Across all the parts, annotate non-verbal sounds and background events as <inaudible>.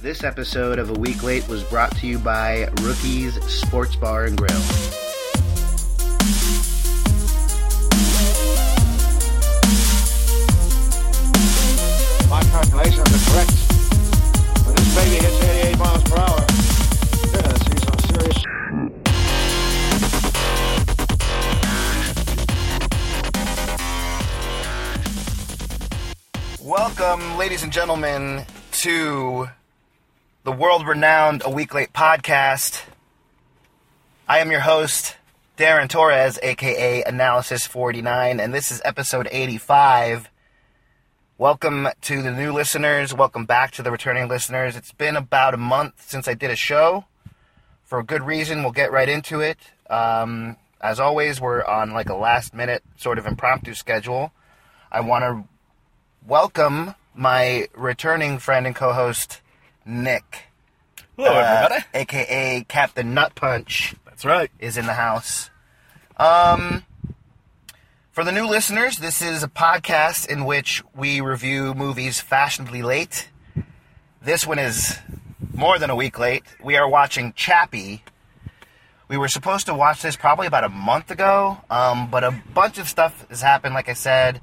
This episode of A Week Late was brought to you by Rookies Sports Bar and Grill. My calculations are correct. When this baby hits 88 miles per hour, you're going to see some serious. Welcome, ladies and gentlemen, to the world renowned A Week Late podcast. I am your host, Darren Torres, aka Analysis 49, and this is episode 85. Welcome to the new listeners. Welcome back to the returning listeners. It's been about a month since I did a show. For a good reason, we'll get right into it. Um, as always, we're on like a last minute sort of impromptu schedule. I want to welcome my returning friend and co-host Nick, Hello, uh, everybody. aka Captain Nut Punch, That's right. is in the house. Um, for the new listeners, this is a podcast in which we review movies fashionably late. This one is more than a week late. We are watching Chappie. We were supposed to watch this probably about a month ago, um, but a bunch of stuff has happened. Like I said,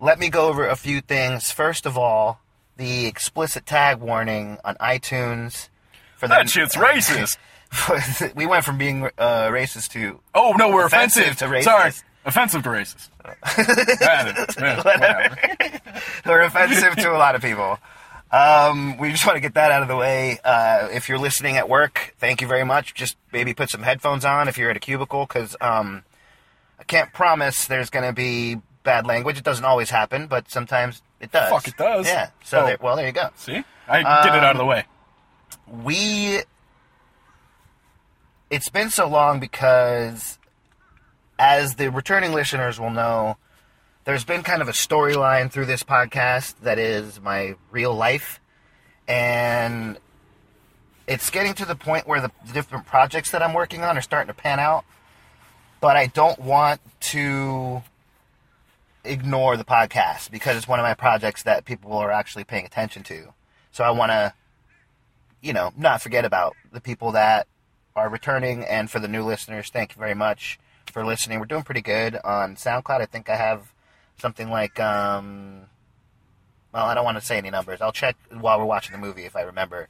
let me go over a few things. First of all, the explicit tag warning on iTunes. For That shit's racist. <laughs> we went from being uh, racist to Oh no, we're Offensive offensive. to racist. Sorry, offensive <laughs> to racist. Rather, yeah, whatever. we're offensive to a lot of people. Um, we just want to get that out of the way. Uh, if you're listening at work, thank you very much. Just maybe put some headphones on if you're at a cubicle, because um, I can't promise there's going to be bad language. It doesn't always happen, but sometimes it does. Fuck, it does. Yeah. So, Oh. there, well, there you go. See, I get it out of Um, the way. we it's been so long because as the returning listeners will know there's been kind of a storyline through this podcast that is my real life and it's getting to the point where the different projects that i'm working on are starting to pan out but i don't want to ignore the podcast because it's one of my projects that people are actually paying attention to so i want to you know, not forget about the people that are returning and for the new listeners, thank you very much for listening. We're doing pretty good on SoundCloud. I think I have something like um well, I don't want to say any numbers. I'll check while we're watching the movie if I remember.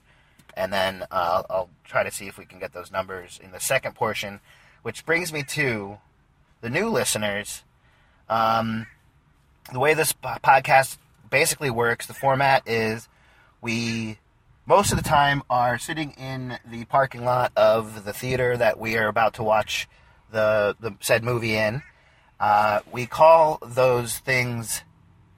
And then uh, I'll, I'll try to see if we can get those numbers in the second portion, which brings me to the new listeners. Um, the way this po- podcast basically works, the format is we most of the time are sitting in the parking lot of the theater that we are about to watch the, the said movie in. Uh, we call those things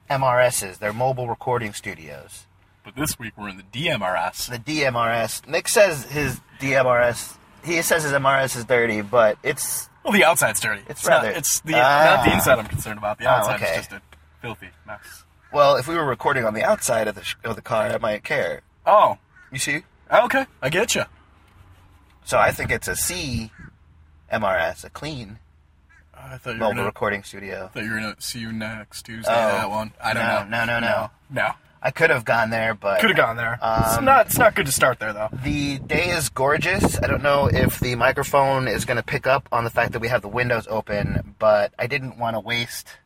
MRSs. They're mobile recording studios. But this week we're in the DMRS. The DMRS. Nick says his DMRS. He says his MRS is dirty, but it's Well, the outside's dirty. It's not- rather- it's the Ah. not the inside. I'm concerned about. The Ah, outside okay. is just a filthy mess. well. If we were recording on the outside of the sh- of the car, I might care. Oh, You see? okay. I get you. So I think it's a C MRS, a clean I thought you were mobile gonna. recording studio. Thought you were gonna see you next Tuesday. Oh. that one. I don't No, know. no, no, no. No. I could have gone there, but Could have gone there. it's Um, not. It's not good to start there though. The day is gorgeous. I don't know if the microphone is going to pick up on the fact that we have the windows open, but I didn't want to waste.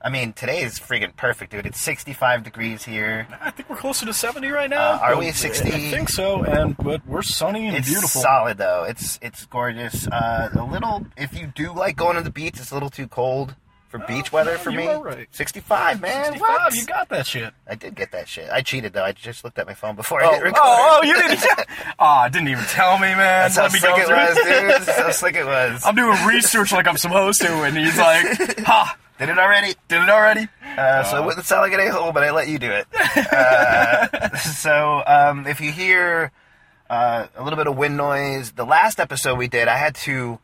I mean, today is freaking perfect, dude. It's 65 degrees here. I think we're closer to 70 right now. Uh, are but we 60? I think so, and but we're sunny and It's beautiful. solid though. It's it's gorgeous. Uh, a little. If you do like going to the beach, it's a little too cold for beach weather no, for Oh, you me. are right. 65, man. 65, What? you got that shit. I did get that shit. I cheated though. I just looked at my phone before I Oh, hit record. oh, oh, you didn't. <laughs> Ah, oh, didn't even tell me, man. That's how Let me slick go it through was, dude. That's how slick it was. <laughs> I'm doing research like I'm supposed to, and he's <laughs> like, "Ha, Did it already? did it already?" Uh, so it wouldn't sound like an a-hole, but I let you do <laughs> it. Uh, <laughs> so um, if you hear uh, a little bit of wind noise, the last episode we did, I had to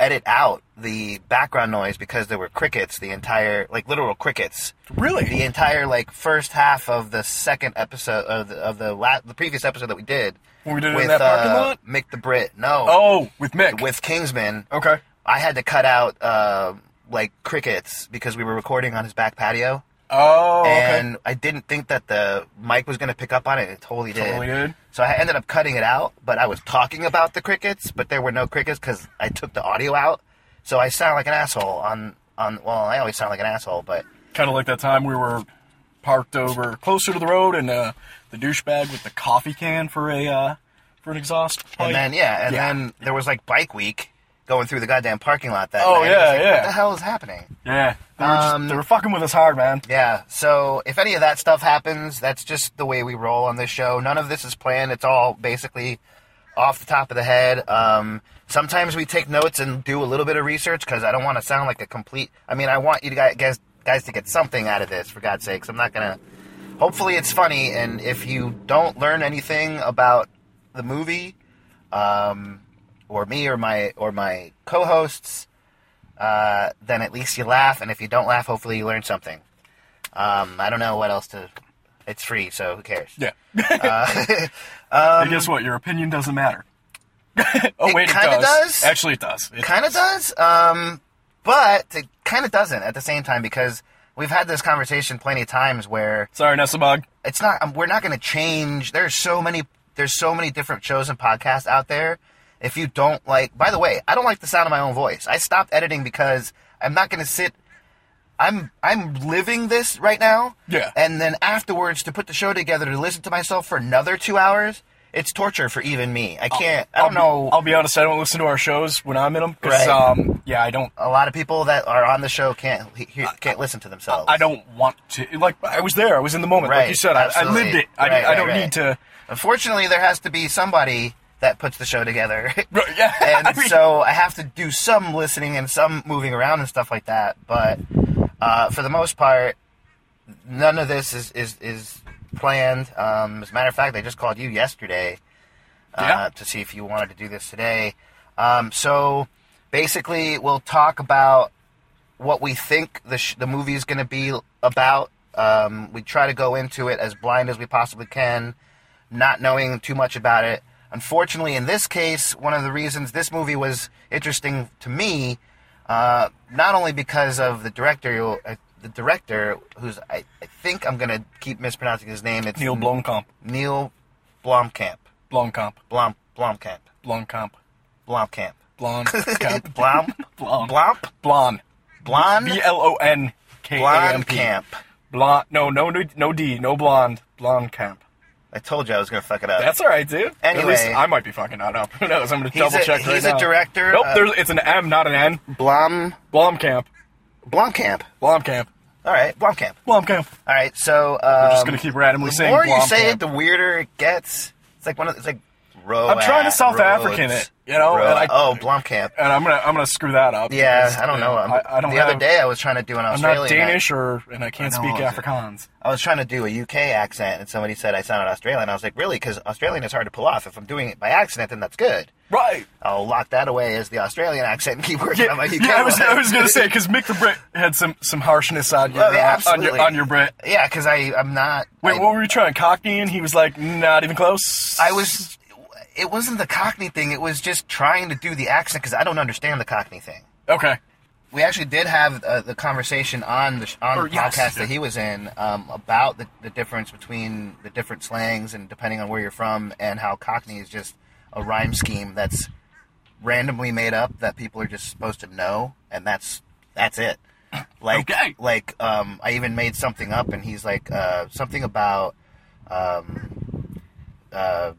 edit out the background noise because there were crickets the entire, like literal crickets, the Really? entire like first half of the second episode of the of the, la- the previous episode that we did. When we did it in with that parking uh, lot? Mick the Brit. No, Oh, with Mick. with Kingsman. okay. I had to cut out uh, like crickets because we were recording on his back patio. Oh, okay. and I didn't think that the mic was going to pick up on it. It totally did. Totally did. So I ended up cutting it out, but I was talking about the crickets, but there were no crickets because I took the audio out. So I sound like an asshole on on. Well, I always sound like an asshole, but kind of like that time we were parked over closer to the road, and uh, the douchebag with the coffee can for a uh, for an exhaust pipe. and then yeah, and Oh, Yeah. then there was like bike week going through the goddamn parking lot that Oh, night. It was yeah, like, yeah. What the hell is happening? yeah, they were, just- Um, they were fucking with us hard, man. Yeah. So if any of that stuff happens, that's just the way we roll on this show. None of this is planned. It's all basically off the top of the head. Um, sometimes we take notes and do a little bit of research because I don't want to sound like a complete. I mean, I want you guys guys guys to get something out of this. For God's sakes, I'm not gonna. Hopefully, it's funny. And if you don't learn anything about the movie, um, or me or my or my co-hosts, uh, then at least you laugh. And if you don't laugh, hopefully you learn something. Um, I don't know what else to. It's free, so who cares? Yeah. Uh, <laughs> and guess what? Your opinion doesn't matter. oh um, It wait, it kinda does. does? Actually, it does. It- Kind of does, um, but it kind of doesn't at the same time because we've had this conversation plenty of times where Sorry, Nessamog. it's not. Um, we're not going to change. There's so many. There's so many different shows and podcasts out there. If you don't like, by the way, I don't like the sound of my own voice. I stopped editing because I'm not going to sit. I'm I'm living this right now. Yeah. And then afterwards, to put the show together, to listen to myself for another two hours, it's torture for even me. I can't. I don't know. I'll be honest. I don't listen to our shows when I'm in them. Right. Um, yeah, I don't. a lot of people that are on the show can't he- he, can't listen to themselves. I don't want to. Like I was there. I was in the moment. Right, Like you said, I, I absolutely. lived it. I, Right, I don't right, right. need to. Unfortunately, there has to be somebody that puts the show together. Right, <laughs> yeah, <laughs> and I mean- so I have to do some listening and some moving around and stuff like that. But uh, for the most part, none of this is is, is planned. Um, as a matter of fact, I just called you yesterday uh, Yeah. to see if you wanted to do this today. Um, so basically, we'll talk about what we think the, sh- the movie is going to be about. Um, we try to go into it as blind as we possibly can, not knowing too much about it. Unfortunately, in this case, one of the reasons this movie was interesting to me, uh, not only because of the director, uh, the director who's I, I think I'm going to keep mispronouncing his name. It's Neil Blomkamp. Neil Blomkamp. Blomkamp. Blom Blomkamp. Blomkamp. Blomkamp. Blond. <laughs> Camp. <laughs> Blom Blom. Blomp Blon. Blon B L O N K A M P. Blomkamp. Blond. No, no, no, no D. No blonde. Blond camp. I told you I was going to fuck it up. That's all right, dude. At Anyway. least I might be fucking that up. <laughs> Who knows? I'm gonna He's double a- check right he's a now. director, Nope. uh, there's, it's an M, not an N. Blom Blomkamp. Blomkamp. Blomkamp. All right, Blomkamp. Blomkamp. All right, so um, We're just gonna keep randomly the saying. more you Blomkamp. say it, the weirder it gets. It's like one of it's like. Row I'm trying to South African it, you know, and I- oh, Blomkamp. and I'm gonna I'm gonna screw that up. Yeah, because, I don't know. you I'm, I, I don't the have, other day I was trying to do an I'm Australian. not Danish or and I can't I know, speak is it- Afrikaans. I was trying to do a UK accent, and somebody said I sounded Australian. I was like, really? Because Australian is hard to pull off. If I'm doing it by accident, then that's good. Right. I'll lock that away as the Australian accent and keep working Yeah, on my UK. yeah, I was one. I <laughs> was gonna say because Mick the Brit had some some harshness on your Oh, yeah, uh, on your absolutely. on your Brit. yeah, because I I'm not. Wait, I- what were you trying? Cockney, and he was like, not even close. I was. It wasn't the Cockney thing. It was just trying to do the accent because I don't understand the Cockney thing. okay. We actually did have uh, the conversation on the sh- on Or, the yes. podcast that he was in um, about the, the difference between the different slangs and depending on where you're from and how Cockney is just a rhyme scheme that's randomly made up that people are just supposed to know and that's that's <clears throat> it. Like Okay. like um, I even made something up and he's like uh, something about um, uh,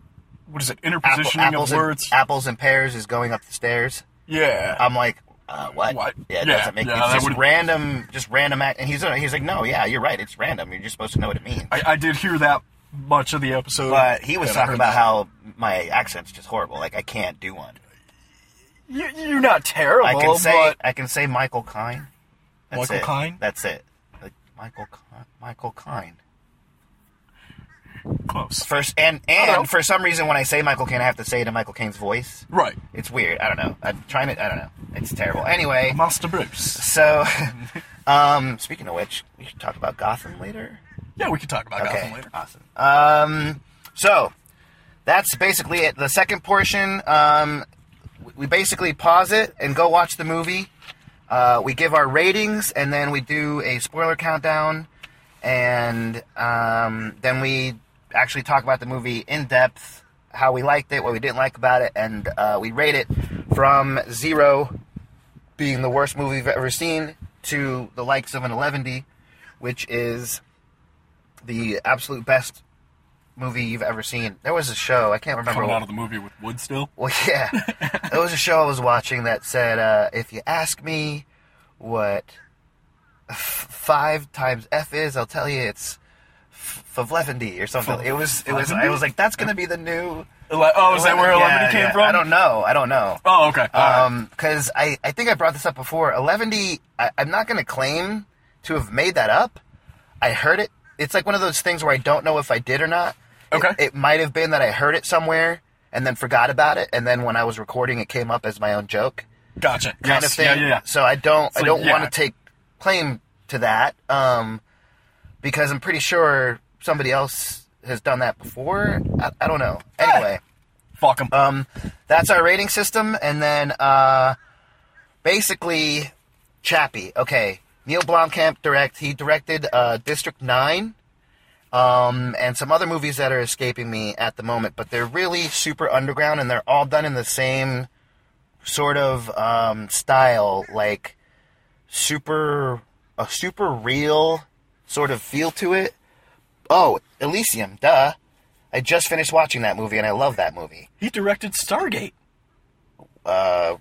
What is it? apple- Interpositioning apples, of and, words. apples and pears is going up the stairs. yeah. I'm like, uh, what? What? Yeah, it Yeah, doesn't make yeah, it's that just would- random, just random act. And he's uh, he's like, no, yeah, you're right. It's random. You're just supposed to know what it means. I, I did hear that much of the episode. But he was that I talking heard about that. how my accent's just horrible. Like I can't do one. you, you're not terrible. I can say but I can say Michael Kine. That's Michael it. Caine? That's it. Like Michael Ki- Michael Kine. close. First and don't know. and for some reason when I say Michael Caine, I have to say it in Michael Caine's voice. Right, It's weird. I don't know. I'm trying to. I don't know. It's terrible. Anyway, Master Bruce. so <laughs> um, speaking of which, we should talk about Gotham later. Yeah, we can talk about Okay. Gotham later. Awesome. Um, so that's basically it. The second portion, um, we- we basically pause it and go watch the movie. Uh, we give our ratings and then we do a spoiler countdown. and um, then we actually talk about the movie in depth, how we liked it, what we didn't like about it, and uh, we rate it from zero being the worst movie we've ever seen to the likes of an 11D, which is the absolute best movie you've ever seen. There was a show I can't remember. Coming what- out of the movie with wood still. well, <laughs> yeah. there was a show I was watching that said, uh, if you ask me what f- five times F is, I'll tell you it's Favlefendy or something. It was, it was, I was like, that's going to be the new. Ele- oh, is that where Yeah, 11 came yeah. from? I don't know. I don't know. Oh, okay. All right. Um, cause I, I think I brought this up before. 11D, I, I'm not going to claim to have made that up. I heard it. It's like one of those things where I don't know if I did or not. It- Okay. It, might have been that I heard it somewhere and then forgot about it. And then when I was recording, it came up as my own joke gotcha. kind Yes. of thing. Yeah, yeah, yeah. So I don't, I like, don't yeah. want to take claim to that. Um, because I'm pretty sure somebody else has done that before. I, I don't know. Anyway. Fuck 'em. Um, that's our rating system, and then uh, basically Chappie. Okay, Neil Blomkamp direct. He directed uh, District Nine, um, and some other movies that are escaping me at the moment. But they're really super underground, and they're all done in the same sort of um, style, like super a super real sort of feel to it. Oh, Elysium, duh. I just finished watching that movie and I love that movie. he directed Stargate. The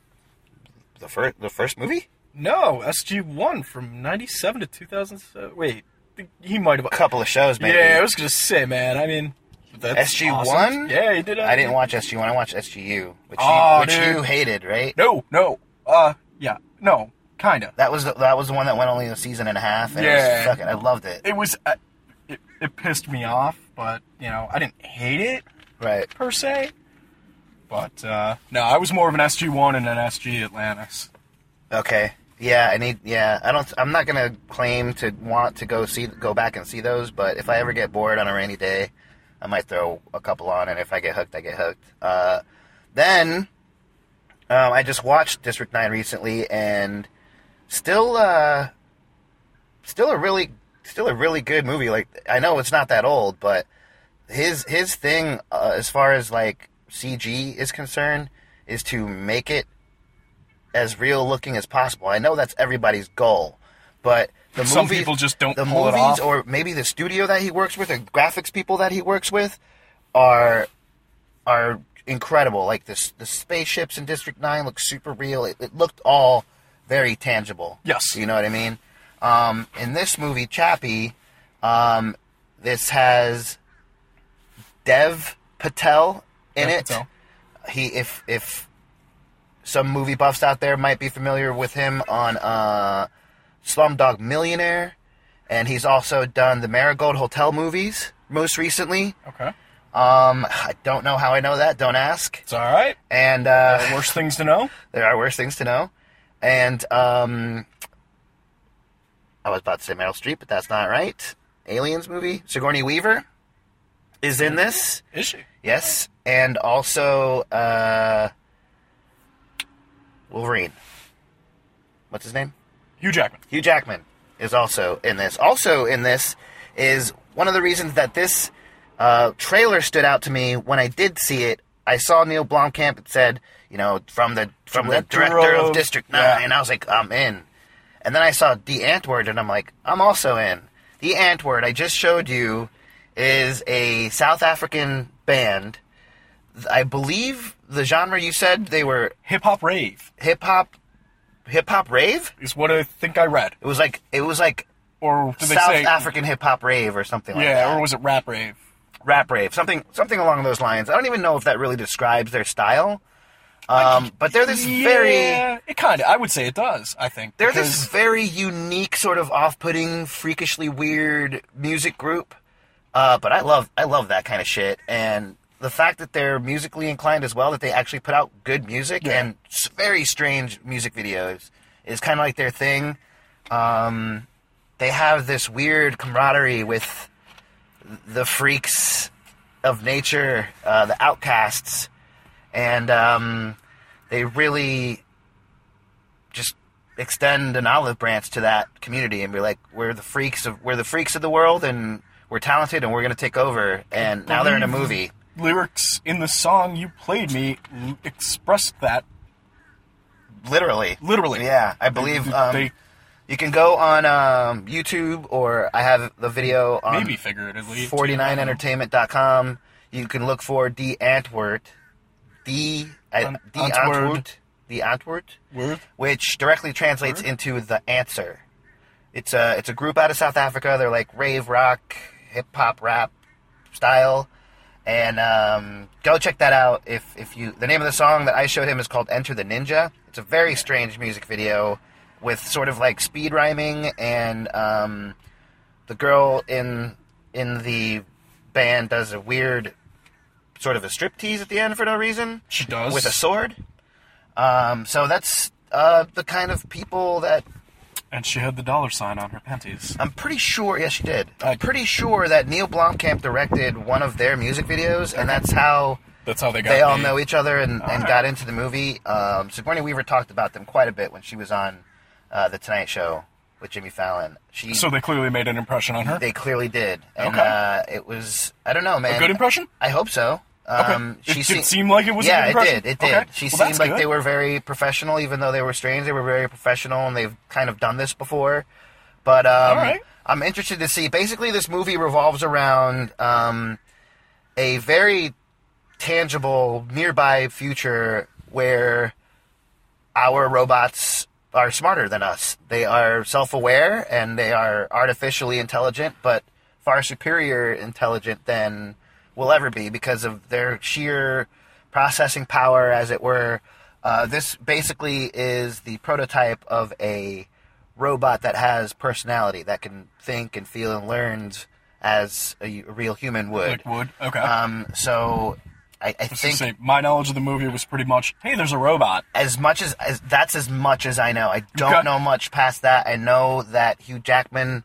first, the first movie? No, SG one from '97 to 2007. Wait, th- he might have. A couple of shows, maybe. Yeah, I was gonna say, man. I mean, that's SG-1? awesome. Yeah, he did. uh, I didn't watch SG One. I watched SGU, which Aw, you, which dude. you hated, right? No, no. Uh, yeah, no, kinda. That was the, that was the one that went only a season and a half. And it was Yeah. fucking, I loved it. It was. Uh, it, it pissed me off, but you know, I didn't hate it Right. per se. But uh, no, I was more of an SG one and an SG Atlantis. Okay. Yeah, I need. Yeah, I don't. I'm not gonna claim to want to go see, go back and see those. But if I ever get bored on a rainy day, I might throw a couple on, and if I get hooked, I get hooked. Uh, then, um, I just watched District Nine recently, and still, uh, still a really, still a really good movie. Like I know it's not that old, but his his thing uh, as far as like CG is concerned is to make it as real looking as possible. I know that's everybody's goal, but the Some movie- people just don't the pull it movies off. or maybe the studio that he works with or graphics people that he works with are are incredible. Like this, the spaceships in District Nine look super real. It, it looked all very tangible. Yes. you know what I mean. Um, in this movie, Chappie, um, this has Dev Patel in Dev it. Patel. He, if if some movie buffs out there might be familiar with him on uh, Slumdog Millionaire, and he's also done the Marigold Hotel movies most recently. Okay, Um, I don't know how I know that. Don't ask. it's all right. And uh, Worst things to know. there are worse things to know. And um, I was about to say Meryl Streep, but that's not right. Aliens movie. Sigourney Weaver is in this. Is she? Yes, and also uh, Wolverine. What's his name? Hugh Jackman. Hugh Jackman is also in this. Also in this is one of the reasons that this uh, trailer stood out to me when I did see it. I saw Neil Blomkamp. It said, you know, from the from Director the director of, of- District Nine, yeah. and I was like, I'm in. And then I saw The Antwoord, and I'm like, I'm also in. The Antwoord I just showed you is a South African band. I believe the genre you said they were Hip hop rave hip hop, hip hop rave. is what I think I read. It was like it was like Or did they South say? African hip hop rave or something like yeah, that. or was it rap rave? rap rave, something something along those lines. I don't even know if that really describes their style. Um, but they're this very Yeah, it kind of. I would say it does. I think they're this because very unique sort of off-putting, freakishly weird music group. Uh, but I love I love that kind of shit and the fact that they're musically inclined as well that they actually put out good music Yeah. and s- very strange music videos is kind of like their thing. Um, they have this weird camaraderie with the freaks of nature, uh, the outcasts, and um, they really just extend an olive branch to that community and be like, we're the freaks of we're the freaks of the world, and we're talented, and we're gonna take over. And now they're in a movie. Lyrics in the song you played me l- expressed that Literally. Literally. Yeah, I They- believe they- um, they- you can go on um, YouTube or I have the video on maybe figuratively. too. 49entertainment.com. You can look for D Antwoord. D uh, An- D Antwoord. Antwoord. The Antwoord, Word? which directly translates Word? into the answer. It's a it's a group out of South Africa. They're like rave rock, hip hop, rap style. And um, go check that out. If if you the name of the song that I showed him is called Enter the Ninja. It's a very strange music video with sort of like speed rhyming and um, the girl in in the band does a weird sort of a strip tease at the end for no reason She does. with a sword. Um, so that's uh, the kind of people that and she had the dollar sign on her panties. I'm pretty sure. Yes, she did. I- I'm pretty sure that Neil Blomkamp directed one of their music videos, and that's how That's how they got they all the- know each other and, and Alright. got into the movie. Um, Sigourney Weaver talked about them quite a bit when she was on uh, the Tonight Show with Jimmy Fallon. She So they clearly made an impression on her. they clearly did, and Uh-huh. Okay. uh, it was I don't know, man. a good impression? I hope so. Um, Okay. It she did se- seem like it was a Yeah, good impression? it did. It did. Okay. She Well, that's seemed like good. they were very professional, even though they were strange. They were very professional, and they've kind of done this before. But um, All right. I'm interested to see. Basically, this movie revolves around um, a very tangible nearby future where our robots are smarter than us. They are self-aware and they are artificially intelligent, but far superior intelligent than we'll ever be because of their sheer processing power, as it were. Uh, this basically is the prototype of a robot that has personality that can think and feel and learns as a, a real human would. Like wood. Okay. Um, so I, I I was gonna think say, my knowledge of the movie was pretty much, hey, there's a robot. as much as, as that's as much as I know. I don't Okay. know much past that. I know that Hugh Jackman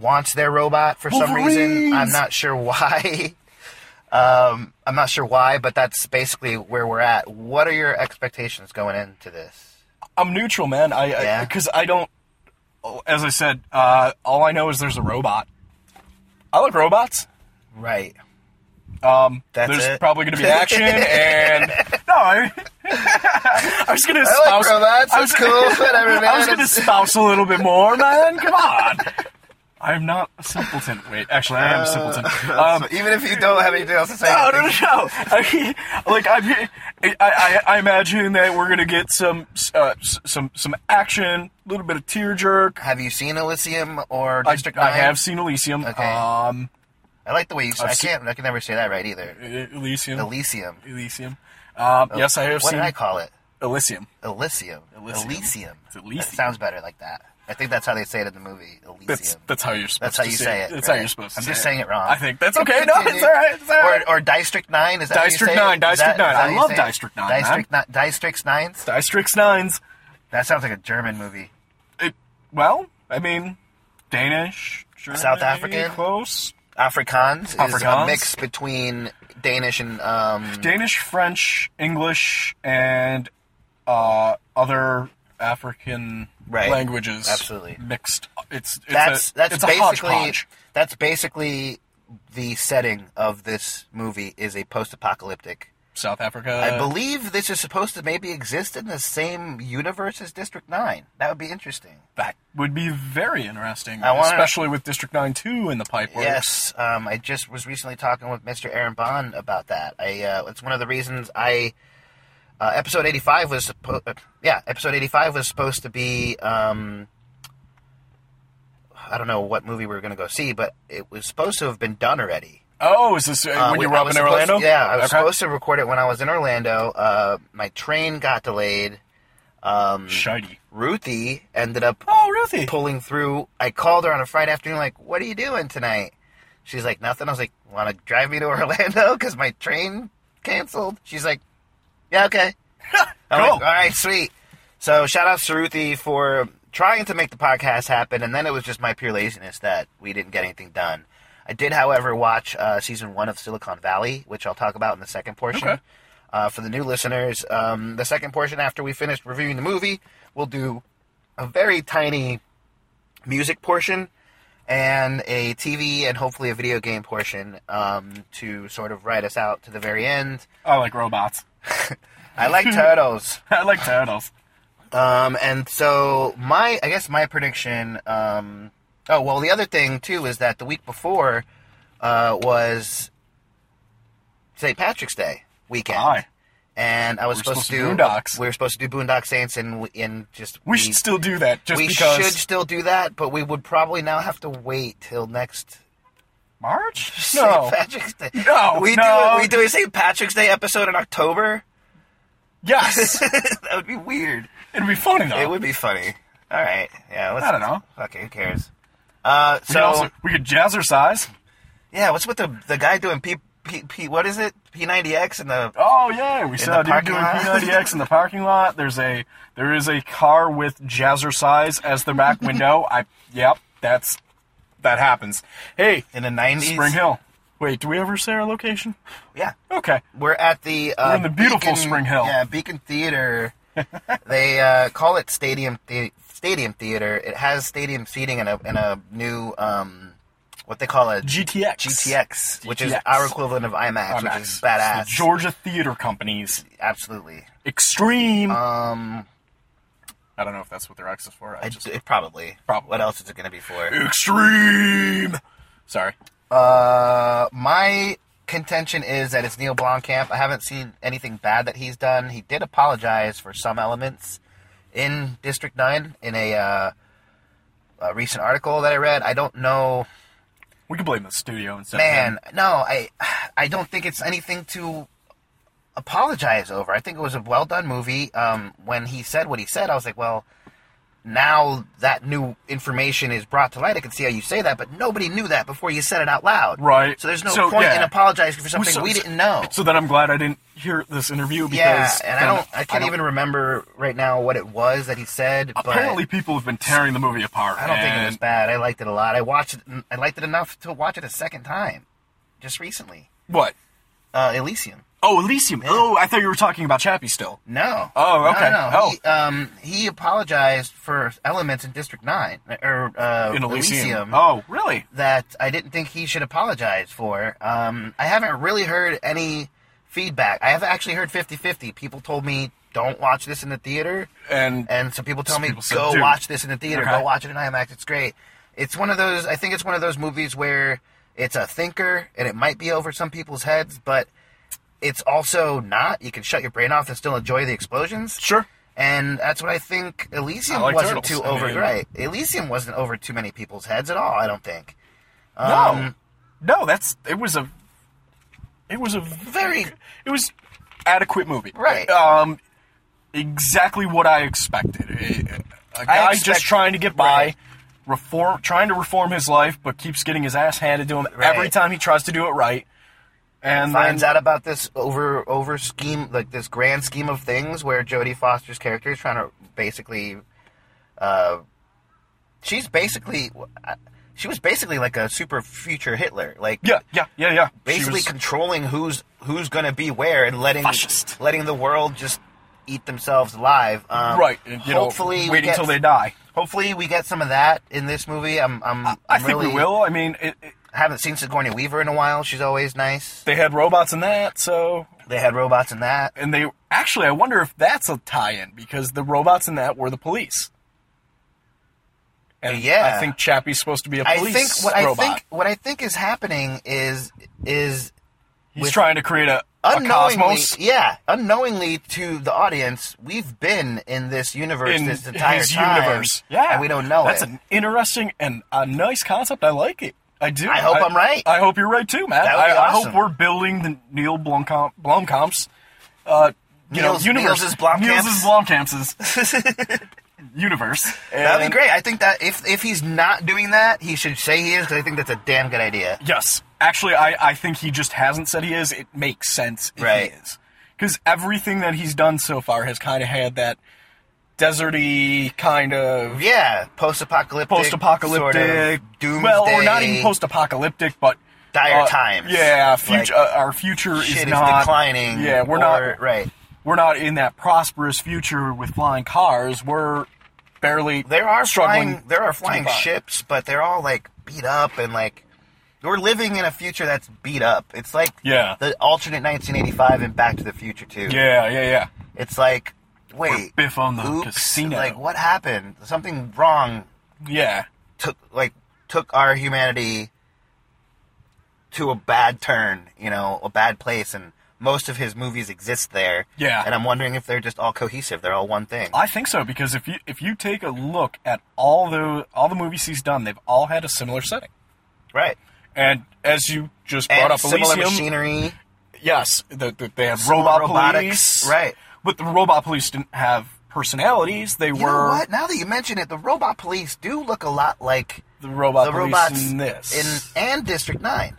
wants their robot for some reason. I'm Wolverines! not sure why. <laughs> um, I'm not sure why, but that's basically where we're at. What are your expectations going into this? I'm neutral, man. I Yeah. because I, don't. oh, As I said, uh, all I know is there's a robot. I like robots. Right. Um, That's there's it. <laughs> probably going to be action and no. I, <laughs> I was going to I like spouse. robots. I That's was, cool. <laughs> Whatever, man. I was going to It's- spouse a little bit more, man. Come on. I'm not a simpleton. Wait, actually, I am a simpleton. Um, <laughs> even if Uh, you don't have anything else to say, no, I no, no, think- no. I, like I'm, I, I, I imagine that we're gonna get some, uh, s- some, some action, a little bit of tear jerk. Have you seen Elysium or I, District I Nine? have seen Elysium. Okay. Um, I like the way you. Say, I've I seen- can't. I can never say that right either. Elysium. Elysium. Elysium. Um, yes, I have Oh, What seen did I call it? Elysium. Elysium. Elysium. Elysium. It's Elysium. That sounds better like that. I think that's how they say it in the movie. Elysium. That's that's how you're That's supposed how to you say, say it. That's right? how you're supposed to I'm say just saying it wrong. I think <laughs> that's okay. <laughs> No, it's all right. It's all right. Or, or District 9. Is that how you District say it? 9, Is that- District is 9. that I how you love say it? District 9, man. District 9. District 9? District's nines. That sounds like a German movie. It, well, I mean, Danish, German, South African? close. Afrikaans, is Afrikaans? a mix between Danish and. Um, Danish, French, English, and uh, other African Right. languages. Absolutely. mixed. It's, it's that's a, that's it's a basically hodgepodge. that's basically the setting of this movie is a post-apocalyptic South Africa. I believe this is supposed to maybe exist in the same universe as District Nine. That would be interesting. that would be very interesting, I wanna- especially with District Nine Two in the pipeworks. Yes, um, I just was recently talking with Mr. Aaron Bond about that. I uh, it's one of the reasons I uh, episode eighty five was supposed uh, yeah episode eighty five was supposed to be um, I don't know what movie we were going to go see, but it was supposed to have been done already. Oh, is this uh, Uh, when we- you were I up was in supposed- Orlando? yeah, I was Okay. supposed to record it when I was in Orlando. Uh, my train got delayed. Um, Shitey. Ruthie ended up Oh, <laughs> Ruthie. pulling through. I called her on a Friday afternoon, like, "What are you doing tonight?" She's like, "Nothing." I was like, "Want to drive me to <laughs> Orlando because my train canceled?" She's like, "Yeah, <laughs> okay." I'm Cool. like, All right, sweet. So shout out to Ruthie for trying to make the podcast happen, and then it was just my pure laziness that we didn't get anything done. I did, however, watch uh, season one of Silicon Valley, which I'll talk about in the second portion. Okay. Uh, for the new listeners, um, the second portion after we finish reviewing the movie, we'll do a very tiny music portion and a TV and hopefully a video game portion um, to sort of ride us out to the very end. I like robots. <laughs> I like turtles. I like turtles. Um, and so my, I guess my prediction. Um, oh well, the other thing too is that the week before uh, was St. Patrick's Day weekend, Aye. and I was We're supposed, supposed to do do Boondocks. We were supposed to do Boondock Saints, and we- and just We should still do that just we because should still do that, but we would probably now have to wait till next <laughs> March? St. No. Patrick's Day. No, we no. do we do a St. Patrick's Day episode in October. <laughs> <laughs> Yes. that would be weird. It'd be funny though. It would be funny. All right. Yeah. Let's, Oh. I don't know. Okay. Who cares? Uh, We could so also- we could jazzercise. yeah, what's with the the guy doing P P, P what is it P ninety X and the Oh yeah, we saw a the dude parking doing lot. P90X <laughs> in the parking lot. There's a there is a car with jazzercise as the back window. I yep, that's that happens. Hey, in the nineties? Spring Hill. Wait, do we ever say our location? Yeah. Okay. We're at the uh, We're in the beautiful Beacon- Spring Hill. Yeah, Beacon <laughs> Theater. they uh, call it Stadium the- Stadium Theater. It has stadium seating and a and a new um, what they call a GTX. GTX, which is GTX. our equivalent of IMAX, IMAX. which is badass. It's the Oh, Georgia Theater Company's Absolutely. Extreme. Um, I don't know if that's what their X is for. I I just d- probably. Probably. What else is it going to be for? Extreme. Sorry. Uh, my contention is that it's Neil Blomkamp. I haven't seen anything bad that he's done. He did apologize for some elements in District Nine in a, uh, a recent article that I read. I don't know, We can blame the studio instead. of him. man. No, I <sighs> I don't think it's anything to apologize over. I think it was a well done movie. Um, when he said what he said, I was like, well. Now that new information is brought to light, I can see how you say that, but nobody knew that before you said it out loud. Right. So there's no So, point yeah. in apologizing for Well, something so- we didn't know. So then I'm glad I didn't hear this interview because oh. yeah, and I then don't. I can't don't- even remember right now what it was that he said. Apparently, but people have been tearing the movie apart. I don't think it and was bad. I liked it a lot. I watched it. I liked it enough to watch it a second time, just recently. What? Uh, Elysium. Oh, Elysium. Oh, I thought you were talking about Chappie still. No. Oh, No, okay. no, no. Oh. He, um, he apologized for elements in District Nine or uh, In Elysium. Elysium. Oh, really? that I didn't think he should apologize for. Um, I haven't really heard any feedback. I have actually heard 50 50. People told me, don't watch this in the theater. And And some people tell Some me, people said, go "Dude." watch this in the theater. Okay. Go watch it in IMAX. It's great. It's one of those, I think it's one of those movies where it's a thinker and it might be over some people's heads, but it's also not. You can shut your brain off and still enjoy the explosions. sure. And that's what I think Elysium I like wasn't turtles. too I over. mean- right. Elysium wasn't over too many people's heads at all, I don't think. Um, no, no. That's it was a. It was a very. It was adequate movie. Right. Um, exactly what I expected. A, a guy expect- just trying to get by. right. Reform, trying to reform his life, but keeps getting his ass handed to him every Right. time he tries to do it right. And finds then, out about this over over scheme like this grand scheme of things where Jodie Foster's character is trying to basically uh she's basically she was basically like a super future Hitler like Yeah, yeah, yeah, yeah. She basically was- controlling who's who's going to be where and letting Fascist. letting the world just eat themselves alive um, right. and, You hopefully know, we wait get, until they die. hopefully we get some of that in this movie I'm I'm I am think really we will. I mean, it, it, I haven't seen Sigourney Weaver in a while she's always nice they had robots in that, so they had robots in that and they actually. I wonder if that's a tie-in because the robots in that were the police. And Yeah. I think Chappie's supposed to be a I police think what robot. I think what I think is happening is is He's with- trying to create a, a unknowingly, cosmos yeah, unknowingly to the audience, we've been in this universe in this entire his time, universe. Yeah, and we don't know That's it. an interesting and a nice concept. I like it. I do. I hope I'm right. I hope you're right too, man. That would be I, I awesome. hope we're building the Neil Blomkamp, Blomkamp's, uh, you Niels- know, universe. Niels's Blomkamps. Niels's Blomkamp's <laughs> universe. That'd And- be great. I think that if if he's not doing that, he should say he is because I think that's a damn good idea. Yes. Actually, I, I think he just hasn't said he is. It makes sense if Right. he is. Because everything that he's done so far has kind of had that deserty kind of Yeah, post-apocalyptic, post-apocalyptic sort of doomsday. Well, or not even post-apocalyptic, but Dire uh, times. Yeah, future. Like, uh, our future Shit is is, not declining. Yeah, we're or- not right. we're not in that prosperous future with flying cars. We're barely. There are struggling. flying, there are to flying get by. ships, but they're all like beat up and like we're living in a future that's beat up. It's like Yeah. the alternate 1985 and Back to the Future too. Yeah, yeah, yeah. It's like wait, Biff on the oops, casino. Like what happened? Something wrong Yeah, took like took our humanity to a bad turn, you know, a bad place and most of his movies exist there. Yeah. And I'm wondering if they're just all cohesive, they're all one thing. I think so because if you if you take a look at all the all the movies he's done, they've all had a similar setting. right. And as you just brought And up, similar Elysium, machinery. yes, the, the, they had Similar robot robotics, police, right. But the robot police didn't have personalities. They You were know what? Now that you mention it, the robot police do look a lot like the robot the police robots in this. in and District Nine.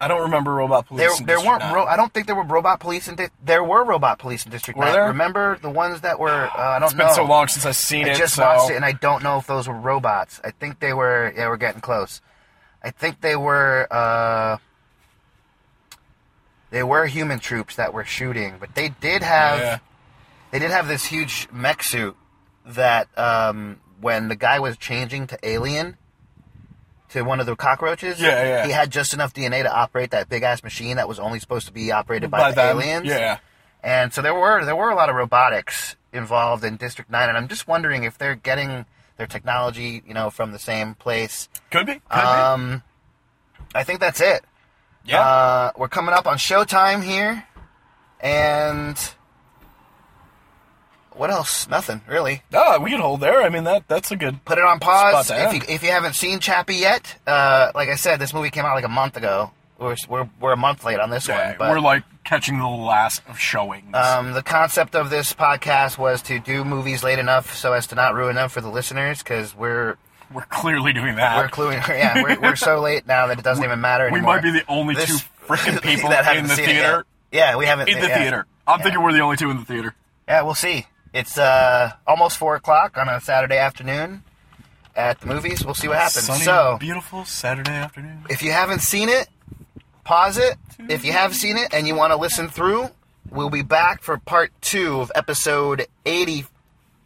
I don't remember robot police. There, in there District weren't. Nine. Ro- I don't think there were robot police in. Di- there were robot police in District Were Nine. there? Remember the ones that were? Uh, I don't it's been know. so long since I've seen I it. just so watched it, and I don't know if those were robots. I think they were. Yeah, we're getting close. I think they were. Uh, they were human troops that were shooting, but they did have. Yeah. They did have this huge mech suit that, um, when the guy was changing to alien, to one of the cockroaches, Yeah, yeah. he had just enough DNA to operate that big ass machine that was only supposed to be operated by, by the them. aliens. Yeah. And so there were there were a lot of robotics involved in District Nine, and I'm just wondering if they're getting their technology, you know, from the same place. Could be. Could Um, I think that's it. be. Yeah. Uh, we're coming up on showtime here, and what else? Nothing really. Ah, we could hold there. I mean that that's a good Put it on pause Spot to if you, end. if you haven't seen Chappie yet. Uh, like I said, this movie came out like a month ago. We're we're, we're a month late on this day. one, but We're like catching the last of showings. Um, the concept of this podcast was to do movies late enough so as to not ruin them for the listeners because we're we're clearly doing we're that. cluing. <laughs> Yeah, we're, we're so late now that it doesn't even matter we anymore. might be the only two <laughs> frickin' people haven't in the seen it yet. theater. Yeah, we haven't in the yeah. theater. I'm thinking we're the only two in the theater. Yeah, we'll see. It's uh, almost four o'clock on a Saturday afternoon at the movies. We'll see what happens. Sunny, so beautiful Saturday afternoon. if you haven't seen it, pause it. If you have seen it and you want to listen through, we'll be back for part two of episode 80,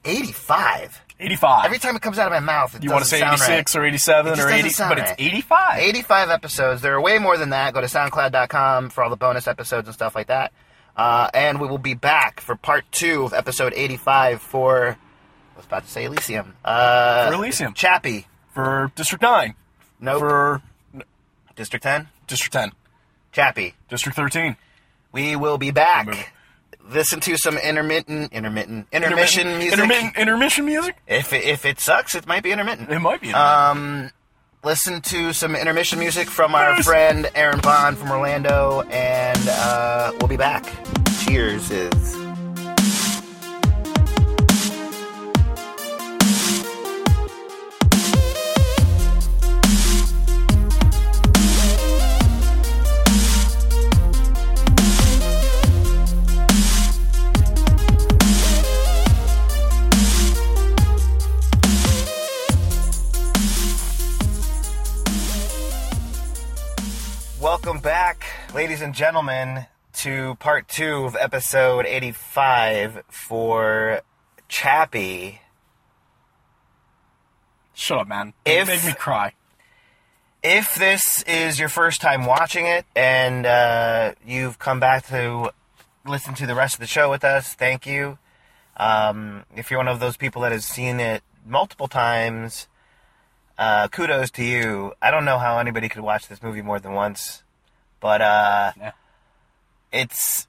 85. 85. Every time it comes out of my mouth, it you want doesn't to say sound 86 right. or 87 It just or doesn't 80, sound but right. it's 85. 85 episodes. There are way more than that. Go to SoundCloud.com for all the bonus episodes and stuff like that. Uh, and we will be back for part two of episode 85 for, I was about to say Elysium. Uh, For Elysium. Chappie. For District 9. Nope. For District 10. District 10. Chappie. District 13. We will be back. Good movie. Listen to some intermittent, intermittent, intermission music. Intermittent, intermission music? If, it- if it sucks, it might be intermittent. It might be. Uh, listen to some intermission music from our Cheers. friend Aaron Bond from Orlando, and uh, we'll be back. Cheers is. Welcome back, ladies and gentlemen, to part two of episode 85 for Chappie. Shut up, man. Don't if- make me cry. If this is your first time watching it and uh, you've come back to listen to the rest of the show with us, thank you. Um, if you're one of those people that has seen it multiple times, uh, kudos to you. I don't know how anybody could watch this movie more than once, but uh, Yeah. it's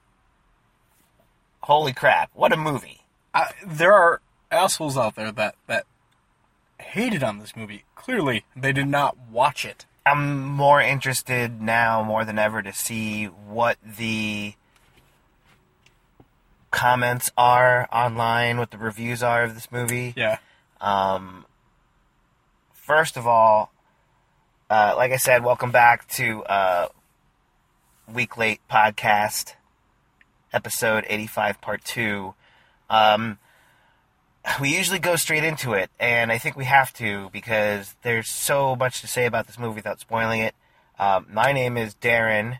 holy crap! What a movie! I, there are assholes out there that, that hated on this movie. Clearly, they did not watch it. I'm more interested now more than ever to see what the comments are online, what the reviews are of this movie. Yeah. Um, first of all, uh, like I said, welcome back to uh, Week Late Podcast, episode 85, part two. Um, we usually go straight into it, and I think we have to because there's so much to say about this movie without spoiling it. Um, my name is Darren,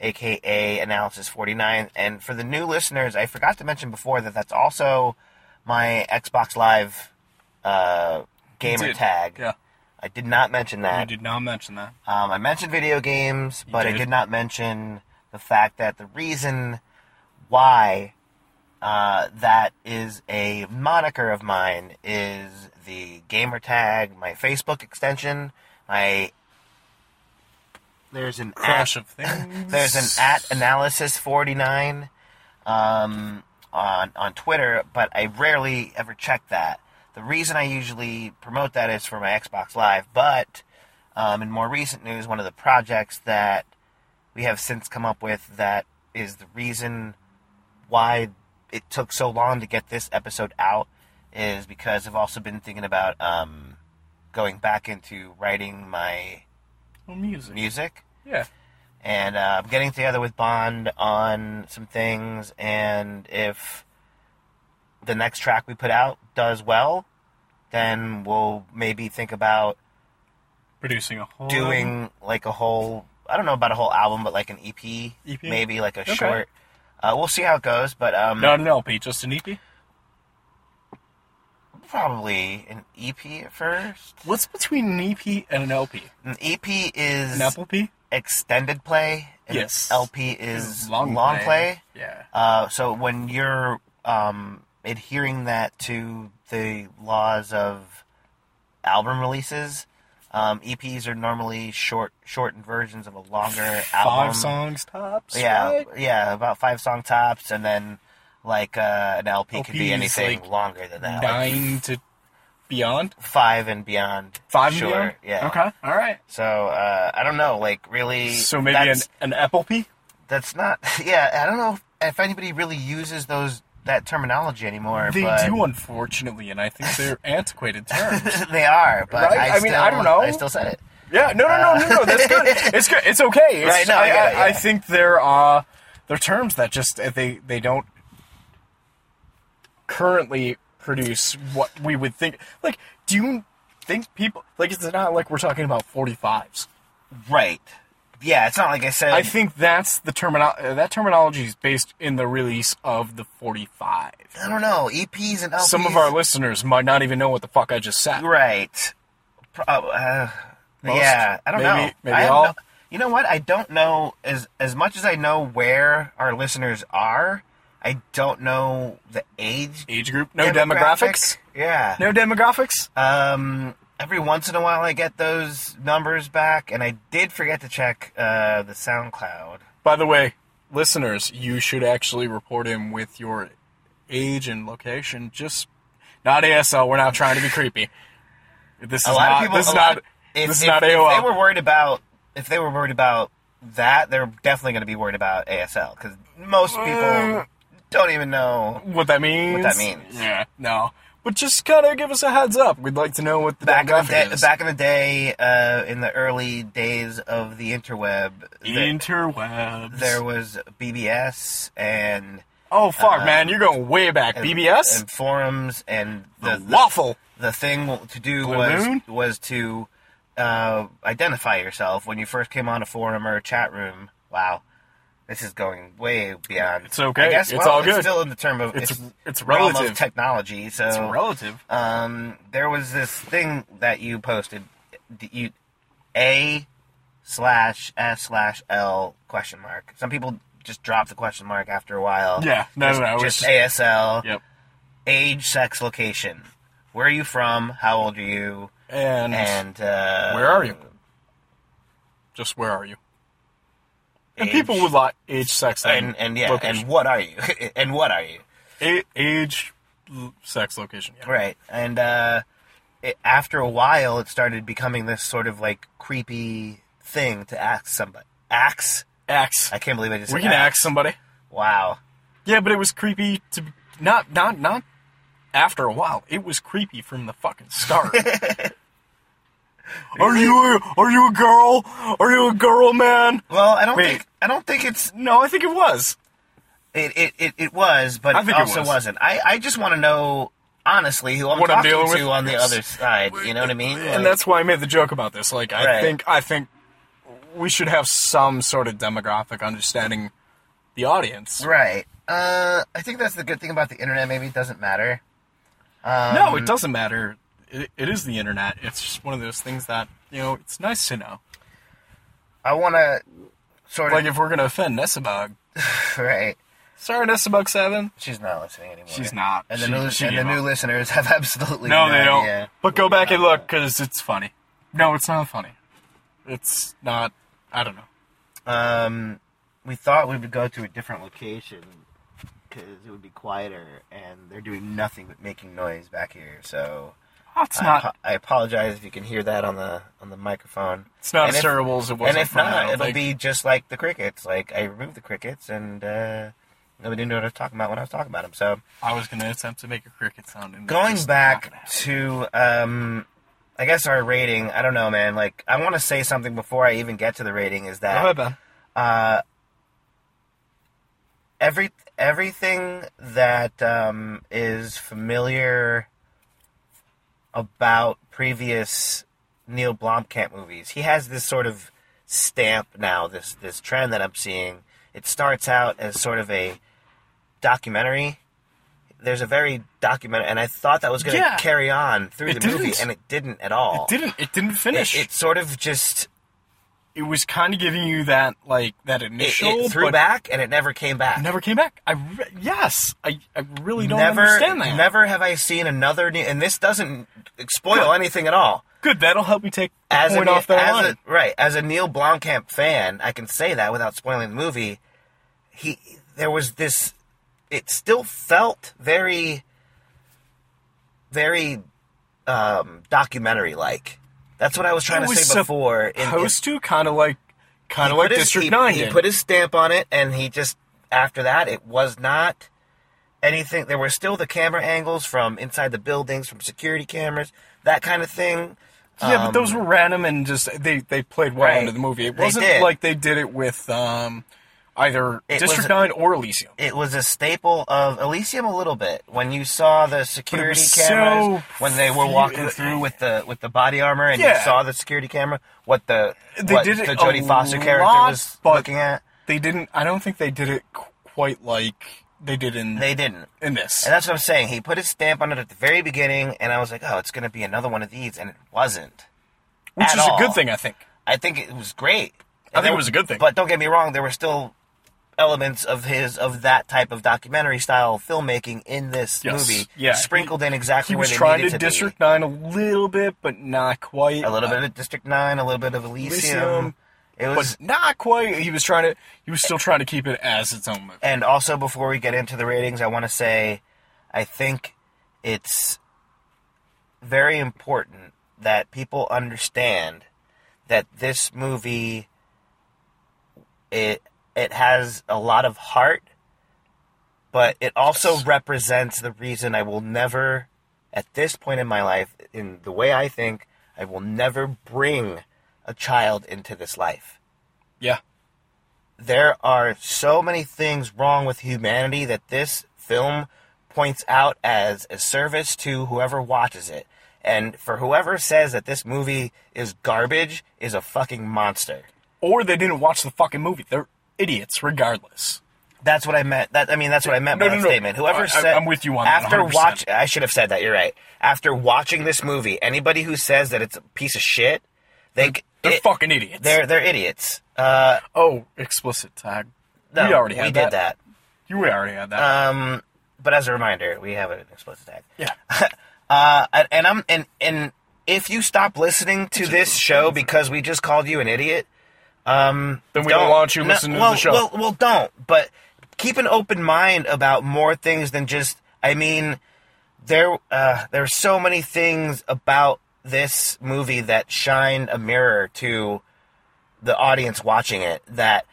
aka Analysis49, and for the new listeners, I forgot to mention before that that's also my Xbox Live uh, gamer did. tag. Yeah. I did not mention You that. did not <laughs> mention that. Um, I mentioned video games, but I did. did not mention the fact that the reason why uh, that is a moniker of mine is the gamer tag, my Facebook extension, my there's an Crash at, of things. there's an at analysis forty nine um, on on Twitter, but I rarely ever check that. The reason I usually promote that is for my Xbox Live, but um, in more recent news, one of the projects that we have since come up with that is the reason why it took so long to get this episode out is because I've also been thinking about um, going back into writing my Oh, music. music Yeah. and uh, I'm getting together with Bond on some things. And if the next track we put out does well, then we'll maybe think about Producing a whole doing like a whole. I don't know about a whole album, but like an EP, EP? maybe like a E Okay. short. Uh, we'll see how it goes, but um, not an LP, just an E EP. probably an EP at first. What's between an EP and an LP? An EP is An Apple P? extended play. and Yes. LP is long, play. Yeah. Uh, so when you're um, adhering that to the laws of album releases, um, EPs are normally short, shortened versions of a longer album. Five songs tops. yeah, right? yeah, about five song tops, and then like uh, an LP could LP be is, anything like, longer than that, like Nine to beyond. five and beyond. Five and sure, beyond. yeah. Okay. All right. So uh, I don't know, like really. So maybe an that's, an Apple P. that's not. <laughs> Yeah, I don't know if anybody really uses those that terminology anymore. They but... do, unfortunately, and I think they're <laughs> antiquated terms. <laughs> they are, but Right? I, I mean, still- I don't know. I still said it. Yeah, no, no, no, no, no. That's <laughs> good. It's good. It's okay. It's, Right, no, I I, get it, I, I yeah. think there are there are terms that just uh, they they don't currently produce what we would think. Like, do you think people like it's not like we're talking about forty fives? Right. Yeah, it's not like I said. I think that's the terminology. That terminology is based in the release of the forty five. I don't know. EPs and LPs. Some of our listeners might not even know what the fuck I just said. right. Pro- uh, Most? yeah, I don't Maybe- know. maybe I have all? no- you know what? I don't know as as much as I know where our listeners are. I don't know the age. Age group, no demographic. demographics. Yeah. No demographics. Um, every once in a while, I get those numbers back, and I did forget to check uh, the SoundCloud. By the way, listeners, you should actually report him with your age and location. Just not ASL. We're not trying to be creepy. This a is lot not. of people. this a is lot- not. this is not AOL. If they were worried about if they were worried about that, they're definitely going to be worried about ASL because most Uh, people don't even know. what that means? that means. Yeah. No. But just kind of give us a heads up. We'd like to know what the Back in the demographic day, is. back in the day, uh, in the early days of the interweb, there, Interwebs. there was BBS and oh fuck, man! You're going way back. uh, and- BBS. and forums, and the, the waffle. the thing to do Blue was Moon? was to uh, identify yourself when you first came on a forum or a chat room. Wow, this is going way beyond. It's okay. I guess, It's well, all good. It's still in the term of It's- it's it's realm relative. of technology. So It's relative. um, there was this thing that you posted. d- You a slash s slash l question mark. Some people just drop the question mark after a while. Yeah. No, Just, no, no. it was just just- ASL Yep. age, sex, location. Where are you from? How old are you? And, And uh, where are you? Just where are you? And Age. people would like age, sex, And and yeah, location. and what are you? <laughs> and what are you? A- age, l- sex, location. Yeah. Right. And uh, it, after a while, it started becoming this sort of like creepy thing to ask somebody. Axe? Axe. I can't believe I just We said can axe somebody. Wow. Yeah, but it was creepy to be, not not not after a while. It was creepy from the fucking <laughs> start. are you a, are you a girl? Are you a girl, man? Well, I don't Wait. think I don't think it's No, I think it was. it it, it, it was, but I it think it also was. not I, I just want to know honestly who I'm What I'm talking dealing to with? on the Yes. other side. You know what I mean? Like- and that's why I made the joke about this. Like, I Right. think I think we should have some sort of demographic understanding the audience. Right. Uh, I think that's the good thing about the internet. Maybe it doesn't matter. Um, No, it doesn't matter it, it is the internet. It's just one of those things that you know. It's nice to know. I want to sort of Like if we're gonna offend Nessabug, right. sorry Nessabug Seven. She's not listening anymore. She's not. And the She- new she and the gave new up. listeners have <laughs> absolutely No, no they don't. idea. But go back and look because it's funny. No, it's not funny. It's not. I don't know. Um, we thought we would go to a different location because it would be quieter, and they're doing nothing but making noise back here. So It's I, not. apo- I apologize if you can hear that on the on the microphone. It's not And as if- terrible as it was. and if from I not, don't it'll think. be just like the crickets. Like I removed the crickets, and uh, nobody knew what I was talking about when I was talking about them. So I was gonna attempt to make a cricket sound. And going just not back gonna to happen. um i guess our rating i don't know man like i want to say something before i even get to the rating is Go that ahead, Ben. uh every everything that um is familiar about previous neil blomkamp movies he has this sort of stamp now this this trend that i'm seeing it starts out as sort of a documentary there's a very document and i thought that was going to Yeah. carry on through It the movie didn't. and it didn't at all It didn't. It didn't finish. it, It, it sort of just was kind of giving you that like that it, initial. it threw but back and it never came back Never came back. I re- yes. I, I really don't never, understand that. Never have I seen another new, and this doesn't spoil anything at all. Good. That'll help me take the As a, point Ne- off that as line. a right, as a Neil Blomkamp fan, I can say that without spoiling the movie. He there was this. It still felt very, very um, documentary like. That's what I was trying It to was say before. in- in- supposed to kind of like kind he of like put his- District he- Nine He did. put his stamp on it, and he just after that, it was not anything. There were still the camera angles from inside the buildings, from security cameras, that kind of thing. yeah, but Um, those were random and just they they played well Right. into the movie. It They wasn't did. like they did it with um, either It was District a- Nine or Elysium. It was a staple of Elysium a little bit when you saw the security was cameras so when they were few- walking through with the with the body armor and you Yeah. saw the security camera what the They what did it the Jodie a Foster character lot, was but- looking at They didn't. I don't think they did it qu- quite like they did in they didn't in this. And that's what I'm saying. He put his stamp on it at the very beginning, and I was like, oh, it's going to be another one of these, and it wasn't. which at is a all. good thing, I think. I think it was great. And I think it there- was a good thing. But don't get me wrong, there were still elements of his of that type of documentary style filmmaking in this Yes. movie, Yeah. sprinkled in exactly He where was they trying needed to to, District Nine a little bit, but not quite. be. A little Uh, bit of District Nine, a little bit of Elysium. Elysium, it was, but not quite. He was trying to. He was still trying to keep it as its own movie. and also before we get into the ratings, I want to say, I think it's very important that people understand that this movie it it has a lot of heart, but it also represents the reason I will never, at this point in my life, in the way I think, I will never bring a child into this life Yeah, there are so many things wrong with humanity that this film points out as a service to whoever watches it. And for whoever says that this movie is garbage is a fucking monster. or they didn't watch the fucking movie. They're idiots, regardless. That's what I meant. That I mean, that's what I meant No, by no, that no. statement. Whoever I- I- said I'm with you on that, after 100%. watch, I should have said that. You're right. After watching this movie, anybody who says that it's a piece of shit, they They're it- fucking idiots. they're they're idiots. Uh, oh, explicit tag. no, we already had we that. did that. You we already had that. Um, but as a reminder, we have an explicit tag. yeah. <laughs> Uh, and- and I'm and and if you stop listening to this show because we just called you an idiot, Then we don't, want you no, listening well, to the show. Well, well, don't. But keep an open mind about more things than just. I mean, there uh, there are so many things about this movie that shine a mirror to the audience watching it that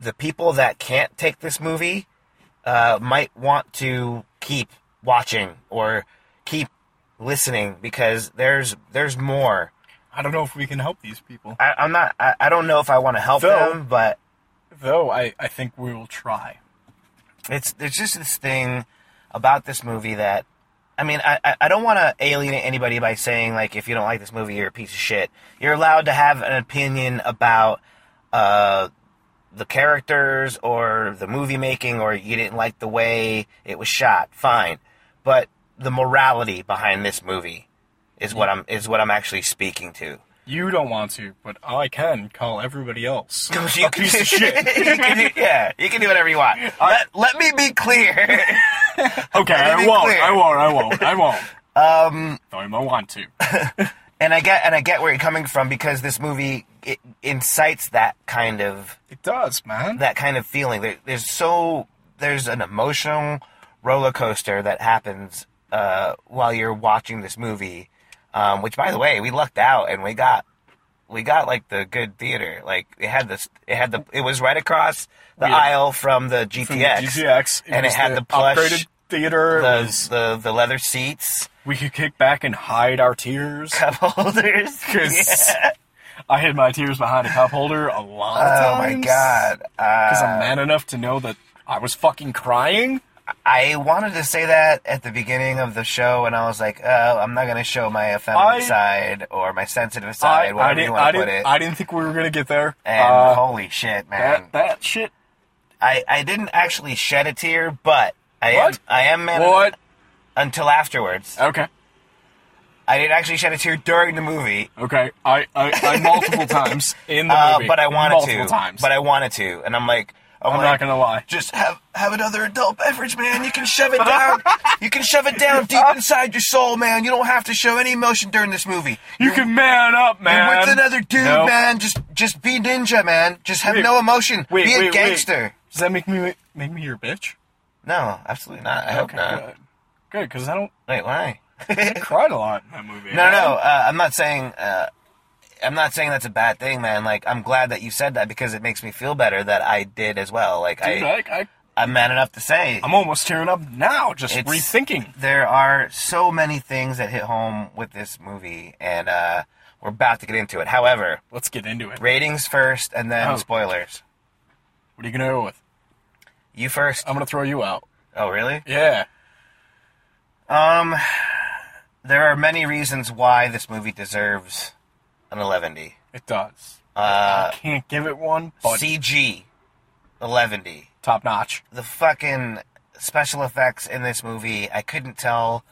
the people that can't take this movie uh, might want to keep watching or keep listening because there's there's more. I don't know if we can help these people, I, I'm not. I, I don't know if I want to help Though- them, but though. I I think we will try. it's there's just this thing about this movie that I mean I I- I don't want to alienate anybody by saying like if you don't like this movie you're a piece of shit. You're allowed to have an opinion about uh the characters or the movie making or you didn't like the way it was shot. Fine. But the morality behind this movie is what I'm is what I'm actually speaking <laughs> to. You don't want to, but I can call <laughs> everybody else. You can- a piece of <laughs> shit. you can do- yeah, you can do whatever you want. Let, let me be <laughs> clear. Okay, Let me I be won't, clear. I won't. I won't. I won't. Um, no, I don't want to. and I get and I get where you're coming from because this movie it incites that kind of It does, man. that kind of feeling. There, there's so there's an emotional roller coaster that happens uh, while you're watching this movie. Um, which, by the way, we lucked out and we got we got like the good theater. Like it had this, it had the it was right across the Yeah. aisle from the GTX, From the GTX, and it was had the, plush, upgraded theater. the, It was, the the leather seats, we could kick back and hide <laughs> our tears. cup holders. <laughs> 'Cause Yeah. I hid my tears behind a cup holder a lot of Oh times. my god! Because I'm Uh, man enough to know that I was fucking crying. I wanted to say that at the beginning of the show, and I was like, "Oh, I'm not going to show my effeminate I- side or my sensitive I, side, whatever I didn't. you I want to put didn't. it." I didn't think we were gonna get there. and Uh, holy shit, man! that that shit. I, I didn't actually shed a tear, but I What? am I am man What? Uh, until afterwards. Okay. I didn't actually shed a tear during the movie, Okay. I I, I <laughs> multiple times in the uh, movie. but I wanted multiple to. times. But I wanted to, and I'm like, I'm, I'm like, not gonna lie. Just have have another adult beverage, man. You can shove it <laughs> down. you can shove it down deep inside your soul, man. You don't have to show any emotion during this movie. You can man up, man. You're with another dude, Nope. man. Just just be ninja, man. Just have Wait, no emotion. Wait, be a wait, gangster. Wait. Does that make me make me your bitch? No, absolutely not. I hope not. good. Good, because I don't Wait, why? I cried a lot in that movie. No, no. Uh, I'm not saying. Uh, I'm not saying that's a bad thing, man. Like, I'm glad that you said that because it makes me feel better that I did as well. Like, Dude, I, I, I, I'm man enough to say I'm almost tearing up now just It's- rethinking. there are so many things that hit home with this movie, and uh, we're about to get into it. However, Let's get into it. What ratings first, and then Oh. spoilers. are you gonna go with? You first. I'm gonna throw you out. oh, really? Yeah. Um, there are many reasons why this movie deserves an 11D. It does. Uh, I can't give it one, but CG 11D. top notch. The fucking special effects in this movie, I couldn't tell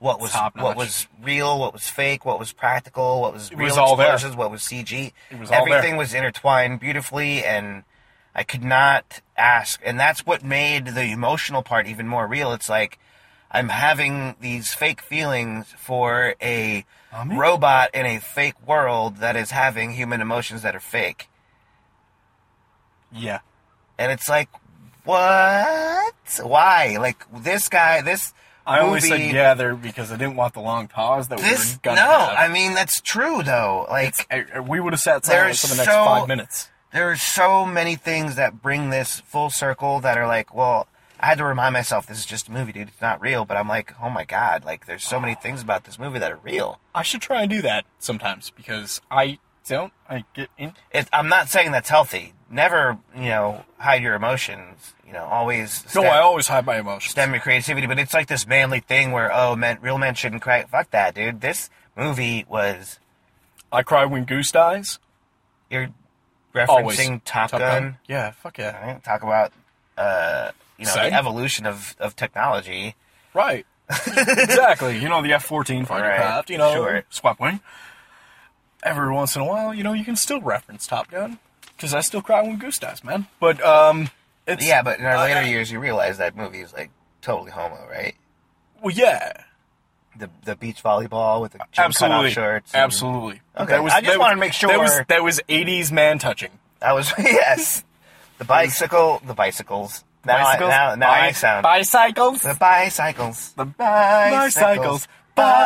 what was Top what notch. was real, what was fake, what was practical, what was It real was all there. explosions, what was CG. It was all there. Everything was intertwined beautifully and I could not ask and that's what made the emotional part even more real. It's like I'm having these fake feelings for a Mommy? robot in a fake world that is having human emotions that are fake. Yeah. And it's like, what? Why? Like this guy, this I only movie, said yeah there because I didn't want the long pause that This we no, were gonna have. I mean that's true though. Like I- I- we would have sat There's silent for the next so- five minutes. there are so many things that bring this full circle that are like, well, I had to remind myself this is just a movie, dude. It's not real. But I'm like, oh my god, like there's so many things about this movie that are real. I should try and do that sometimes because I don't. I get in. It, I'm not saying that's healthy. Never, you know, hide your emotions. You know, always. No, step- I always hide my emotions. stem your creativity, but it's like this manly thing where oh man, real men shouldn't cry. Fuck that, dude. This movie was I cry when Goose dies. you're Always. referencing Top, Gun. Yeah, fuck yeah. right? Talk about uh, you know Same. the evolution of of technology. <laughs> Right. exactly. You know, the F 14 fighter Right, craft, you know, sure. swap wing. Every once in a while, you know, you can still reference Top Gun because I still cry when Goose dies, man. But, um, it's. Yeah, but in our uh, later years, you realize that movie is like totally homo, right? Well, yeah. The the beach volleyball with the gym Absolutely. cutoff shorts. and- Absolutely. Okay, I just that wanted to make That was, sure- that was 80s man touching. That was <laughs> yes. The bicycle, the bicycles. Now Bicycles? I, now now I Bi- sound Bicycles? the bicycles. The bicycles.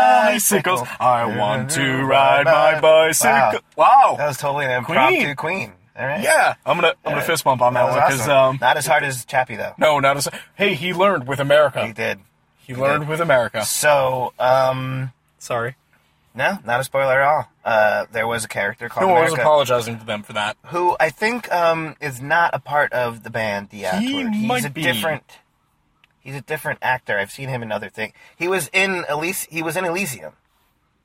Bicycles. I want to ride my bicycle. Wow. Mm-hmm. That was totally an impromptu Queen. queen. All right. yeah. I'm gonna I'm gonna fist bump on That that, was one because awesome. um Not as hard as Chappie though. no not as hey he learned with America He did. He learned with America. So, um, Sorry. no, not a spoiler at all. Uh, there was a character called No one was America apologizing to them for that. who I think um is not a part of the band. The actor. he's might a be. different. He's a different actor. I've seen him in other things. He was in Elise. He was in Elysium.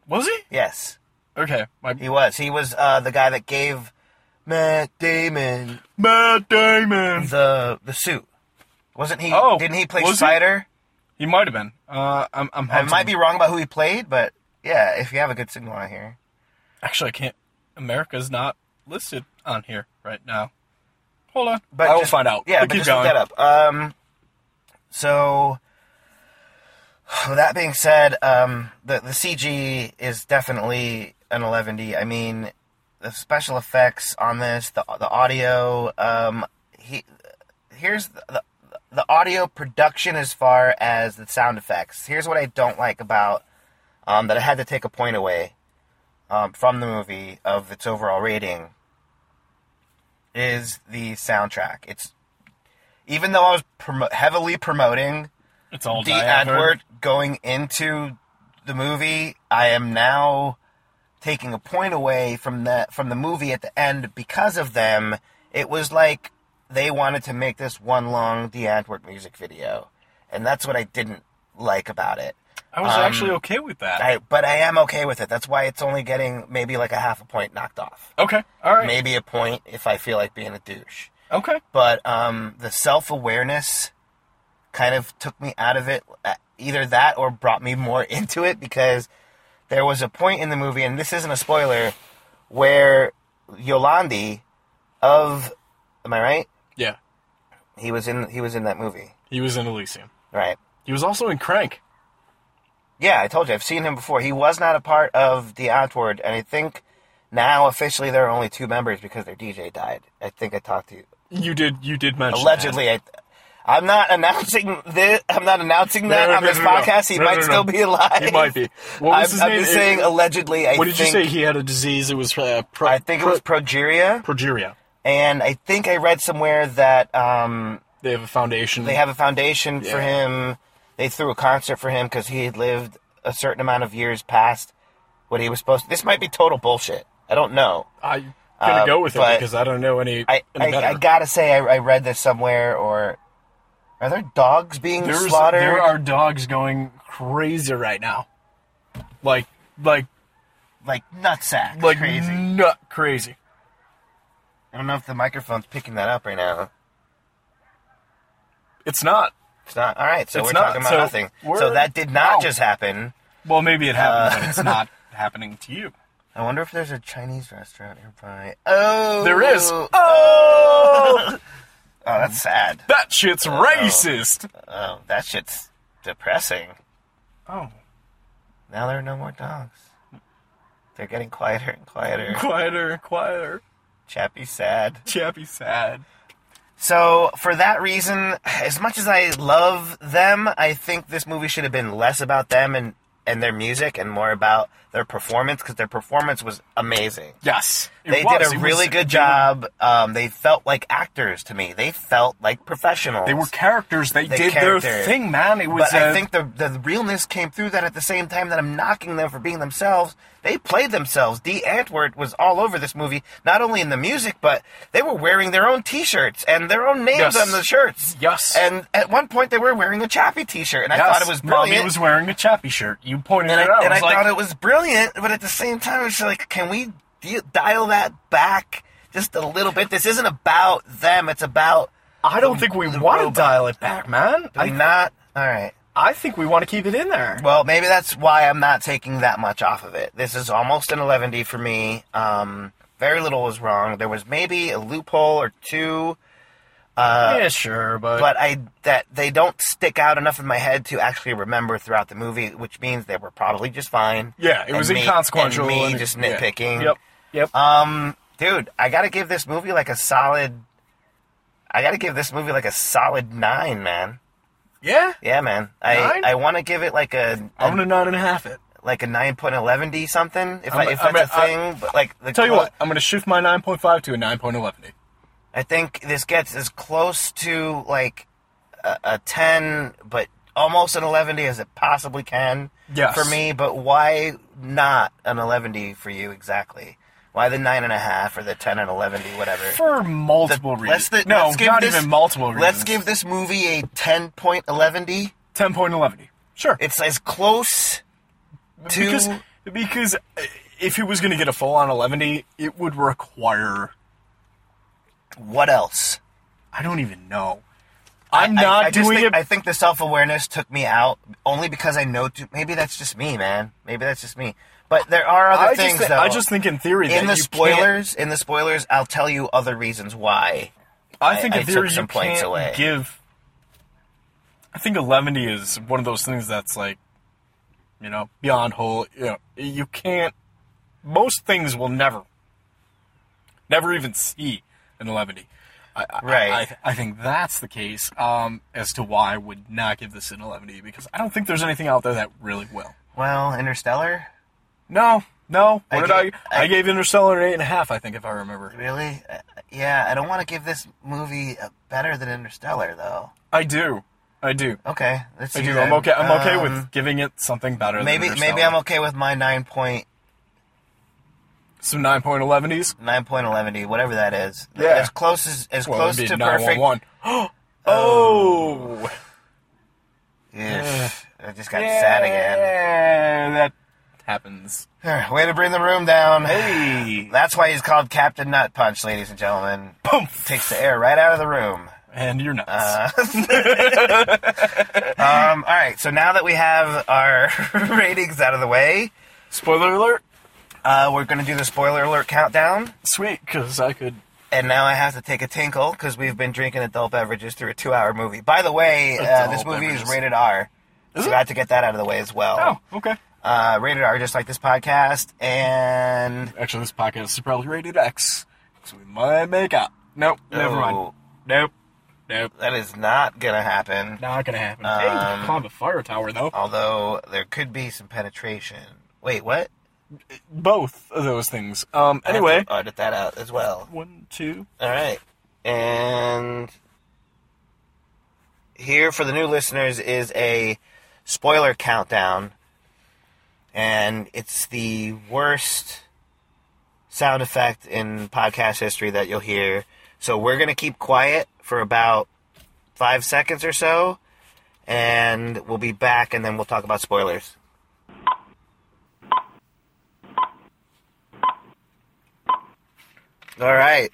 Was he? Yes. Okay. My, He was. He was uh, the guy that gave Matt Damon Matt Damon. the the suit. Wasn't he? Oh, didn't he play was he? Spider? He might have been. Uh, I'm. I'm I might be hunting. wrong about who he played, but Yeah, if you have a good signal out here. Actually, I can't. America's not listed on here right now. Hold on. But I will just- find out. Yeah, But but keep just going. look that up. Um, so, with that being said, um, the the CG is definitely an 11D. I mean, the special effects on this, the the audio. Um, he here's the. the the audio production as far as the sound effects. Here's what I don't like about um, that I had to take a point away um, from the movie of its overall rating is the soundtrack. It's even though I was promo- heavily promoting It's all the Diane ad Vernon. word going into the movie, I am now taking a point away from the from the movie at the end because of them. It was like they wanted to make this one long the Antwerp music video, and that's what I didn't like about it. I was um, actually okay with that. I, but I am okay with it. That's why it's only getting maybe like a half a point knocked off, okay. All right. maybe a point if I feel like being a douche Okay. but um, the self awareness kind of took me out of it. Uh, Either that or brought me more <laughs> into it because there was a point in the movie, and this isn't a spoiler, where Yolandi of am I right? Yeah. He was in he was in that movie, He was in Elysium. right? He was also in Crank. Yeah, I told you I've seen him before. He was not a part of the Outward, and I think now officially there are only two members because their DJ died. I think I talked to you You did. You did mention Allegedly, I, I'm not announcing this. I'm not announcing that no, on no, this no, no. podcast. He No, no, might no. still be alive. that. He might be. What was I'm, his I'm name? just It- saying allegedly. I What did think, you say? He had a disease. It was uh, pro- I think it pro- was progeria, progeria. and I think I read somewhere that um, They have a foundation. they have a foundation for Yeah. him. They threw a concert for him because he had lived a certain amount of years past what he was supposed to. This might be total bullshit. I don't know. I'm gonna Uh, go with it but because I don't know any. I, any I, better. I gotta say, I, I read this somewhere, or are there dogs being There's- slaughtered? There are dogs going crazy right now, like like like nutsack, like crazy. nut crazy. I don't know if the microphone's picking that up right now. It's not. It's not. All right, so It's we're not, talking about so nothing. we're- So that did not Wow. just happen. Well, maybe it happened, but Uh, it's not happening <laughs> to you. I wonder if there's a Chinese restaurant nearby. Oh, There is. Oh, Oh, that's sad. that shit's racist. Oh, that shit's depressing. Oh, Now there are no more dogs. They're getting quieter and quieter. quieter, quieter. Chappie's sad. Chappy sad. So for that reason, as much as I love them, I think this movie should have been less about them and and their music and more about their performance because their performance was amazing. Yes, it They was. did It a was- really good job. Um, they felt like actors to me. They felt like professionals. They were characters. They, They did their character. thing, man. It was. but I uh, think the the realness came through that at the same time that I'm knocking them for being themselves. They played themselves. Dee Antwoord was all over this movie, not only in the music, but they were wearing their own T-shirts and their own names Yes. on the shirts. Yes. And at one point, they were wearing a Chappie T-shirt, and I yes, thought it was brilliant. Mommy was wearing a Chappy shirt. You pointed and it I, out. and I was like, thought it was brilliant, but at the same time, it's like, can we de- dial that back just a little bit? This isn't about them; it's about I don't think we the want robot. Mm. to dial it back, man. I'm I, not. All right. I think we want to keep it in there. Well, maybe that's why I'm not taking that much off of it. This is almost an 11D for me. Um, very little was wrong. There was maybe a loophole or two, yeah, sure, but, but I that they don't stick out enough in my head to actually remember throughout the movie, which means they were probably just fine. yeah, it And was me- And inconsequential. me and- just yeah. nitpicking. Yep, yep. Um, dude, I gotta give this movie like a solid. I gotta give this movie like a solid nine, man. yeah, Yeah, man. I Nine? I want to give it like a, I'm a gonna nine and a half it. like a nine point eleven D something. If I'm- I, if I'm- that's a I- thing, but like the Tell you clo- what, I'm gonna shift my 9.5 to a 9.11. I think this gets as close to like a, a ten, but almost an eleven D as it possibly can. Yes. For me, but why not an eleven D for you exactly? Why the nine and a half or the ten and eleven D, whatever? For multiple reasons. Let's, the, no, let's give not this, even multiple reasons. Let's give this movie a 10.11D. 10.11. Sure. It's as close to. because because uh, if it was gonna get a full on 11, it would require what else? I don't even know. I'm I- not I, just doing think, it. I think the self awareness took me out only because I know. Too, maybe that's just me, man. Maybe that's just me. But there are other I things just, thi- though. I just think in theory that in the you can't- spoilers, in the spoilers, I'll tell you other reasons why. I think I- in I took theory some you points can't away. give. I think Elemony is one of those things that's like, you know, beyond whole. You know, you can't. Most things will never, never even see an Elemony. I, I- Right. I, I think that's the case um, as to why I would not give this an Elemony because I don't think there's anything out there that really will. Well, Interstellar, No, no. What I did gave- I? I, I- gave Interstellar an eight and a half. I think if I remember. really? Uh, yeah, I don't want to give this movie uh, better than Interstellar though. I do. I do. Okay, let's I do do. that. I'm okay. I'm okay Um, with giving it something better. Maybe than maybe Interstellar. I'm okay with my nine point some 9.11s. nine point eleven D, whatever that is. Yeah. as close as as Well, close it'd to be perfect. 911. <gasps> oh, Yeah, I just got yeah, sad again. That happens. <sighs> Way to bring the room down. Hey, <sighs> That's why he's called Captain Nut Punch, ladies and gentlemen. boom, Takes the air right out of the room. and you're nuts. Uh. <laughs> Um, all right, so now that we have our <laughs> ratings out of the way, Spoiler alert. uh, we're going to do the spoiler alert countdown. Sweet, because I could. And now I have to take a tinkle because we've been drinking adult beverages through a two hour movie. By the way, uh, Adult this movie is beverages. rated R. Is so it? I have to get that out of the way as well. Oh, okay. Uh, rated R, just like this podcast. And Actually, this podcast is probably rated X, so we might make out. Nope, never mind. Oh, Nope, nope. that is not going to happen. Not gonna happen. Um, Oh. hey, you climb a fire tower though. Although there could be some penetration. Wait, what? Both of those things. Um. I have Anyway, to edit that out as well. one, two. All right. And here for the new listeners is a spoiler countdown. And it's the worst sound effect in podcast history that you'll hear. So we're going to keep quiet for about five seconds or so. And we'll be back and then we'll talk about spoilers. All right.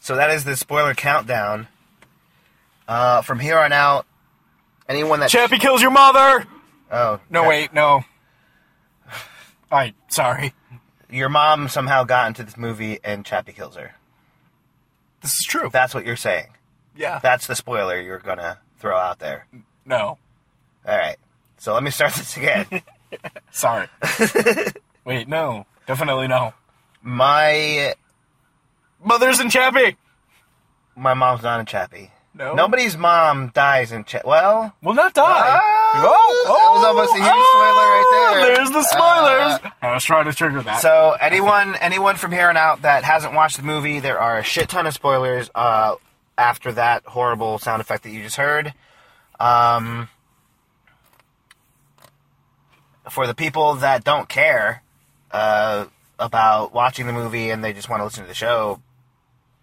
So that is the spoiler countdown. Uh, from here on out, anyone that Chappie kills your mother. oh No, crap. wait, no. All right, sorry. your mom somehow got into this movie and Chappie kills her. This is true. That's what you're saying. yeah. That's the spoiler you're gonna throw out there. no, All right. So let me start <laughs> this again. <laughs> sorry. wait, no. Definitely no. my Mother's in Chappie. my mom's not in Chappie. No. Nobody's mom dies in Chappie. Well, Will not die. Oh, Ah, that was almost a huge spoiler right there. Ah! Ah! There's the spoilers. I was trying to trigger that. So anyone anyone from here on out that hasn't watched the movie, there are a shit ton of spoilers uh, after that horrible sound effect that you just heard. Um, for the people that don't care uh, about watching the movie and they just want to listen to the show,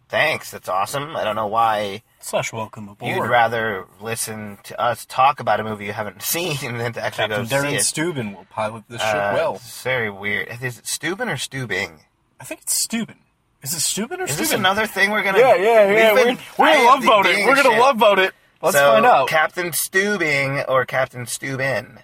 thanks. That's awesome. I don't know why Slash welcome aboard. you'd rather listen to us talk about a movie you haven't <laughs> seen than to actually Captain go see Darren it. Steuben will pilot this ship Uh, well. it's very weird. Is it Steuben or Stubing? I think it's Steuben. Is it Steuben or Is Steuben? this another thing we're gonna? Yeah, yeah, We've yeah. been- We're, I we're am gonna love the boat king it. of We're gonna shit. love boat it. Let's So, find out. Captain Stubing or Captain Steuben.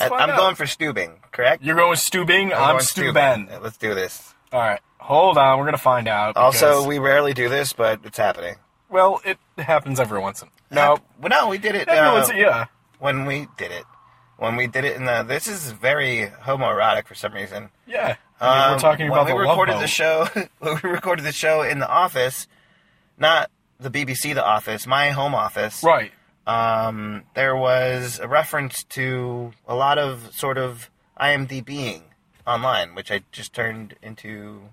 I, find I'm out. going for Stubing, correct? You're going Steubing. I'm, going Steuben. Let's do this. All right, hold on. We're gonna find out. Also, because- we rarely do this, but it's happening. well, it happens every once in. No, Well, no, we did it every uh, once in, yeah. when we did it. When we did it in the. This is very homoerotic for some reason. Yeah, I mean, Um, we're talking when about we the love recorded boat. the show. <laughs> when we recorded the show in the office, not the BBC, the office, my home office. right? um, there was a reference to a lot of sort of IMDBing online, which I just turned into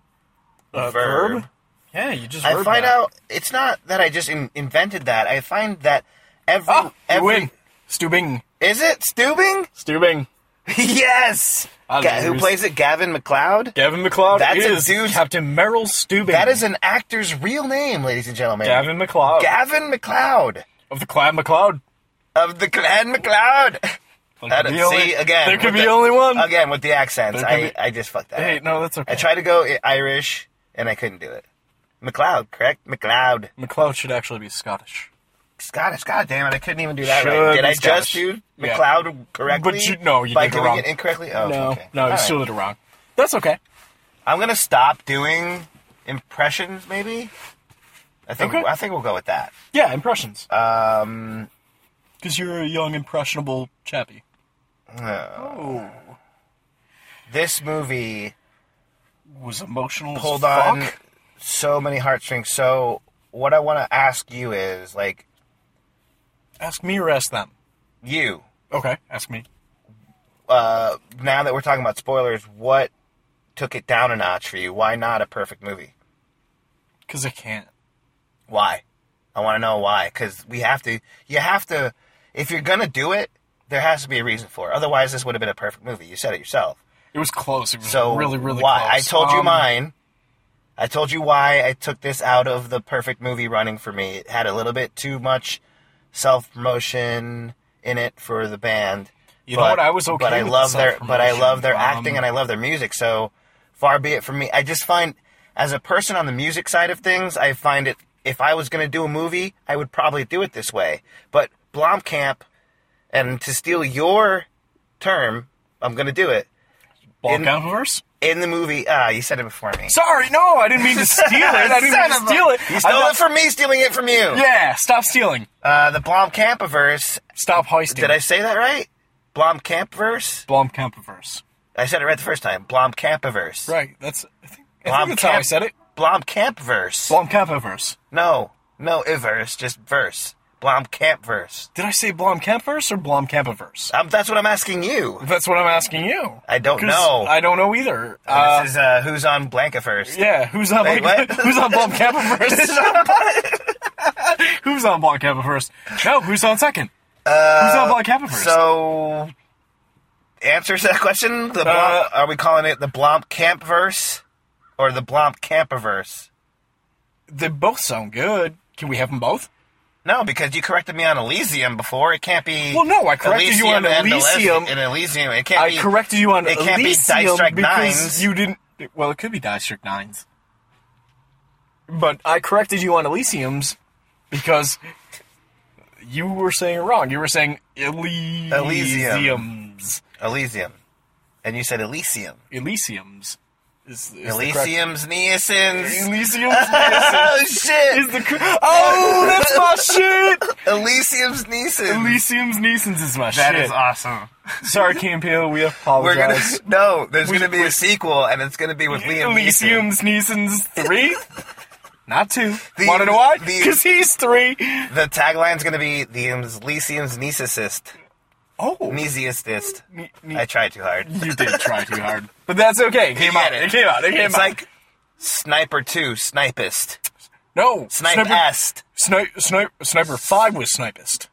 Uh, verb. Yeah, you just. I verb find that. out it's not that I just in- invented that. I find that every Oh, you every win. Stubing. is it Stubing? <laughs> Stubing. yes. I Ga- who lose. plays it? Gavin McLeod. Gavin McLeod That's a is dude- Captain Merrill Stubing. That is an actor's real name, ladies and gentlemen. Gavin McLeod Gavin McLeod of the Clan McLeod. of the Clan <laughs> McLeod. There That- could be see, again, There with could be the- only one. Again with the accents, There could I, be- I just fucked that. Hey, up. no, that's okay. I tried to go I- Irish and I couldn't do it. McLeod, correct? McLeod. McLeod should actually be Scottish. Scottish. God damn it! I couldn't even do that Should right. Did be I Scottish. just do Yeah. McLeod correctly? But you- no, you by did it doing wrong. it incorrectly. Oh, no, okay. no, All you right. still did it wrong. That's okay. I'm gonna stop doing impressions. Maybe. I think Okay. I think we'll go with that. Yeah, impressions. Um, Because you're a young, impressionable chappy. Oh. this movie Was emotional pulled as fuck. on so many heartstrings. So what I want to ask you is like Ask me or ask them. you. Okay, ask me. Uh, now that we're talking about spoilers, what took it down a notch for you? Why not a perfect movie? Because I can't. Why? I want to know why. Because we have to. You have to. If you're gonna do it, there has to be a reason for it. Otherwise, this would have been a perfect movie. You said it yourself. It was close. It was So really, really why? close. I told you Um, mine. I told you why I took this out of the perfect movie running for me. It had a little bit too much self promotion in it for the band. You know what? I was okay But I with the love their but I love their self-promotion. acting Um, and I love their music. So far be it from me. I just find as a person on the music side of things, I find it if I was going to do a movie, I would probably do it this way. But Blomkamp and to steal your term, I'm going to do it Ball in- count verse? in the movie. Ah, you said it before me. Sorry, no, I didn't <laughs> mean to steal it. I didn't mean Son to of a- steal it. You stole I thought- it from me, stealing it from you. Yeah, stop stealing. Uh, the Blom Campaverse. Stop hoisting. Did I say that right? Blom Campaverse. Blom Camperverse. I said it right the first time. Blom Campaverse. Right, that's. I think, I Blom think that's how I said it. Blom Campverse. Blom Camperverse. no, no, verse, just verse. Blom Campverse. Did I say Blom Campverse or Blom Camperverse? Um, that's what I'm asking you. That's what I'm asking you. I don't 'Cause know. I don't know either. Uh, this is uh, who's on Blancaverse. yeah, who's on Wait, like, what? <laughs> who's on Blom Camperverse? <laughs> who's on Blom Camperverse? No, who's on second? Uh, who's on Blom Camperverse? So, answers to that question. The Blom, Uh, are we calling it the Blom Campverse or the Blom Campaverse? they both sound good. Can we have them both? No, because you corrected me on Elysium before. It can't be. Well, no, I corrected you on and Elysi- Elysium. And Elysium, it can't I be. corrected you on it can't be Elysium District because Nines. you didn't. Well, it could be District Nines, but I corrected you on Elysium's because you were saying it wrong. You were saying Elysium's. Elysium's. Elysium, and you said Elysium. Elysium's is, is Elysium's The correct, Neesons. Elysium's <laughs> Oh shit! is the. cor- Oh, that's my shit. Elysium's Neesons. Elysium's Neeson's is my That shit. is awesome. Sorry, Campio, we We're gonna apologize. no. There's We- gonna be we- a sequel, and it's gonna <laughs> be with Liam. Neeson. Elysium's Neeson's three, not two. The- Want to know why? the- Because he's three. The tagline's gonna be the Elysium's Neesicist. Oh, Neesiestist. ne- ne- I tried too hard. you did try too hard, but that's okay. It came You out. get It. came out. It came It's out. like Sniper Two, Snipist, no sniper. Snipest. Snipe, snipe, sniper five was snipist.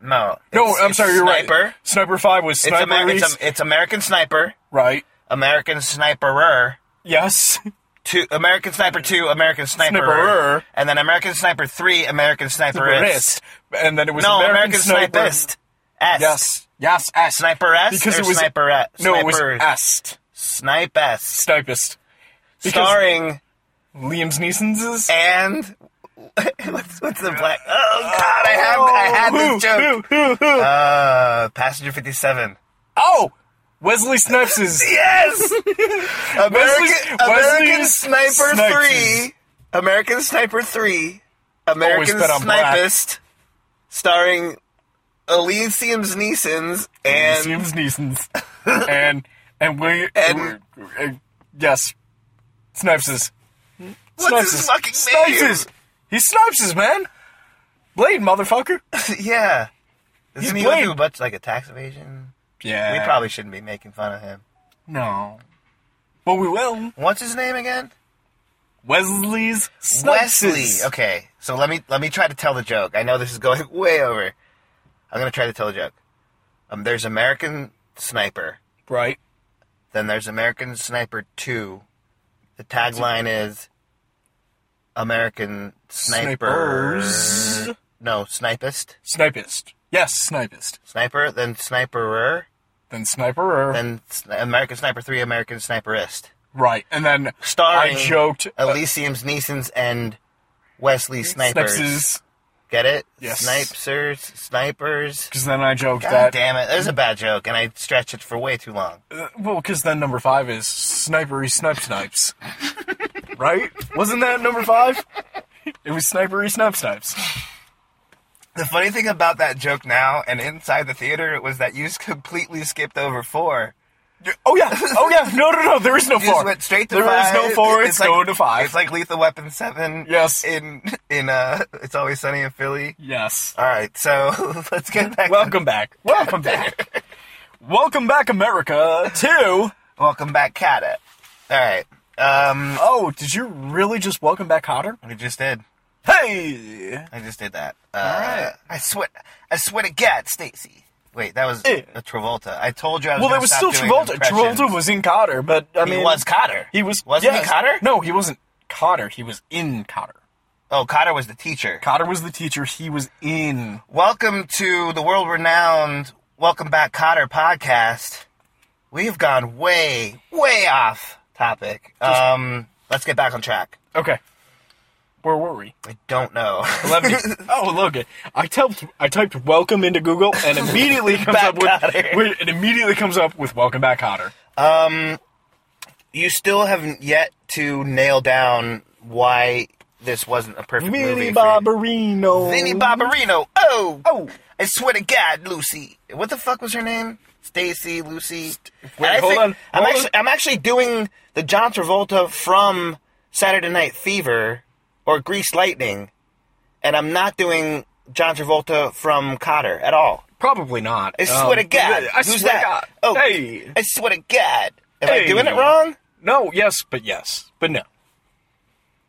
No. No, it's- I'm it's sorry, you're sniper. right. Sniper five was It's, sniper. Amer- it's, it's American Sniper, right. American Sniperer, Yes. <laughs> two, American Sniper 2, American Sniperer, Sniperer. and then American Sniper 3, American Sniperist. Sniperist. And then it was No, American, American, sniper. Snipist. S. Yes. Yes. S. Sniperess Because or it was Sniperette? No, it was Snipers. est. Snipest. Snipist. Because- Starring Liam Neeson's is. and... <laughs> what's, what's the black... Oh, God, I have, I had Who? this joke. Who? Who? Who? Uh, Passenger 57. Oh, Wesley Snipes is. Yes! American, <laughs> Wesley- American Wesley Sniper Snipes 3. American Sniper 3. American bet on black. Snipist. Starring Elysium's Neesons <laughs> and Seems Neeson's. and and we And- uh, yes, Snipes is. what's his is- fucking Snipes name? is. He Snipes is man. Blade motherfucker. <laughs> Yeah. Doesn't he Blade. do much like a tax evasion? Yeah. We probably shouldn't be making fun of him. no. But we will. What's his name again? Wesley's Snipes. is- Wesley. Okay, so let me let me try to tell the joke. I know this is going <laughs> way over. I'm gonna try to tell the joke. Um, there's American Sniper. Right. Then there's American Sniper 2. The tagline is American Sniper. Snipers. No, Snipist. Snipist. Yes, snipist. Sniper, then Sniperer, Then sniperer. then sni- American Sniper 3, American Sniperist. right. And then Starring I joked. uh, Elysium's Neesons and Wesley Snipers. Snipes is Get it? Yes. Snipers, snipers. Because then I joked God that damn it! There's a bad joke, and I stretched it for way too long. Uh, well, because then number five is snipery snipe snipes, right? Wasn't that number five? It was snipery snipe snipes. The funny thing about that joke now and inside the theater was that you completely skipped over four. Oh yeah, oh yeah. No, no, no. There is no You four. just went straight to There five. is no four. It's, like, going to five. It's like Lethal Weapon Seven. Yes. In in uh, it's always sunny in Philly. yes. All right, so <laughs> let's get back. <laughs> Welcome back. Welcome back. Welcome back, America. To welcome back, Kata. All right. Um, oh, did you really just welcome back Hotter? we just did. Hey. I just did that. Uh, right. I swear. I swear to God, Stacy. Wait, that was Eh. a Travolta. I told you. I was Well, gonna it was still stop doing Travolta. impressions. Travolta was in Cotter, but I He mean, was Cotter. He was Wasn't yes. he Cotter? No, he wasn't Cotter. He was in Cotter. Oh, Cotter was the teacher. Cotter was the teacher. He was in. Welcome to the world renowned Welcome Back Cotter podcast. We've gone way, way off topic. Um, let's get back on track. Okay. Where were we? I don't know. <laughs> Let me. oh, Logan. I typed. I typed "welcome" into Google, <laughs> and immediately comes up with. Cotter. wait, It immediately comes up with "welcome back, Cotter." you still haven't yet to nail down why this wasn't a perfect Vinny movie. for you. Barbarino. Vinnie Barbarino. Oh, Oh. I swear to God, Lucy. What the fuck was her name? Stacy, Lucy. wait, And I hold think- on, I'm hold actually I'm actually doing the John Travolta from Saturday Night Fever or Grease Lightning, and I'm not doing John Travolta from Cotter at all. Probably not. I swear to God. Um, I Who's swear that? to God. Oh, Hey. I swear to God. Am Hey. I doing it wrong? No. Yes, but yes, but no.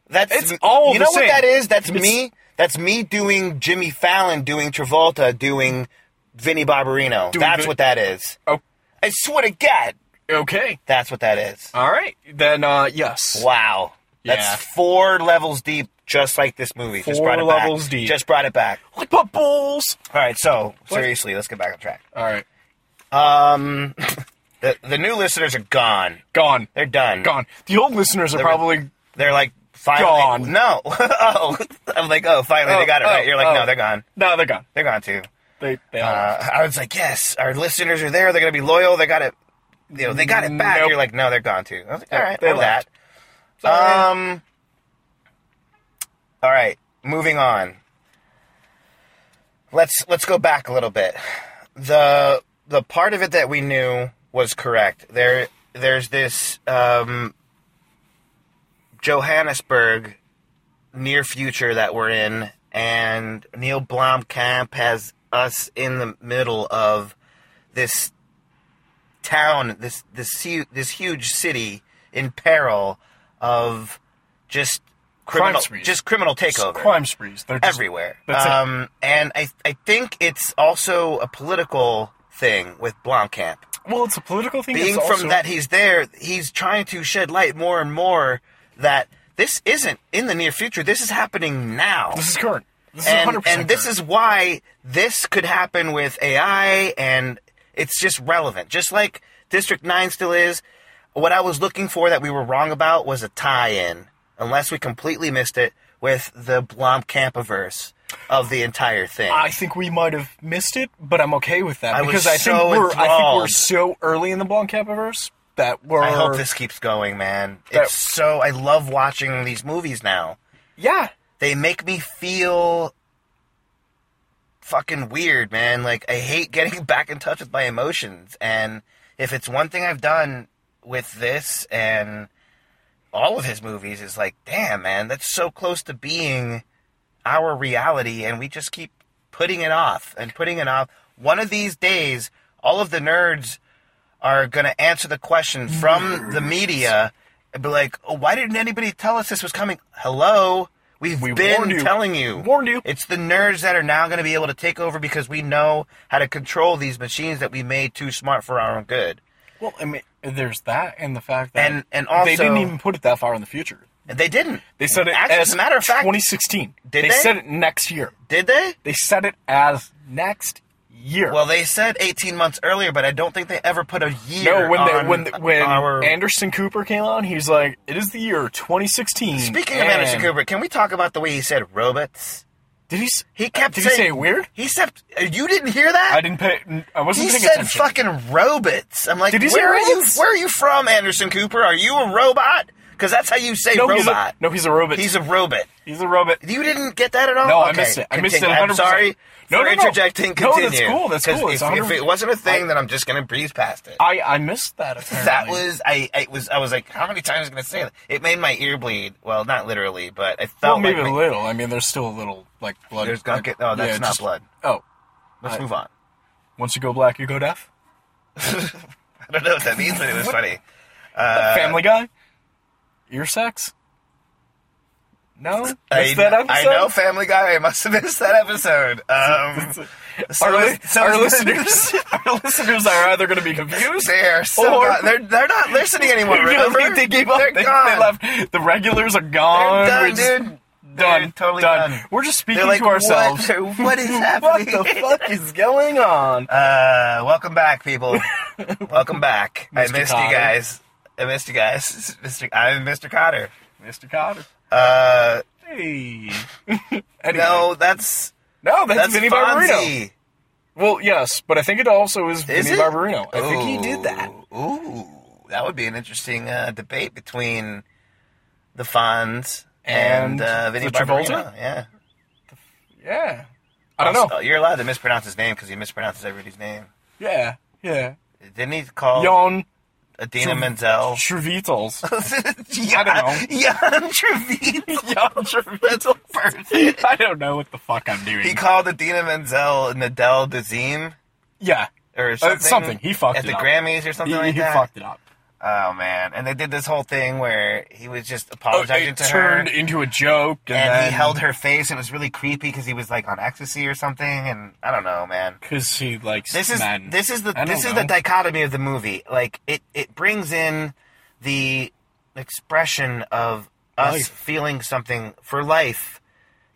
That's It's all You the know same. what that is? That's It's- me. That's me doing Jimmy Fallon, doing Travolta, doing Vinnie Barbarino. Doing That's Vin- what that is. Oh. I swear to God, Okay. that's what that is. All right. Then. uh Yes. Wow. Yeah. That's four levels deep, just like this movie. just Four brought it levels back. deep. Just brought it back. What about bulls? All right, so seriously, let's get back on track. All right. Um, the the new listeners are gone. Gone. They're done. Gone. The old listeners are were- probably. They're like finally Gone. No. <laughs> oh, I'm like, oh, finally they got it Oh, right. You're like, oh, no, oh. they're gone. No, they're gone. They're gone too. They. They all. Uh, I was like, yes, our listeners are there. They're gonna be loyal. They got it. You know, they got it back. Nope. You're like, no, they're gone too. I was like, all Nope, right, they or that. left. Sorry. Um. All right, moving on. Let's let's go back a little bit. The the part of it that we knew was correct. There there's this um, Johannesburg near future that we're in, and Neil Blomkamp has us in the middle of this town, this this hu- this huge city in peril of just criminal, sprees. just criminal takeover crime sprees. They're just, everywhere. That's it. um, and I I think it's also a political thing with Blomkamp. Well, it's a political thing. Being it's from also- that he's there, he's trying to shed light more and more that this isn't in the near future. This is happening now. This is current. This is and 100% and this current. is why this could happen with AI, and it's just relevant. Just like District Nine still is. What I was looking for that we were wrong about was a tie-in, unless we completely missed it with the Blom Campaverse of the entire thing. I think we might have missed it, but I'm okay with that I was because I so think we're I think we're enthralled. so early in the Blomkampiverse that we're. I hope this keeps going, man. That- It's so I love watching these movies now. Yeah. They make me feel fucking weird, man. Like I hate <laughs> getting back in touch with my emotions and if it's one thing I've done with this and all of his movies is like, damn, man, that's so close to being our reality and we just keep putting it off and putting it off. One of these days, all of the nerds are going to answer the question from the media and be like, oh, why didn't anybody tell us this was coming? Hello? We've We been warned you. telling you. Warned you. It's the nerds that are now going to be able to take over because we know how to control these machines that we made too smart for our own good. Well, I mean, there's that, and the fact that And- and they didn't also- even put it that far in the future. And they didn't. They said it Actually, as as a matter of fact, 2016. Did they? said it next year. did they? They said it as next year. Well, they said 18 months earlier, but I don't think they ever put a year. no, when on they, when when our. Anderson Cooper came on, he's like, "It is the year 2016." Speaking of and- Anderson Cooper, can we talk about the way he said robots? Did he? s- He kept Uh, Did saying, he say it weird? He said, you didn't hear that? I didn't pay. I wasn't He paying said attention. fucking robots. I'm like, Did he say where are you? robots? Where are you from, Anderson Cooper? Are you a robot? Because that's how you say no, he's a, robot. no, he's a robot. he's a robot. he's a robot. You didn't get that at all? No, I Okay, missed it. I missed continue. it. 100%. I'm sorry No, for no, no. interjecting. No, that's Continue. cool, that's 'Cause cool, If, it's if 100 it wasn't a thing, then I'm just gonna breeze past it. I I missed that. Apparently. that was I. It was. I was like, how many times am I gonna say that? It made my ear bleed. Well, not literally, but I well, felt maybe like a my- little. I mean, there's still a little like blood. There's gonna like- get- oh, that's yeah, not just- blood. Oh, Let's I- move on. <laughs> once you go black, you go deaf. I don't know what that means, but it was funny. Uh, Family Guy. Ear sex. No, missed I, that episode. I know Family Guy. I must have missed that <laughs> episode. Um, so our, li- is- so our is- <laughs> listeners, our listeners are either going to be confused. They are so Or- not- they're they're not <laughs> listening anymore. You're gonna Remember? think they gave up. They're they, gone. they left. The regulars are They're gone. done, We're just dude. Done. They're totally done. done. We're just speaking They're like, to <laughs> ourselves. What, what is <laughs> What happening? the fuck is <laughs> going on? Uh, welcome back, <laughs> people. welcome back. I Mr. missed Cotter. you guys. I missed you guys. <laughs> Mr. I'm Mr. Cotter. Mr. Cotter. Uh, Hey. <laughs> no, that's No, that's, that's Vinny Barbarino. Fonzie. Well, yes, but I think it also is, Is it? Vinny Barbarino. Oh. I think he did that. Ooh, Ooh, that would be an interesting uh, debate between the Fonz and, And uh, Vinny the Travolta? Barbarino. Yeah. Yeah. I don't know. So You're allowed to mispronounce his name because he mispronounces everybody's name. Yeah. Yeah. Didn't he call Yon Adina Tr- Menzel? <laughs> Trevitals. I <laughs> don't Jan <laughs> Trevino. <laughs> Yon Trevitals. Person. I don't know what the fuck I'm doing. He called Adina Menzel Nadel Dazim yeah. or something. Uh, something. He fucked at it the up. Grammys or something He, like he that. fucked it up. Oh man! And they did this whole thing where he was just Oh, apologizing it to turned her, into a joke, and, and he then, held her face. It was really creepy because he was like on ecstasy or something. And I don't know, man. because he likes this is men. this is the I don't this is know. the dichotomy of the movie. Like it it brings in the expression of us Life. feeling something for life,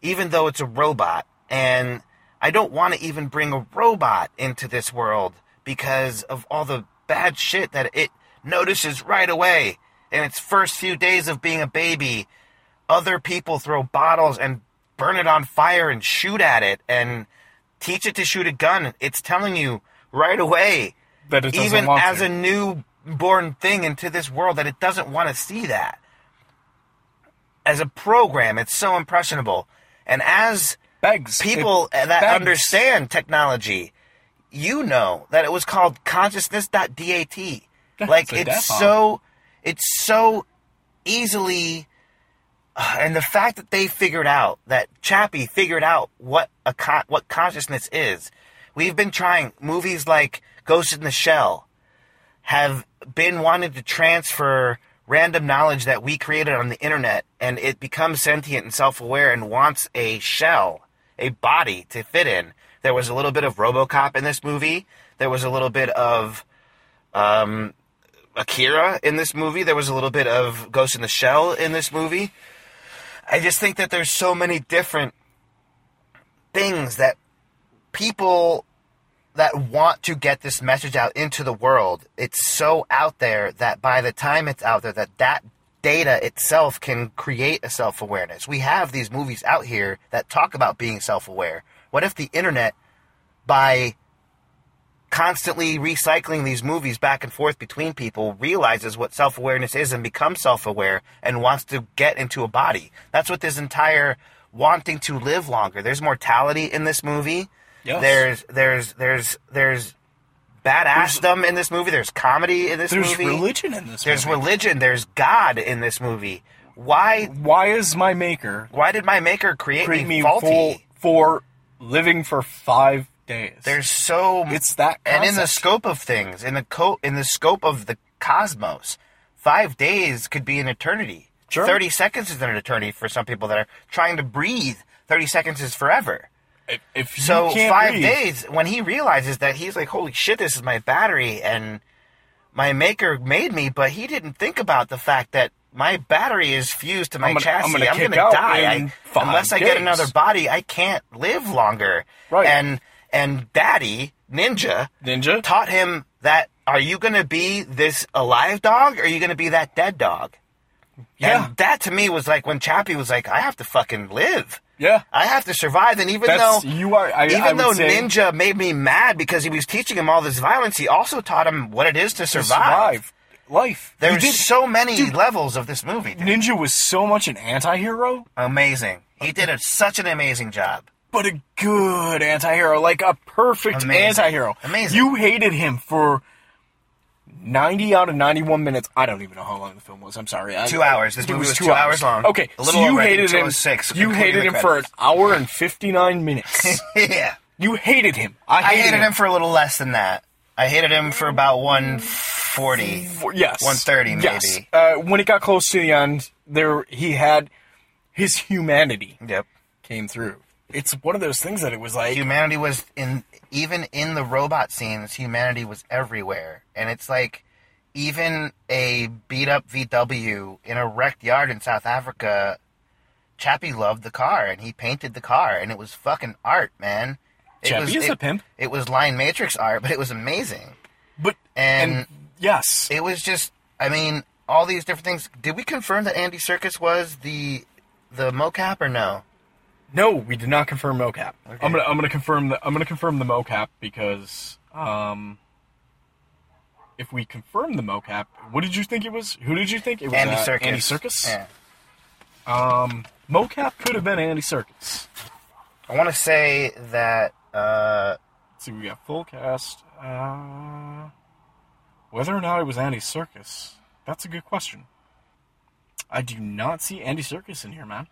even though it's a robot. And I don't want to even bring a robot into this world because of all the bad shit that it notices right away. In its first few days of being a baby, other people throw bottles and burn it on fire and shoot at it and teach it to shoot a gun. It's telling you right away, that it doesn't even want as to. a newborn thing into this world, that it doesn't want to see that. As a program, it's so impressionable. And as begs people It that begs. understand technology, you know that it was called consciousness.dat. like a it's death so it's so easily uh, and the fact that they figured out that Chappie figured out what a con- what consciousness is. We've been trying movies like Ghost in the Shell have been wanting to transfer random knowledge that we created on the internet and it becomes sentient and self-aware and wants a shell, a body to fit in. There was a little bit of RoboCop in this movie. There was a little bit of um, Akira in this movie. There was a little bit of Ghost in the Shell in this movie. I just think that there's so many different things that people that want to get this message out into the world. It's so out there that by the time it's out there that that data itself can create a self-awareness. We have these movies out here that talk about being self-aware. What if the internet by constantly recycling these movies back and forth between people realizes what self awareness is and becomes self aware and wants to get into a body. That's what this entire wanting to live longer. There's mortality in this movie. Yes. There's there's there's there's badassdom in this movie. There's comedy in this There's movie. religion in this. there's movie. religion. There's God in this movie. Why Why is my maker why did my maker create, treat me, me faulty? for, for living for five days? There's so it's that and in the concept. scope of things, in the co- in the scope of the cosmos, five days could be an eternity. Sure. Thirty seconds is an eternity for some people that are trying to breathe. Thirty seconds is forever. if, if you So can't five breathe, days, when he realizes that he's like, "Holy shit, this is my battery," and my maker made me, but he didn't think about the fact that my battery is fused to my I'm gonna- I'm chassis. gonna I'm kick gonna, out die in I, five unless I get days. another body. I can't live longer. Right. And and Daddy Ninja ninja. taught him that are you going to be this alive dog or are you going to be that dead dog? yeah, And that to me was like when Chappie was like, I have to fucking live. Yeah. I have to survive. And even That's though you are. I, even I would though say Ninja made me mad because he was teaching him all this violence, he also taught him what it is to to survive. survive life. You There's did- so many Dude. levels of this movie. dude. Ninja was so much an anti-hero, Amazing. He did a, such an amazing <laughs> job. but a good anti-hero, like a perfect Amazing. anti-hero. Amazing. You hated him for 90 out of 91 minutes. I don't even know how long the film was. I'm sorry. I- Two hours. This It movie was two hours long. Okay, A little so you over, I think, hated him. 206, you including hated the him for an hour and <laughs> 59 minutes. yeah. you hated him. I I hated, hated him for a little less than that. I hated him for about 140. for- yes 130 Yes. maybe. Uh, when it got close to the end, there he had his humanity Yep. came through. It's one of those things that it was like Humanity was in even in the robot scenes, humanity was everywhere. And it's like even a beat up VW in a wrecked yard in South Africa, Chappie loved the car and he painted the car and it was fucking art, man. It Chappie was, is it, a pimp. It was Line Matrix art, but it was amazing. but And, and yes, it was just I mean, all these different things. Did we confirm that Andy Circus was the the mocap or no? no, we did not confirm mocap. Okay. I'm gonna I'm gonna confirm the I'm gonna confirm the mocap because um, if we confirm the mocap, what did you think it was? Who did you think it was? Andy uh, Circus. Andy Circus. Yeah. Um, mocap could have been Andy Circus. I want to say that uh, Let's see, we got full cast. Uh, whether or not it was Andy Circus, that's a good question. I do not see Andy Circus in here, man.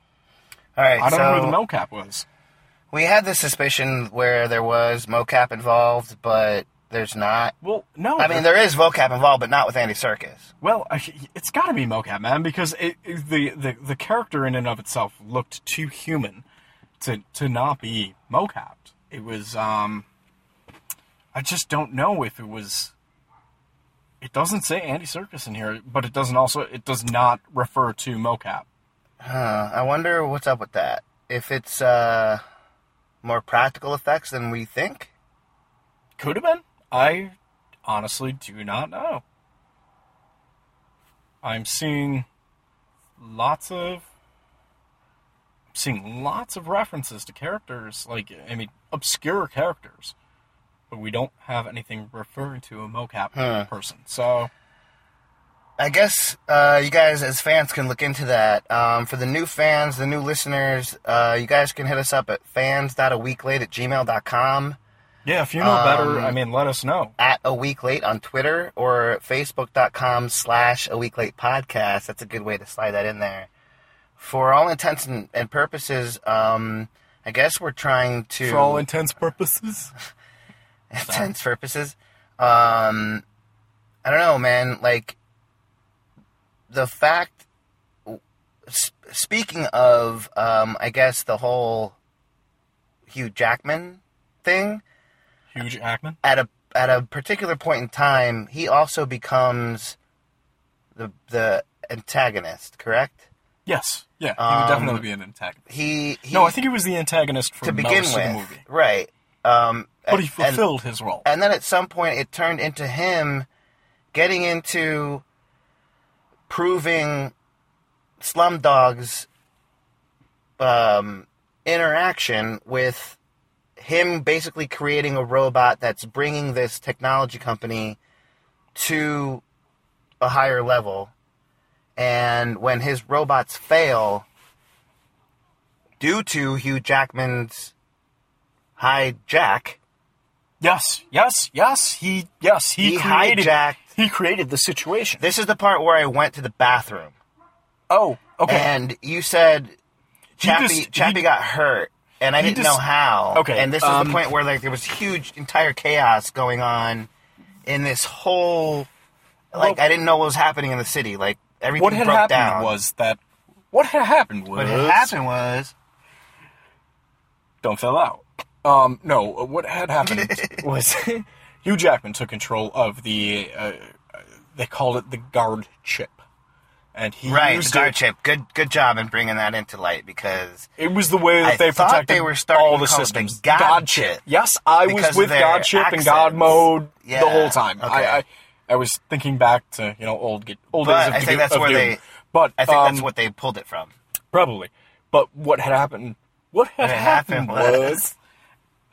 all right. I don't know so who the mocap was. we had this suspicion where there was mocap involved, but there's not. Well, no. I mean, there is vocap involved, but not with Andy Circus. Well, I, it's got to be mocap, man, because it, it- the, the the character in and of itself looked too human to to not be mocapped. It was um, I just don't know if it was. It doesn't say Andy Circus in here, but it doesn't also it does not refer to mocap. Huh. I wonder what's up with that. If it's uh, more practical effects than we think. Could have been. I honestly do not know. I'm seeing lots of I'm seeing lots of references to characters like I mean obscure characters, but we don't have anything referring to a mocap Huh. person. So I guess uh, you guys, as fans, can look into that. Um, for the new fans, the new listeners, uh, you guys can hit us up at fans.aweeklate at gmail.com, yeah, if you know better, Um, I mean, let us know. at a week late on Twitter, or facebook.com slash a week late podcast. That's a good way to slide that in there. For all intents and, and purposes, um, I guess we're trying to. For <laughs> all intents purposes, intents purposes. Um, I don't know, man. Like the fact. s- Speaking of, um, I guess the whole Hugh Jackman thing. huge Ackman. At a at a particular point in time, he also becomes the the antagonist. Correct? Yes, yeah, he Um, would definitely be an antagonist. He, he No, I think he was the antagonist for to most begin of with, the movie, right? Um, but he and- and- fulfilled his role. and then at some point it turned into him getting into proving Slumdog's um, interaction with him basically creating a robot that's bringing this technology company to a higher level. And when his robots fail, due to Hugh Jackman's high jack, Yes, yes, yes. He yes he, He created hijacked- he created the situation. This is the part where I went to the bathroom, oh, okay. and you said He Chappie just- he- Chappie got hurt, and I he didn't just- know how. Okay, and this is um, the point where like there was huge entire chaos going on in this whole. Like Well- I didn't know what was happening in the city. Like everything what had broke happened down. was that what had happened was what had happened was don't fill out. Um, no, what <laughs> had happened was <laughs> Hugh Jackman took control of the uh, uh, they called it the guard chip, and he right. used Star it. chip. Good good job in bringing that into light because It was the way that I they thought protected they were starting all to the call it the systems. God chip Yes, I because was of with their God chip and God accents. mode Yeah, the whole time. okay. I, I I was thinking back to you know old get old But days of I think Doom- that's of where Doom. they- But I think um, that's what they pulled it from. probably. But what had happened What had What happened happened was.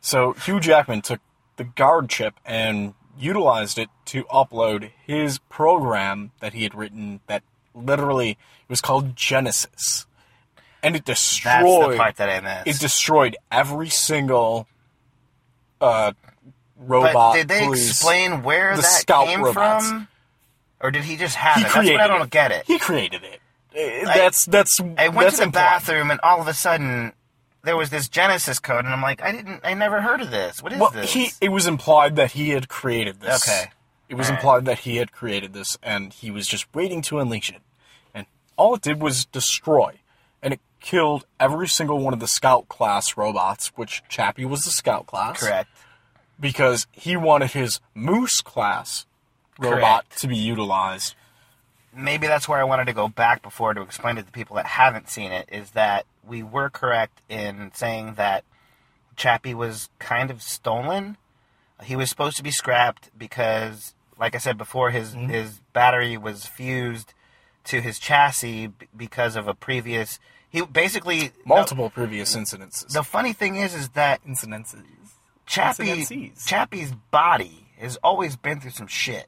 So Hugh Jackman took the guard chip and utilized it to upload his program that he had written that literally it was called Genesis. And it That's destroyed the part that I missed. it destroyed every single uh but robot did they police. explain where the that scout came robots. from? Or did he just have he it? That's created what I don't get it. He created it. Uh, I- that's that's I went that's to the implied. bathroom and all of a sudden there was this Genesis code and I'm like, I didn't I never heard of this. What is Well, this? he it was implied that he had created this. Okay. It was All right. implied that he had created this, and he was just waiting to unleash it. And all it did was destroy, and it killed every single one of the scout class robots, which Chappie was the scout class, Correct. Because he wanted his moose class robot Correct. to be utilized. Maybe that's where I wanted to go back before to explain to the people that haven't seen it is that we were correct in saying that Chappie was kind of stolen. He was supposed to be scrapped because, like I said before, his Mm-hmm. his battery was fused to his chassis b- because of a previous. He basically no, Multiple previous incidences. the funny thing is, is that incidences. Chappie, Incidences. Chappie's body has always been through some shit.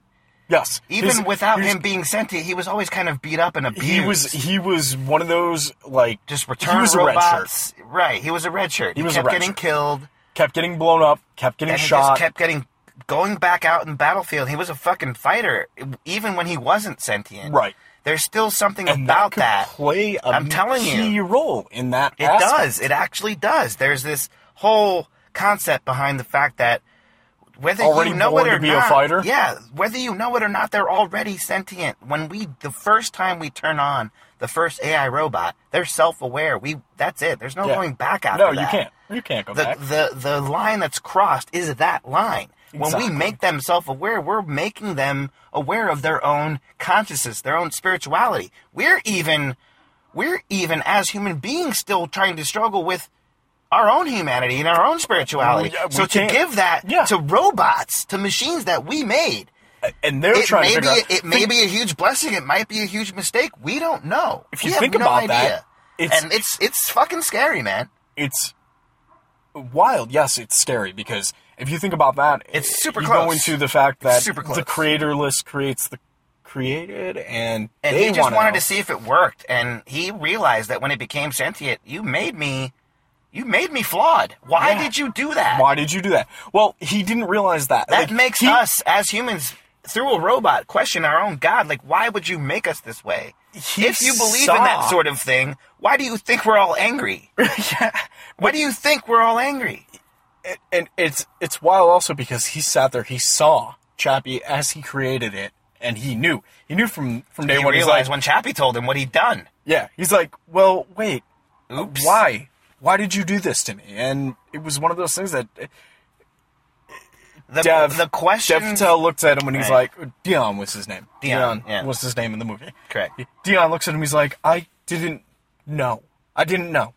Yes. Even His- without his- him being sentient, he was always kind of beat up and abused. he was he was one of those like just he return was a red shirt. robots. Right, he was a red shirt. He was a kept red getting shirt. killed, kept getting blown up, kept getting and he shot. just kept getting going back out in battlefield. He was a fucking fighter, even when he wasn't sentient. Right. There's still something and about could that. play a I'm telling you. key role in that. It does. It actually does. There's this whole concept behind the fact that whether Already you know born it to or be a not, fighter? yeah, whether you know it or not, they're already sentient. When we the first time we turn on the first AI robot, they're self-aware. We that's it. There's no Yeah. going back after No, you that. can't. You can't go back. The, the the line that's crossed is that line. Exactly. When we make them self-aware, we're making them aware of their own consciousness, their own spirituality. We're even we're even as human beings still trying to struggle with our own humanity and our own spirituality. Well, yeah, we so to can't- give that yeah. to robots, to machines that we made, and they're it trying may to be figure out. it may be a huge blessing. It might be a huge mistake. We don't know. If you we have think no about idea. that, it's- and it's it's fucking scary, man. it's wild. Yes, it's scary because if you think about that, It's it- super you go close. into the fact that It's super the close. creatorless creates the created, and And they he just wanna wanted to know. see if it worked, and he realized that when it became sentient, you made me, you made me flawed. Why Yeah. did you do that? Why did you do that? Well, he didn't realize that. That Like, makes he- us as humans, through a robot, question our own God. Like, why would you make us this way? He if you believe saw- in that sort of thing, why do you think we're all <laughs> angry? Why do you think we're all angry? and, and it's it's wild also because he sat there, he saw Chappie as he created it, and he knew. He knew from from day He one. He's like, realized when Chappie told him what he'd done. yeah, he's like, well, wait, Oops. why, why did you do this to me? And it was one of those things that The, Dev the question. Dev Patel looked at him and he's Right. like, Dion was his name. Dion, yeah. was his name in the movie. Correct. Dion looks at him. He's like, I didn't know. I didn't know.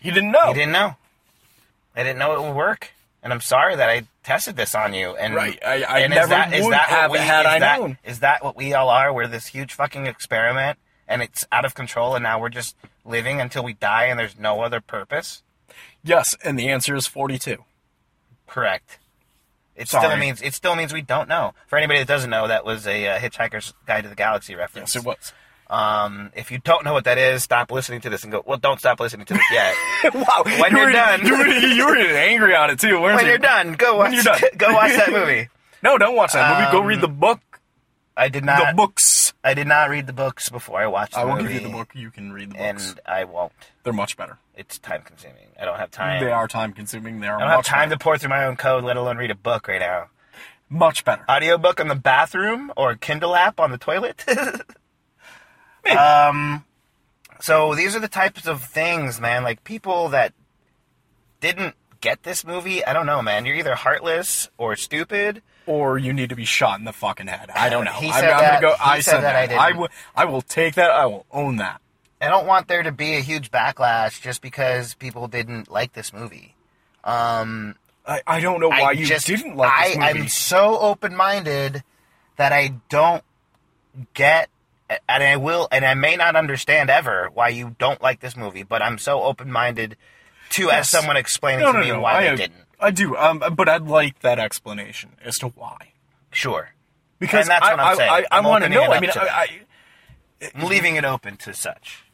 He didn't know. I didn't know. I didn't know it would work, and I'm sorry that I tested this on you. And Right, I- I and never would have had is I that- known. Is that what we all are? We're this huge fucking experiment, and it's out of control, and now we're just living until we die, and there's no other purpose. Yes, and the answer is forty-two. Correct. It Sorry. still means it still means we don't know. For anybody that doesn't know, that was a uh, Hitchhiker's Guide to the Galaxy reference. Yes, <laughs> it was. Um, if you don't know what that is, stop listening to this and go. Well, don't stop listening to this <laughs> yet. wow, When you you're were, done. you were, you were angry on it too. weren't when you? you're done, go watch. When you're done. <laughs> go watch that movie. No, don't watch that movie. Go Um, read the book. I did The not. books. I did not read the books before I watched. The I will movie, give you the book. You can read the books. and I won't. They're much better. It's time consuming. I don't have time. They are time consuming. They are I don't have much time to better. pour through my own code, let alone read a book right now. much better. Audiobook on the bathroom or Kindle app on the toilet. <laughs> Maybe. Um, so these are the types of things, man. Like people that didn't get this movie. I don't know, man. You're either heartless or stupid. or you need to be shot in the fucking head. I don't know. He I'm, said I'm that. gonna go. He I said said that. I didn't. I will. I will take that. I will own that. I don't want there to be a huge backlash just because people didn't like this movie. Um, I, I don't know why I you just- didn't like I, this movie. I'm so open minded that I don't get and I will, and I may not understand ever why you don't like this movie, but I'm so open minded to as Yes. someone explaining No, to no, me no. why I, they didn't. I do. Um, but I'd like that explanation as to why. Sure, Because And that's I, what I'm saying. I, I, I'm want to opening know. it I up mean, to I, that. I, I'm leaving it open to such.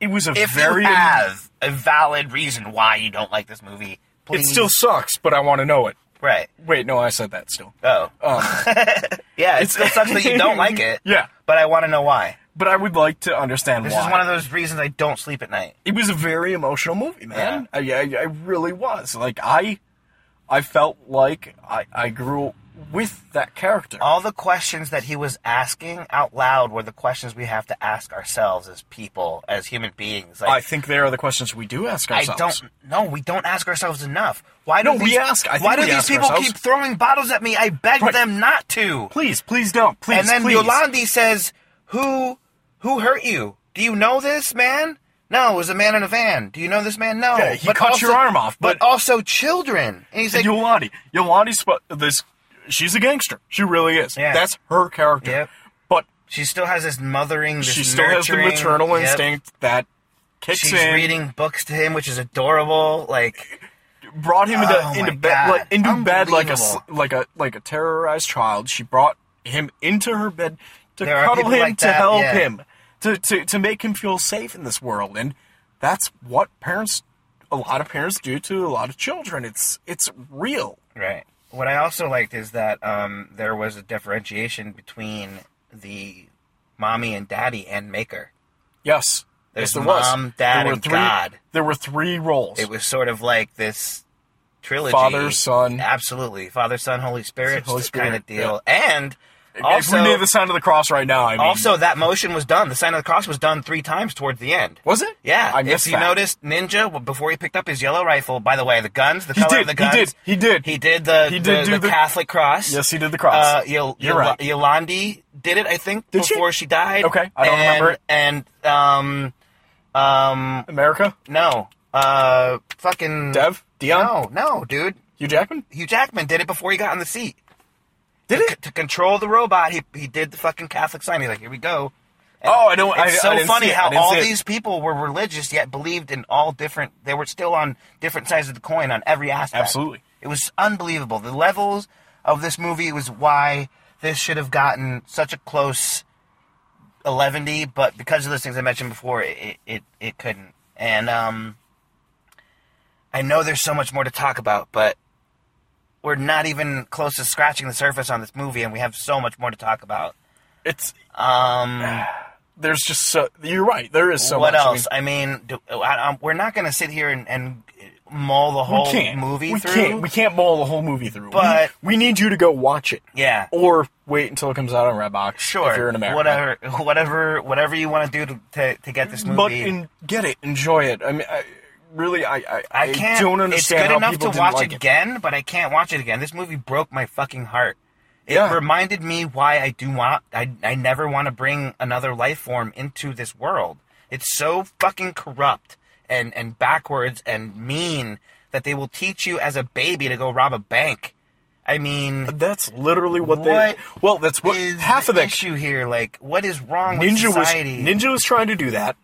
it was a If very. you have a valid reason why you don't like this movie, it please. still sucks, but I want to know it. right. Wait, no, I said that still. Oh, Um, <laughs> yeah. It still sucks that you don't like it. <laughs> Yeah. but I want to know why. but I would like to understand This why. is one of those reasons I don't sleep at night. it was a very emotional movie, man. I, I, I really was. Like I, I felt like I, I grew with that character. all the questions that he was asking out loud were the questions we have to ask ourselves as people, as human beings. I Like, think there are the questions we do ask I, ourselves. don't. No, we don't ask ourselves enough. Why do No, we these- ask. I think why do we these ask people ourselves. keep throwing bottles at me? I begged Right. them not to. Please, please don't. Please, and then please. Yolandi says, "Who, who hurt you? Do you know this man? No, it was a man in a van. Do you know this man? No. Yeah, he cut your arm off, but- also children. And he's like, Yolandi. Yolandi's sp- this. She's a gangster. She really is. Yeah. That's her character. Yep. But she still has this mothering. This she still has the nurturing- maternal Yep. instinct that kicks She's in, reading books to him, which is adorable. Like, brought him into Oh into my bed God. like into bed like a s- Unbelievable. like a like a terrorized child. She brought him into her bed to There are cuddle people him, like to that, help yeah. him, to, to to make him feel safe in this world. And that's what parents, a lot of parents do to a lot of children. It's it's real. right. What I also liked is that um, there was a differentiation between the mommy and daddy and maker. Yes. There's yes, there was. mom, dad, there were and three, God. There were three roles. It was sort of like this trilogy, Father, Son. absolutely, father, son, Holy Spirit, Holy kind of Spirit, deal. And if we also, knew the sound of the cross right now, I mean, also that motion was done. The sign of the cross was done three times towards the end. was it? Yeah, I if missed you that. noticed, Ninja w- before he picked up his yellow rifle. By the way, the guns, the He color did, of the he guns. did, he did. He did the He did the, do the the- Catholic cross. Yes, he did the cross. Uh, Yol- You're Yol- right. Yolandi did it, I think, Did she? before she? died. Okay, I don't and, remember it. And um, um, America, no, uh, fucking Dev, No, Dion, no, dude. Hugh Jackman. Hugh Jackman did it before he got on the seat. Did C- to control the robot, he he did the fucking Catholic sign. He's like, here we go. Oh, I don't. I, It's so I didn't funny see it. I how didn't all see it. these people were religious yet believed in all different. They were still on different sides of the coin on every aspect. Absolutely. it was unbelievable. The levels of this movie was why this should have gotten such a close 11D, but because of those things I mentioned before, it it, it couldn't. And um, I know there's so much more to talk about, but we're not even close to scratching the surface on this movie, and we have so much more to talk about. It's Um. there's just so you're right. There is so what much. I mean, else? I mean, do, I, um, we're not going to sit here and, and mull the we whole can't movie we through. Can't, we can't mull the whole movie through. We- But- we, need you to go watch it, yeah, or wait until it comes out on Redbox. sure. Oh, if you're in America, Whatever, whatever, whatever you want to do to- to to get this movie. But in, get it, enjoy it. I mean, I, really, I I, I can't. don't understand it's good how enough people to didn't watch like it. again, but I can't watch it again. This movie broke my fucking heart. It Yeah. reminded me why I do want. I I never want to bring another life form into this world. It's so fucking corrupt and and backwards and mean that they will teach you as a baby to go rob a bank. I mean, That's literally what, What they. Well, that's Uh, what is half of the that issue here? Like, what is wrong Ninja with was society? Mm-hmm. Ninja was trying to do that.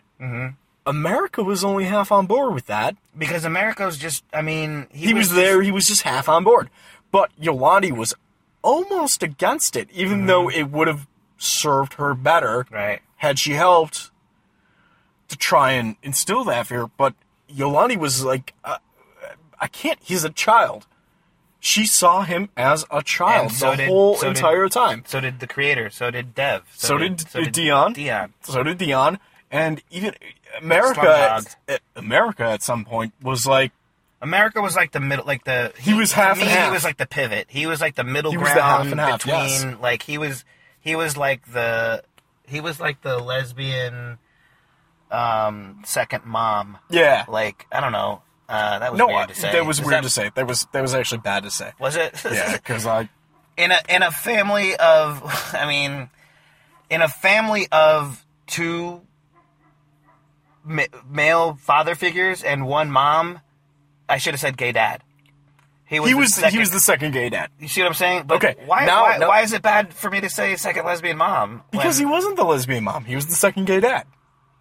America was only half on board with that. because America's just. I mean, He was there. He was just half on board. But Yolandi was almost against it, even though it would have served her better Mm-hmm. Right. had she helped to try and instill that fear. But Yolandi was like, uh, "I can't. He's a child." She saw him as a child And so the did- whole so did- entire time. So did the creator. So did Dev. So did, uh, Dion. Dion. So did Dion. And even America, Slumdog. at- America at some point was like, America was like the middle, like the He was to half me, and half. He was like the pivot. He was like the middle He was ground the half and half, between, yes. like he was, he was like the, he was like the lesbian, um, second mom. yeah. Like I don't know. Uh, that was no, weird I- to say. that was Is weird to say. That was that was actually bad to say. Was it? <laughs> Yeah, <laughs> because I in a in a family of <laughs> I mean in a family of two ma- male father figures and one mom I should have said gay dad He was He the was he second- was the second gay dad You see what I'm saying? But Okay, Why, now- why, now- why is it bad for me to say second lesbian mom? because he wasn't the lesbian mom. He was the second gay dad.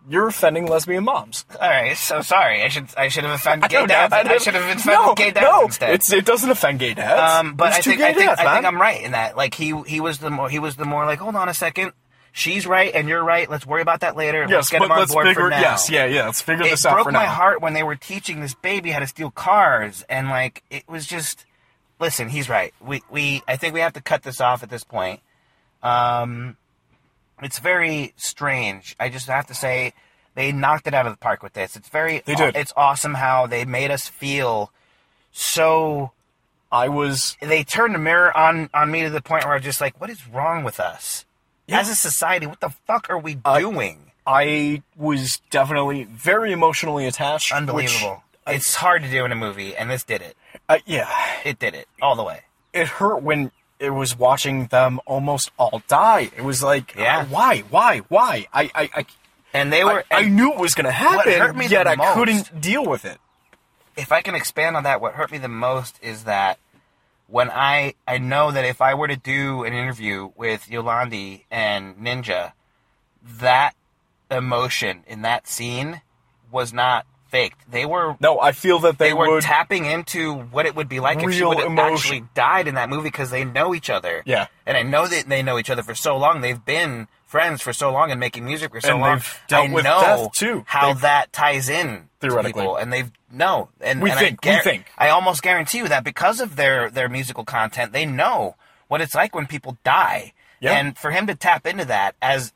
You're offending lesbian moms. All right, so sorry. I should I should have offended I gay don't dads. know. I, I don't- should have offended no, gay dads no, instead. It's, it doesn't offend gay dads. um, but It's I two think gay I think dads, I think man. I'm right in that. Like he he was the more he was the more like hold on a second, she's right and you're right. Let's worry about that later. Yes, let's get but him on let's board figure. for now. Yes, yeah, yeah. Let's figure It this out broke for my now. heart when they were teaching this baby how to steal cars, and like it was just. Listen, he's right. We we I think we have to cut this off at this point. Um, it's very strange. I just have to say, they knocked it out of the park with this. It's very. They did. It's awesome how they made us feel so I was they turned the mirror on on me to the point where I was just like, what is wrong with us as a society? What the fuck are we Uh, doing? I was definitely very emotionally attached. which- Unbelievable. it's hard to do in a movie, and this did it. uh, yeah, It did it all the way. it hurt when it was watching them almost all die. It was like, Yeah. uh, why, why, why? I, I, I, And they I, were. I and knew it was going to happen, hurt me the yet I most- couldn't deal with it. if I can expand on that, what hurt me the most is that when I I know that if I were to do an interview with Yolandi and Ninja, that emotion in that scene was not faked. They were No, I feel that they, they were would. tapping into what it would be like if she Real would have emotion. actually died in that movie because they know each other. Yeah. and I know that they know each other for so long. They've been friends for so long and making music for so And long. they've dealt I with know death, too. How They've- that ties in Theoretically. to people, and they've no. And We and think, I we think. I almost guarantee you that because of their their musical content, they know what it's like when people die. Yeah. and for him to tap into that as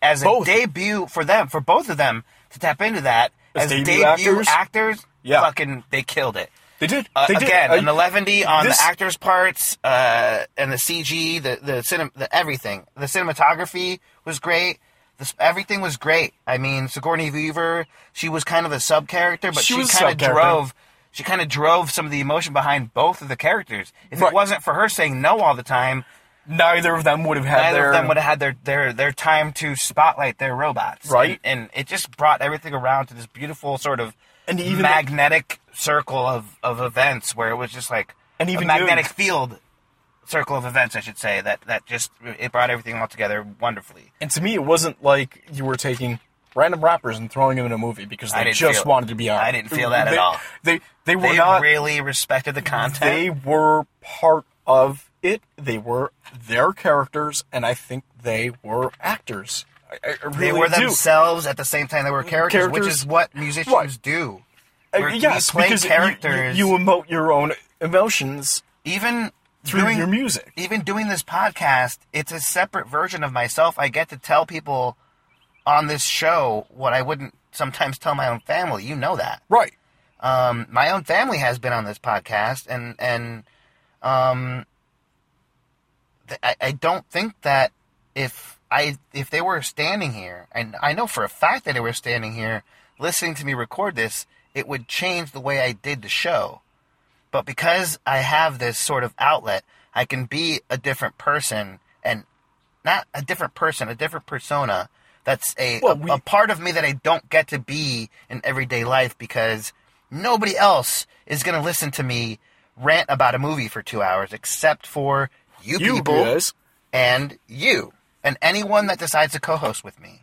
as Both. a debut for them, for both of them to tap into that As as, debut debut actors? actors Yeah. fucking they killed it. they did. Uh, they did. again, I- an 11D on this- the actors' parts uh, and the CG, the the, cinem- the everything. The cinematography was great. This, everything was great. I mean, Sigourney Weaver, she was kind of a sub character, but She she, was a kind of sub-character. drove. She kind of drove some of the emotion behind both of the characters. If Right. it wasn't for her saying no all the time, neither of them would have had neither their. of them would have had their, their, their time to spotlight their robots. Right. And, and it just brought everything around to this beautiful sort of And even the- magnetic circle of, of events where it was just like And even a magnetic doing- field circle of events, I should say, that, that just it brought everything all together wonderfully. and to me, it wasn't like you were taking random rappers and throwing them in a movie because I they didn't just feel- wanted to be on. I didn't feel that at They- all. They they were They not. really respected the content. they were part of it. They were their characters, and I think they were actors. I, I I really They were do. Uh, themselves at the same time they were characters, which Characters- is what musicians Right. do. Uh, We're- we yes, play because you- you- characters. You, emote your own emotions Even through doing your music. even doing this podcast, it's a separate version of myself. I get to tell people on this show what I wouldn't sometimes tell my own family. You know that. Right. Um, my own family has been on this podcast, and and um, th- I, I don't think that if I if they were standing here, and I know for a fact that they were standing here listening to me record this, it would change the way I did the show. But because I have this sort of outlet, I can be a different person and not a different person, a different persona. That's a, Well, a- we- a part of me that I don't get to be in everyday life because nobody else is going to listen to me rant about a movie for two hours except for you, You people guys. and you and anyone that decides to co-host with me.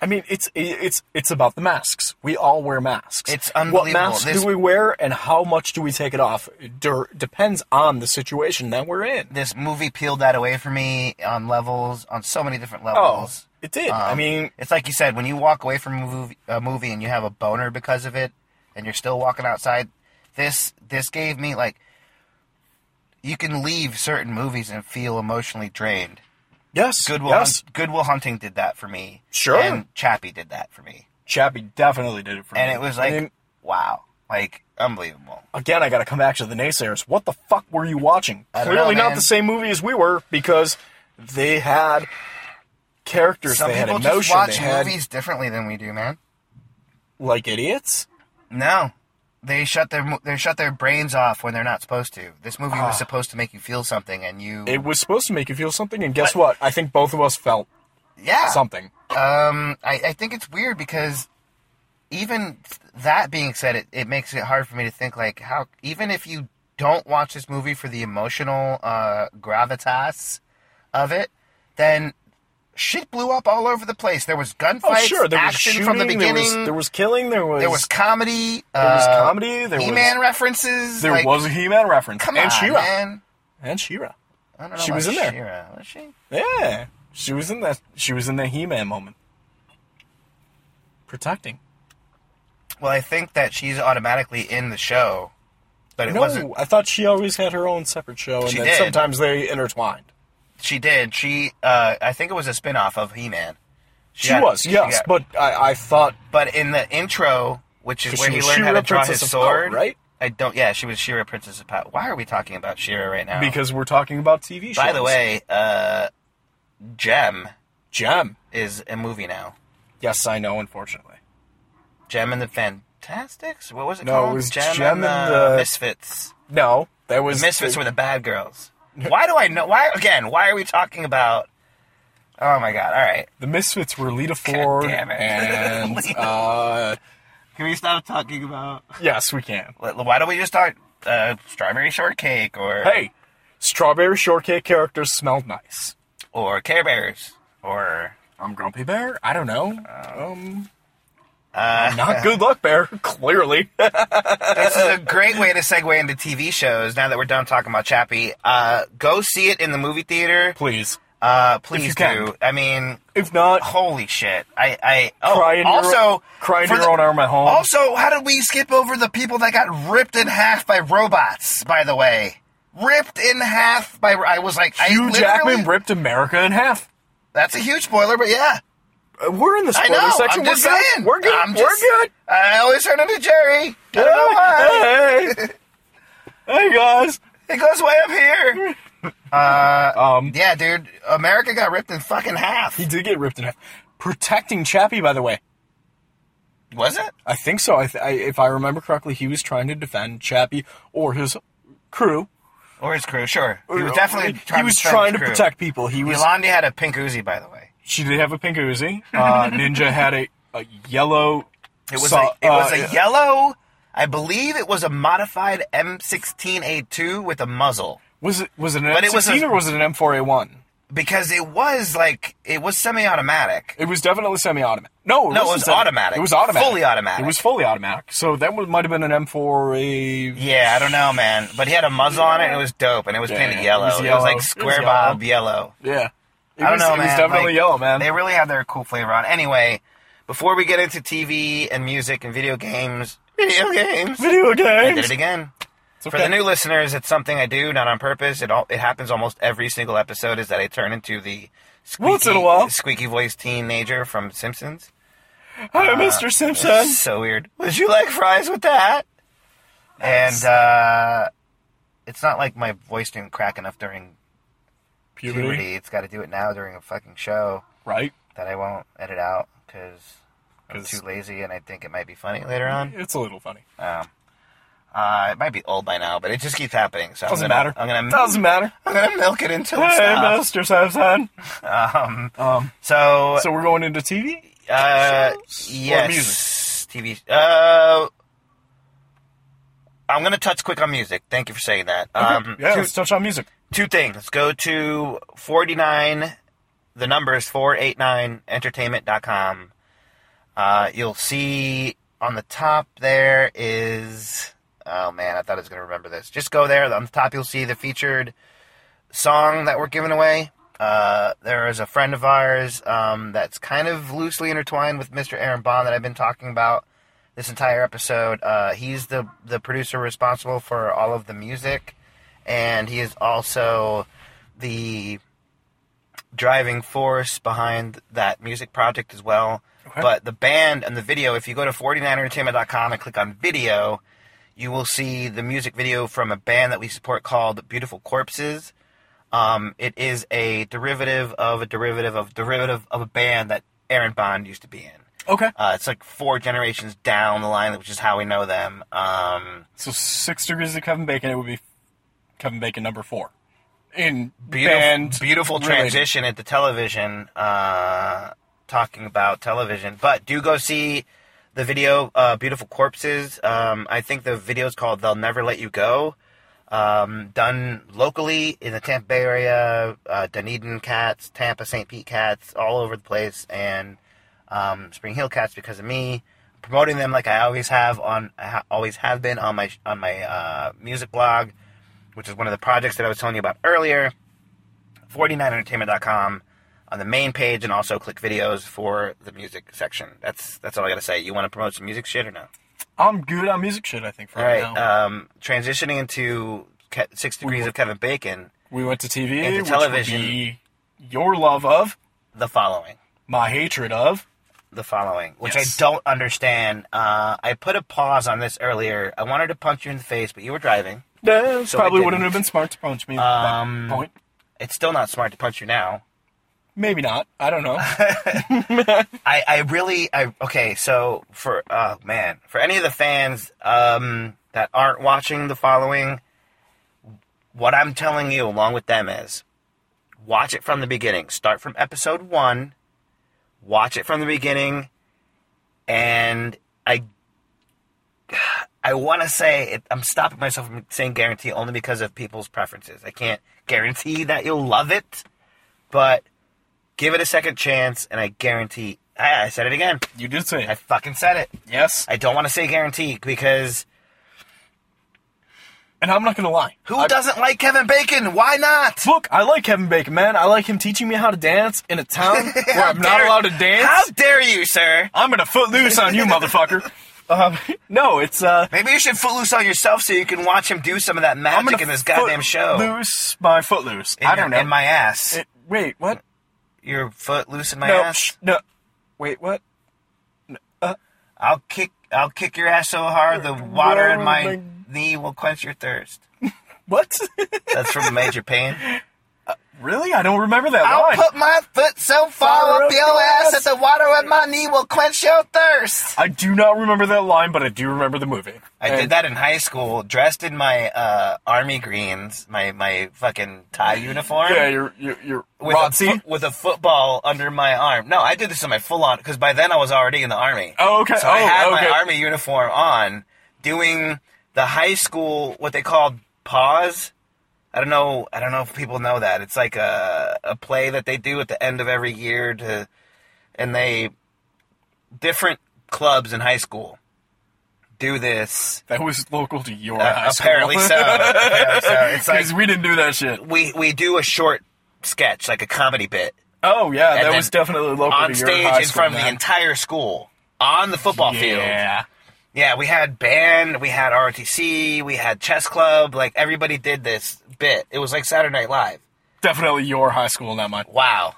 I mean, it's it's it's about the masks. We all wear masks. It's What unbelievable. masks This- do we wear, and how much do we take it off? Der- depends on the situation that we're in. This movie peeled that away from me on levels, on so many different Oh, levels. it did. I Um, mean, it's like you said, when you walk away from a movie, a movie and you have a boner because of it, and you're still walking outside. This this gave me like you can leave certain movies and feel emotionally drained. yes, Goodwill yes. Hunt, Goodwill Hunting did that for me. Sure. and Chappie did that for me, Chappie definitely did it for and me. it was Mm-hmm. I like mean, wow, like unbelievable. again, I got to come back to the naysayers. What the fuck were you watching? I don't Clearly know, not man. the same movie as we were because they had characters, Some they had people emotion, just watch they had movies differently than we do, man. like idiots. No, they shut their mo- they shut their brains off when they're not supposed to. This movie was supposed to make you feel something, and you Ah. It was supposed to make you feel something, and guess what? I think both of us felt yeah. something. Um, I, I think it's weird because even that being said, it, it makes it hard for me to think like how even if you don't watch this movie for the emotional uh, gravitas of it, then shit blew up all over the place. There was gunfights, Oh, sure. There was action shooting. from the beginning. There was, there was killing. There was. There was comedy. There was comedy, there was- He-Man references. there like, was a He-Man reference. Come and on, She-Ra. man. And She-Ra. I don't know She about was in there. She-Ra, was she? Yeah, she was in that. She was in the He-Man moment. Protecting. Well, I think that she's automatically in the show, but it no, wasn't. I thought she always had her own separate show, and She then did. sometimes they intertwined. She did. She. Uh, I think it was a spin-off of He-Man. She got- was, she yes, got- but I, I thought But in the intro, which is Because where she he was learned how She-Ra, to draw Princess his of Power, sword, right? I don't. Yeah, she was Shira, Princess of Power. Why are we talking about Shira right now? because we're talking about TV shows. by the way, uh, Gem Gem. is a movie now. Yes, I know. Unfortunately, Gem and the Fantastics. What was it No, it called? was Gem, Gem and, and the, the- Misfits. no. That was The Misfits were the bad girls. Why do I know? Why again? Why are we talking about? Oh my god! All right, the Misfits were Lita Ford damn it. and <laughs> Lita. uh, can we stop talking about? yes, we can. Why don't we just talk uh, strawberry shortcake or Hey, strawberry shortcake characters smelled nice. or Care Bears or I'm Grumpy Bear. I don't know. Um, Uh, <laughs> not good luck, Bear. Clearly, this is a great way to segue into TV shows. Now that we're done talking about Chappie, uh, go see it in the movie theater. please. Uh, please can. do. I mean, If not, holy shit! I, I oh, Cry in your- also cry in for your own arm at home. Also, how did we skip over the people that got ripped in half by robots? By the way, ripped in half by I was like I Hugh literally- Jackman ripped America in half. That's a huge spoiler, but yeah, Uh, We're in the I spoiler know. section. I'm we're just good. saying. We're good. I'm we're just- good. I always turn into Jerry. I don't know why. <laughs> Hey. hey guys. It goes way up here. <laughs> Uh, Um, Yeah, dude. America got ripped in fucking half. he did get ripped in half. Protecting Chappie, by the way. Was it? I think so. I th- I, if I remember correctly, he was trying to defend Chappie or his crew. Or his crew, sure. He was definitely trying Uh, he was to, defend trying his to crew. protect people. He was Yolandi had a pink Uzi, by the way. She did have a pink Uzi. <laughs> Uh, Ninja had a, a yellow. It was, saw- a, it was uh, a yellow, I believe it was a modified M16A2 with a muzzle. Was it was it an But it was M16 a- or was it an M4A1? Because it was like, it was semi automatic. It was definitely semi-automatic. No, No, it it wasn't was semi- automatic. It was automatic. Fully automatic. It was fully automatic. So that was, might have been an M4A. Yeah, I don't know, man. But he had a muzzle on it and it was dope and it was Yeah, painted it yellow. It was was, yellow. It like was square yellow. bob yellow. Yeah. It I don't was, know, It was man. definitely Like, yellow, man. They really have their cool flavor on. Anyway, before we get into TV and music and video games, <laughs> video games, Video I games. did it again. It's For the okay. new listeners, it's something I do, not on purpose. It all it happens almost every single episode is that I turn into the squeaky, Once in a while. squeaky voiced teenager from Simpsons. Hi, Mr. Simpson. So weird. Would you like fries with that? And uh, it's not like my voice didn't crack enough during Puberty. puberty. It's got to do it now during a fucking show Right. that I won't edit out because I'm 'Cause- too lazy and I think it might be funny later on. It's a little funny. Um, uh, it might be old by now, but it just keeps happening. So Doesn't I'm gonna, matter. I'm gonna Doesn't matter. I'm gonna milk it until it Hey, stops. Mr. Simpson. Um, Um, so, so we're going into TV. uh, shows or yes, TV. Uh, I'm gonna touch quick on music. Thank you for saying that. Um, yeah. two- Let's touch on music. two things. Go to 49, the number is 489entertainment.com. Uh, you'll see on the top there is. Oh man, I thought I was going to remember this. Just go there. On the top, you'll see the featured song that we're giving away. Uh, there is a friend of ours um, that's kind of loosely intertwined with Mr. Aaron Bond that I've been talking about this entire episode. Uh, he's the, the producer responsible for all of the music and he is also the driving force behind that music project as well. Okay. But the band and the video, if you go to 49entertainment.com and click on video, you will see the music video from a band that we support called Beautiful Corpses. Um, it is a derivative of a derivative of derivative of a band that Aaron Bond used to be in. Okay. Uh, it's like four generations down the line, which is how we know them. Um, So six degrees of Kevin Bacon, it would be Kevin Bacon number four. In beautiful, band beautiful related. transition into television. Uh, talking about television, but do go see the video uh, "Beautiful Corpses." Um, I think the video is called "They'll Never Let You Go." um, done locally in the Tampa Bay area, uh, Dunedin Cats, Tampa St. Pete Cats, all over the place, and um, Spring Hill Cats because of me promoting them like I always have on I ha- always have been on my on my uh, music blog, which is one of the projects that I was telling you about earlier. 49entertainment.com on the main page and also click videos for the music section. That's that's all I got to say. You want to promote some music shit or no? I'm good on music shit. I think for All right, right. now. Um, transitioning into Ke- Six Degrees of Kevin Bacon, we went to TV, into which television. Would be your love of, the following. my hatred of. The following, which Yes. I don't understand. Uh, I put a pause on this earlier. I wanted to punch you in the face, but you were driving. Nah, So I probably wouldn't didn't. have been smart to punch me Um, at that point. It's still not smart to punch you now. Maybe not. I <laughs> don't know. I, I really I okay so for oh man for any of the fans um, that aren't watching the following what I'm telling you along with them is watch it from the beginning start from episode 1 watch it from the beginning and I I want to say it, I'm stopping myself from saying guarantee only because of people's preferences I can't guarantee that you'll love it but give it a second chance, and I guarantee. I, I said it again. you did say I it. fucking said it. yes, I don't want to say guarantee because and I'm not gonna lie. who I- doesn't like Kevin Bacon? Why not? Look, I like Kevin Bacon, man. I like him teaching me how to dance in a town <laughs> where How I'm not dare- allowed to dance. How dare you, sir? I'm gonna foot loose on you, motherfucker. <laughs> Um, no, it's uh, Maybe you should footloose on yourself so you can watch him do some of that I'm magic gonna in this goddamn foot show. Loose my foot loose. In I your- don't know. In my ass. It- wait, what? Your foot loose in my no, ass. sh- no. Wait, what? I'll kick. I'll kick your ass so hard the water in Whoa, my, my- knee will quench your thirst. What? <laughs> That's from Major Pain. really? I don't remember that I'll line. put my foot so far up your ass that the water at my knee will quench your thirst. I do not remember that line, but I do remember the movie. I And did that in high school, dressed in my uh, army greens, my my fucking tie uniform. Yeah, you're you're, you're with a, Rotsy. fo- with a football under my arm. No, I did this in my full on because by then I was already in the army. Oh, okay. So I Oh, had okay. my army uniform on, doing the high school what they called pause. I don't know. I don't know if people know that. It's like a a play that they do at the end of every year to, and they different clubs in high school do this. that was local to your Uh, high school. apparently <laughs> so. Apparently so. It's like Because we didn't do that shit. we we do a short sketch, like a comedy bit. Oh yeah, And that then was definitely local on to your stage high in school, front of the man. entire school on the football field. Yeah. Yeah, we had band, we had ROTC, we had chess club. Like everybody did this bit. It was like Saturday Night Live. Definitely your high school, not mine. Wow,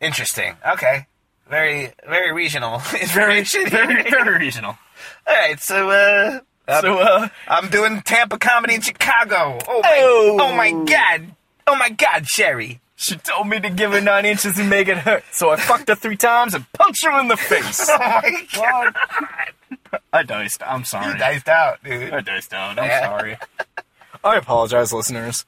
interesting. Okay, very very regional <laughs> Very, information. very, <laughs> very regional. All right, so uh, I'm, So, uh, I'm doing Tampa comedy in Chicago. Oh my, Oh. oh my god, oh my god, Sherry. <laughs> she told me to give her nine inches and make it hurt. So I fucked her three times and punched her in the face. <laughs> Oh my god, <laughs> I diced. I'm sorry. diced out, dude. I diced out. I'm Yeah. sorry. I apologize, listeners.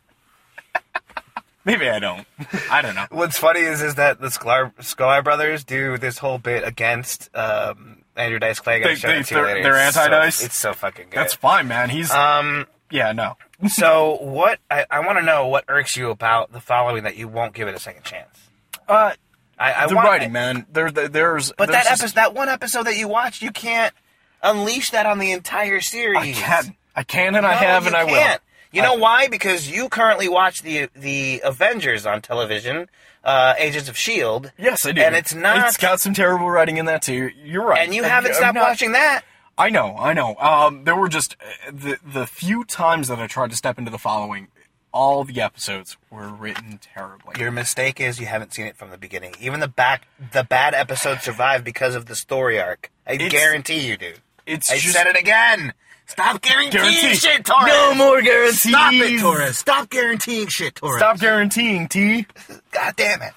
Maybe I don't. I don't know. What's funny is is that the Sklar, Sklar brothers do this whole bit against um, Andrew Dice Clay. I gotta They- show they- it to you they're- later. they're It's so- anti-Dice? It's so fucking good. That's fine, man. He's. um. yeah, no. So what? I, I want to know what irks you about the following that you won't give it a second chance. Uh, I, I the want- writing, man. There, there- there's. But there's that just- episode, that one episode that you watched, you can't unleash that on the entire series. I can. I can and I No, have you and I will. can't. You know why? Because you currently watch the the Avengers on television, uh, Agents of Shield. Yes, I do. And it's not. It's got some terrible writing in that too. You're right. and you I- haven't I'm stopped not- watching that. I know, I know. Um, there were just uh, the the few times that I tried to step into the following, all the episodes were written terribly. Your mistake is you haven't seen it from the beginning. Even the back, the bad episode survived because of the story arc. I guarantee you, dude. It's I just said it again. Stop guaranteeing Guarantee. shit, Torres. No more guarantees. Stop it, Torres. Stop guaranteeing shit, Torres. Stop guaranteeing T. God damn it.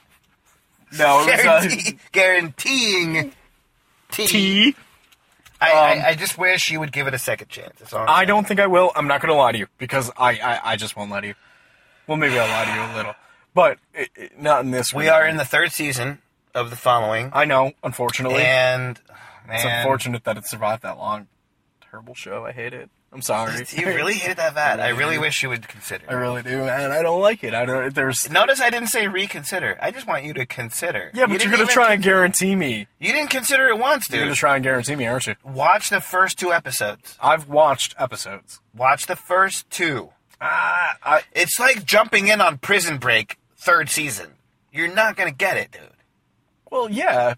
No, it was uh, Guarantee, guaranteeing. T. T. I, um, I, I just wish you would give it a second chance. That's all I'm I saying. don't think I will. I'm not going to lie to you because I, I I just won't lie to you. Well, maybe I'll lie to you a little, but it, it- not in this. We are in the third season of the following, I know, unfortunately. and oh, man, It's unfortunate that it survived that long. Terrible show. I hate it. I'm sorry. You really hated that vat. I really wish you would consider. <laughs> I really do, man. I don't like it. I don't. There's Notice I didn't say reconsider. I just want you to consider. you Yeah, but you are didn't gonna even- try and guarantee me. You didn't consider it once, You're gonna dude. try and guarantee me, aren't you? Watch the first two episodes. I've watched episodes. Watch the first two. Uh, Ah, I, It's like jumping in on Prison Break third season. You're not gonna get it, dude. well, yeah.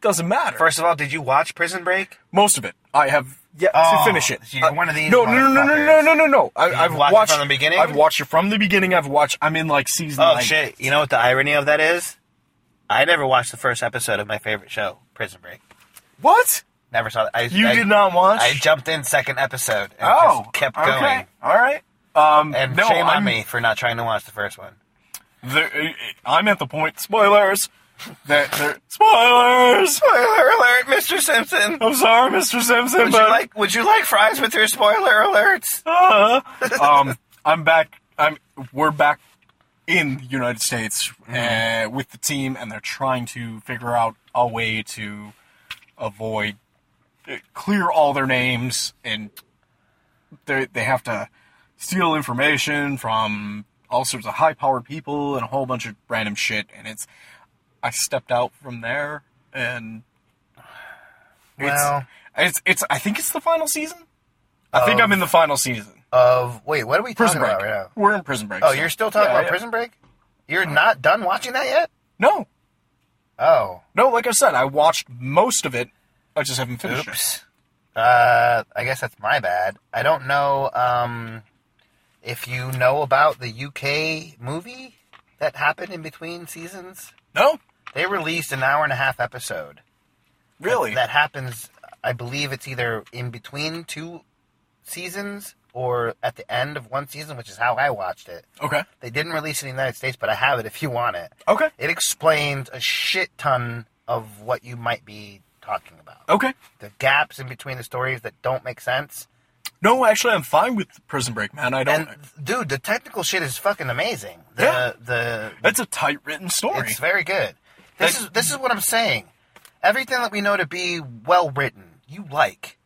Doesn't matter. First of all, did you watch Prison Break? most of it. I have yet Oh, to finish it. you're Uh, one of these No, no, no, no, no, no, no, no, no. I, I've watched watched, it from the beginning? I've watched it from the beginning. I've watched. I'm in like season. Oh like, shit! You know what the irony of that is? I never watched the first episode of my favorite show, Prison Break. What? Never saw that. I, You I- did not watch? I jumped in second episode and Oh, just kept okay. going. All right. Um, And no, shame on I'm- me for not trying to watch the first one. there- I'm at the point. Spoilers. That there- spoilers. Spoiler alert, Mr. Simpson. I'm sorry, Mr. Simpson, Would you Oh, but like would you like fries with your spoiler alerts? uh, um, I'm back. I'm we're back in the United States uh, Mm-hmm. with the team, and they're trying to figure out a way to avoid uh, clear all their names, and they they have to steal information from all sorts of high powered people and a whole bunch of random shit. And it's I stepped out from there, and Well- Um, it's, it's it's I think it's the final season. I think I'm in the final season. Of wait, what are we Prison talking Break. about right now? We're in Prison Break. Oh, so- you're still talking Yeah, about yeah. Prison Break? You're not done watching that yet? No, Oh, no. Like I said, I watched most of it. I just haven't finished it. oops. Uh, I guess that's my bad. I don't know um, if you know about the UK movie that happened in between seasons. No, They released an hour and a half episode. really. That happens, I believe it's either in between two seasons or at the end of one season, which is how I watched it. Okay. They didn't release it in the United States, but I have it if you want it. Okay. It explains a shit ton of what you might be talking about. Okay. The gaps in between the stories that don't make sense. No, actually, I'm fine with Prison Break, man. I don't. And dude, the technical shit is fucking amazing. The Yeah. the that's a tight written story. it's very good. This That- is this is what I'm saying. Everything that we know to be well written, you like.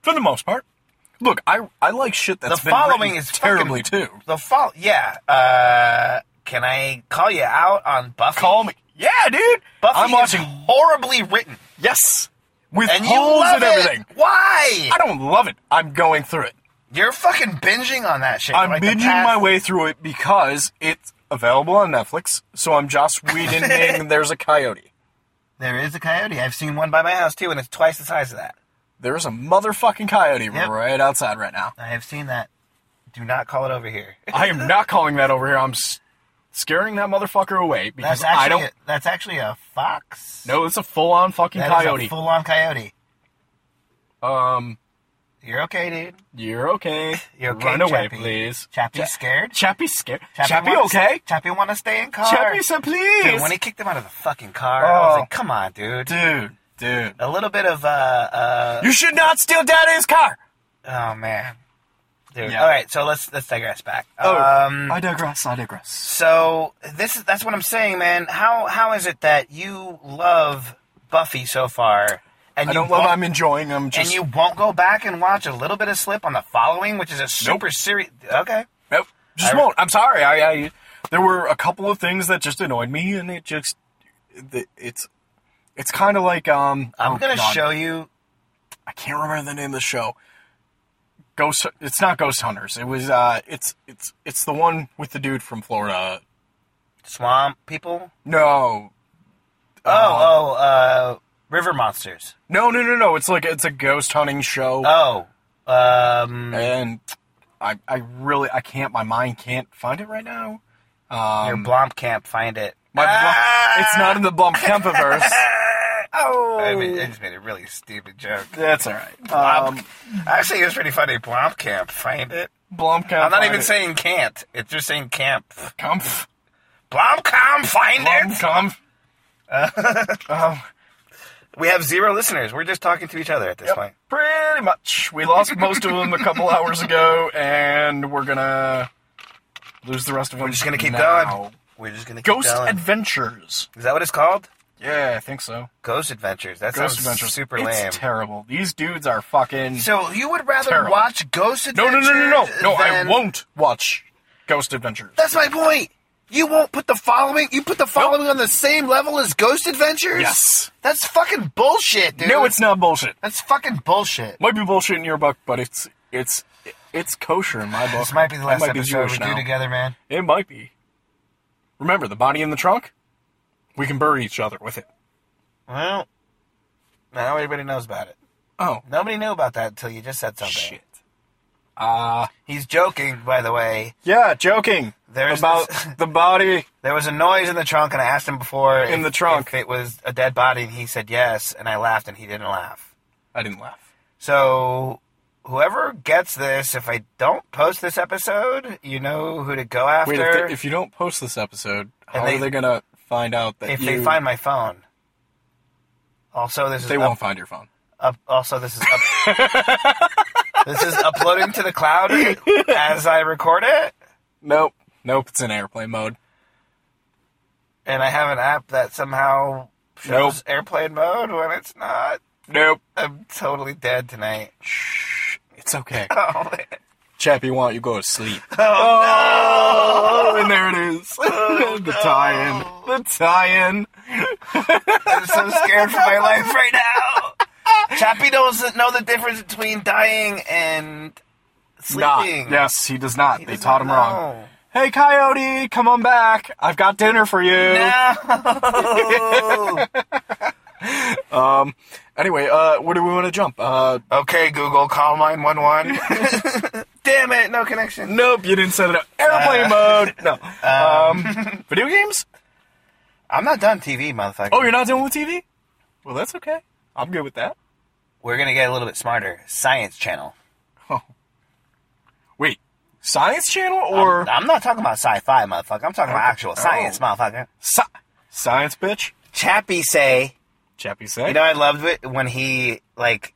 for the most part. Look, I I like shit that's the been following written is terribly fucking, too. The fall, yeah. Uh, can I call you out on Buffy? Call me. Yeah, dude. Buffy I'm is watching. horribly written, Yes, with and you holes love and it. everything. Why? I don't love it. I'm going through it. You're fucking binging on that shit. I'm like the binging past- my way through it because it's available on Netflix. So I'm Joss <laughs> Whedon and there's a coyote. There is a coyote. I've seen one by my house too, and it's twice the size of that. There's a motherfucking coyote Yep. right outside right now. I have seen that. Do not call it over <laughs> here. I am not calling that over here. I'm s- scaring that motherfucker away because That's I actually don't. a, that's actually a fox. No, it's a full-on fucking that coyote. full on coyote. um, You're okay, dude. you're okay. <laughs> You're okay, Run away, Chappie. please. Chappie's scared. Chappie scared. Chappie Chappie, wanna- okay? Chappie want to stay in car. Chappie said please. Dude, when he kicked him out of the fucking car, I was Oh. like, "Come on, dude." dude, dude. A little bit of uh, uh You should not steal daddy's car. oh man, dude. Yeah. Oh. All right, so let's let's digress back. um, I digress. I digress. so this is that's what I'm saying, man. How how is it that you love Buffy so far, and I you don't love. won't- I'm enjoying. I'm just. and you won't go back and watch a little bit of Slip on the following, which is a super serious. Okay, Nope. Just I- won't. I'm sorry. I, I there were a couple of things that just annoyed me, and it just the- it's it's kind of like um. I'm oh, gonna God. show you. I can't remember the name of the show. Ghost. It's not Ghost Hunters. It was uh. It's it's it's the one with the dude from Florida. Swamp people. No. Oh, Uh-huh. oh, uh, river monsters. No, no, no, no. It's like it's a ghost hunting show, Oh, um, and I I really I can't. My mind can't find it right now. your Blomkamp, find it. My Ah! Blum- it's not in the <laughs> Blump Kempiverse. oh, I, mean, I just made a really stupid <laughs> joke. that's all right. Blomp- Um, Actually, it was pretty funny. Blomkamp, find it. Blumkamp. I'm not even find it. saying can't. It's just saying camp. Kampf. Blomkamp, find it. Blumkamp. Um, We have zero listeners. We're just talking to each other at this point. pretty much. We lost most of them a couple hours ago, and we're gonna lose the rest of them. We're just gonna keep now. going. We're just gonna keep Ghost going. Adventures. Is that what it's called? Yeah, I think so. Ghost Adventures. That Ghost sounds Adventures. super it's lame. terrible. These dudes are fucking. so you would rather terrible. watch Ghost no, no, Adventures? no, no, no, no. I than- won't watch Ghost Adventures. That's my point. You won't put the following. You put the following on the same level as Ghost Adventures. Yes. That's fucking bullshit, dude. No, it's not bullshit. That's fucking bullshit. Might be bullshit in your book, but it's it's it's kosher in my book. This might be the I last might be episode we Jewish do now. together, man. It might be. Remember the body in the trunk. We can bury each other with it. Well, now everybody knows about it. Oh Nobody knew about that until you just said something. shit. Uh He's joking, by the way. yeah, joking There's about this- <laughs> the body. There was a noise in the trunk, and I asked him before In if- the trunk. if it was a dead body, and he said yes, and I laughed, and he didn't laugh. I didn't laugh. So, whoever gets this, if I don't post this episode, you know who to go after. Wait, if, they, if you don't post this episode, how they- are they gonna find out that if you, they find my phone. Also, this is They up- won't find your phone. up, also this is up, <laughs> this is uploading to the cloud as I record it, Nope. Nope. It's in airplane mode. and I have an app that somehow shows airplane mode when it's not. Nope. I'm totally dead tonight. <laughs> Shh. It's okay. <laughs> Oh, man. Chappie, why don't you go to <laughs> sleep? Oh, Oh, and there it is. <laughs> the tie-in. The tie-in. I'm so scared for my life right now. Chappie doesn't know the difference between dying and Not. sleeping. Yes, he does not. they doesn't taught him wrong. know. Hey, Coyote, come on back. I've got dinner for you. <laughs> No. Anyway, uh, where do we want to jump? Uh, okay, Google, call 911. <laughs> Damn it, no connection. nope, you didn't set it up. Uh, Airplane mode. <laughs> No. Um, video games? I'm not done TV, motherfucker. Oh, you're not doing with TV? Well, that's okay. I'm good with that. <laughs> We're gonna get a little bit smarter. Science Channel. Oh. Wait, Science Channel or Oh. I'm, I'm not talking about sci-fi, motherfucker. I'm talking about actual science, motherfucker. Sci- Science Bitch? Chappie say Chappie said. You know, I loved it when he like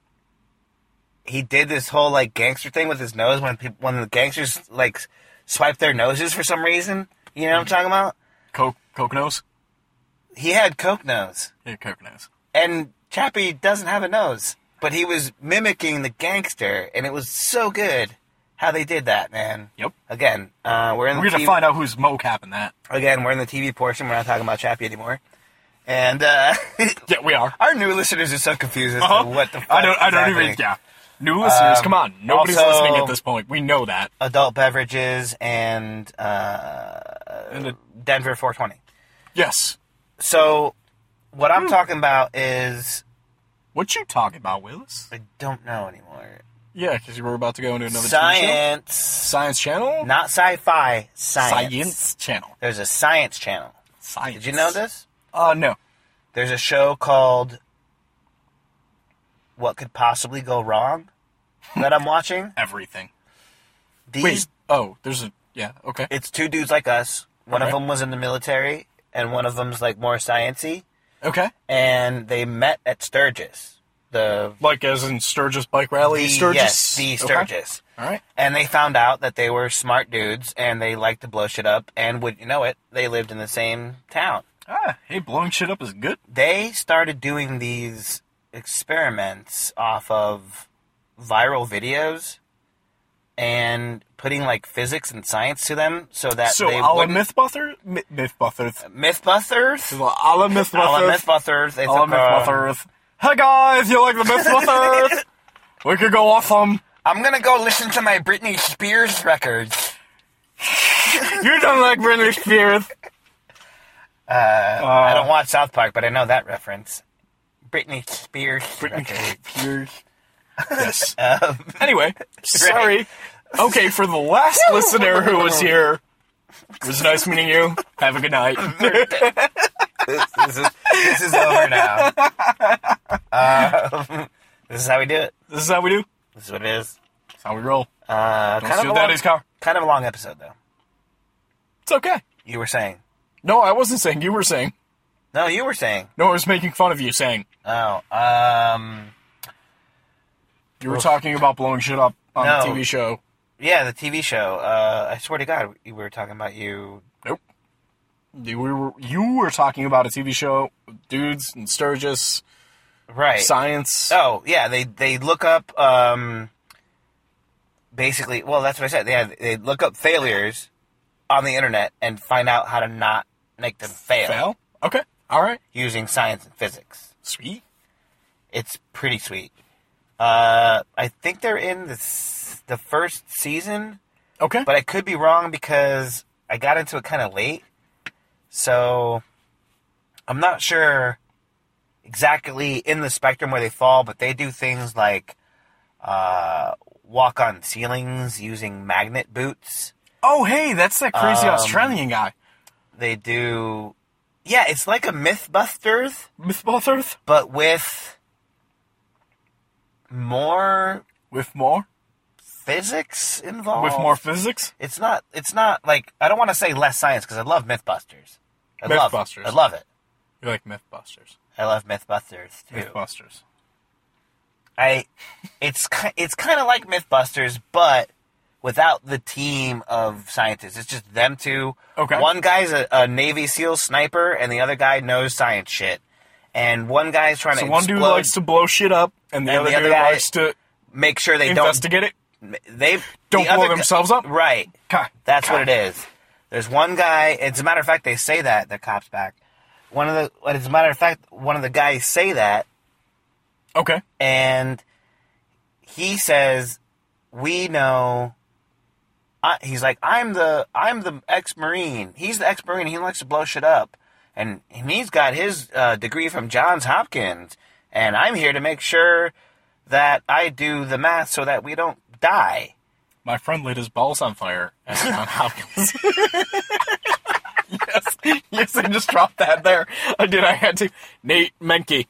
he did this whole like gangster thing with his nose when people when the gangsters like swiped their noses for some reason. You know what I'm Mm-hmm. talking about? Coke, Coke nose? He had coke nose, Yeah, Coke nose. and Chappie doesn't have a nose, but he was mimicking the gangster, and it was so good how they did that, man. Yep. Again, uh, we're in We're the going to TV find out who's mocap in that. again. We're in the TV portion. We're not talking about Chappie anymore, and uh, <laughs> Yeah, we are. our new listeners are so confused as Uh-huh. to what the fuck I don't. I is don't happening. even. Yeah. New listeners, come on. Nobody's also- listening at this point. We know that. adult beverages and uh, And it- Denver 420. yes. So, what Hmm. I'm talking about is What you talking about, Willis? I don't know anymore. Yeah, because you were about to go into another TV show? Science, Science channel. not sci-fi. Science. Science channel. There's a science channel. Science. Did you know this? Uh, no. There's a show called "What Could Possibly Go Wrong" that I'm watching. Everything. These, <laughs> Wait. Oh, there's a. Yeah. Okay. it's two dudes like us. One of Okay. them was in the military, and one of them's like more sciency. Okay. and they met at Sturgis. The, Like as in Sturgis bike rally. the- Sturgis. yes, the Okay. Sturgis, All right. and they found out that they were smart dudes and they liked to blow shit up. And would you know it, they lived in the same town. Ah, hey, blowing shit up is good. They started doing these experiments off of viral videos and putting like physics and science to them, so that So, Uh, they a la wouldn't- Mythbusters, Mi- Mythbusters, MythBusters. a la Mythbusters, All the MythBusters. They All took, the um, Mythbusters. Hey guys, you <laughs> like the Mythbusters? we could go off them. I'm gonna go listen to my Britney Spears records. You don't like Britney Spears. Uh, I Oh. don't watch South Park, but I know that reference. Britney Spears. Britney record. Spears. <laughs> Yes. Um, anyway, sorry. Okay, for the last listener who was here, it was nice meeting you. Have a good night. this, is, this is over now. Um, <laughs> this is how we do it. This is how we do. This is what it is. That's how we roll. Uh, Don't kind, steal of a long, daddy's car. kind of a long episode, though. It's okay. You were saying. No, I wasn't saying. You were saying. No, you were saying. No, I was making fun of you saying. Oh, um, You were talking about blowing shit up on No. a TV show. yeah, the TV show. Uh, I swear to God, we were talking about you Nope. We were, you were talking about a TV show, dudes and Sturgis, Right. science. Oh yeah, they they look up um, basically. Well, that's what I said. They have, they look up failures on the internet and find out how to not make them fail, Fail? Okay. All right. using science and physics. Sweet. It's pretty sweet. Uh, I think they're in the s- the first season, Okay. but I could be wrong because I got into it kind of late, so I'm not sure exactly in the spectrum where they fall. But they do things like uh, walk on ceilings using magnet boots. oh, hey, that's that crazy Um, Australian guy. They do, yeah, it's like a MythBusters, Mythbusters? but with more With more? physics involved. With more physics? it's not it's not like I don't want to say less science because I love MythBusters. I Mythbusters. Love, I love it. You like Mythbusters. I love MythBusters too. Mythbusters. I it's ki- it's kind of like MythBusters, but without the team of scientists. It's just them two. Okay. One guy's a, a Navy SEAL sniper, and the other guy knows science shit. And one guy's trying So to one dude explode, likes to blow shit up, and the And other the other dude guy- likes to make sure they don't investigate it. they Don't the blow other gu- themselves up? Right. God, That's God. what it is. There's one guy. As a matter of fact, they say that the cops back. One of the. As a matter of fact, one of the guys say that, Okay. and he says, "We know." I, he's like, "I'm the I'm the ex marine. He's the ex marine. He likes to blow shit up, and and he's got his uh, degree from Johns Hopkins, and I'm here to make sure that I do the math so that we don't die." <laughs> My friend lit his balls on fire <laughs> at John Hopkins. yes, yes, I just dropped that there. I did. I had to. Nate Menke.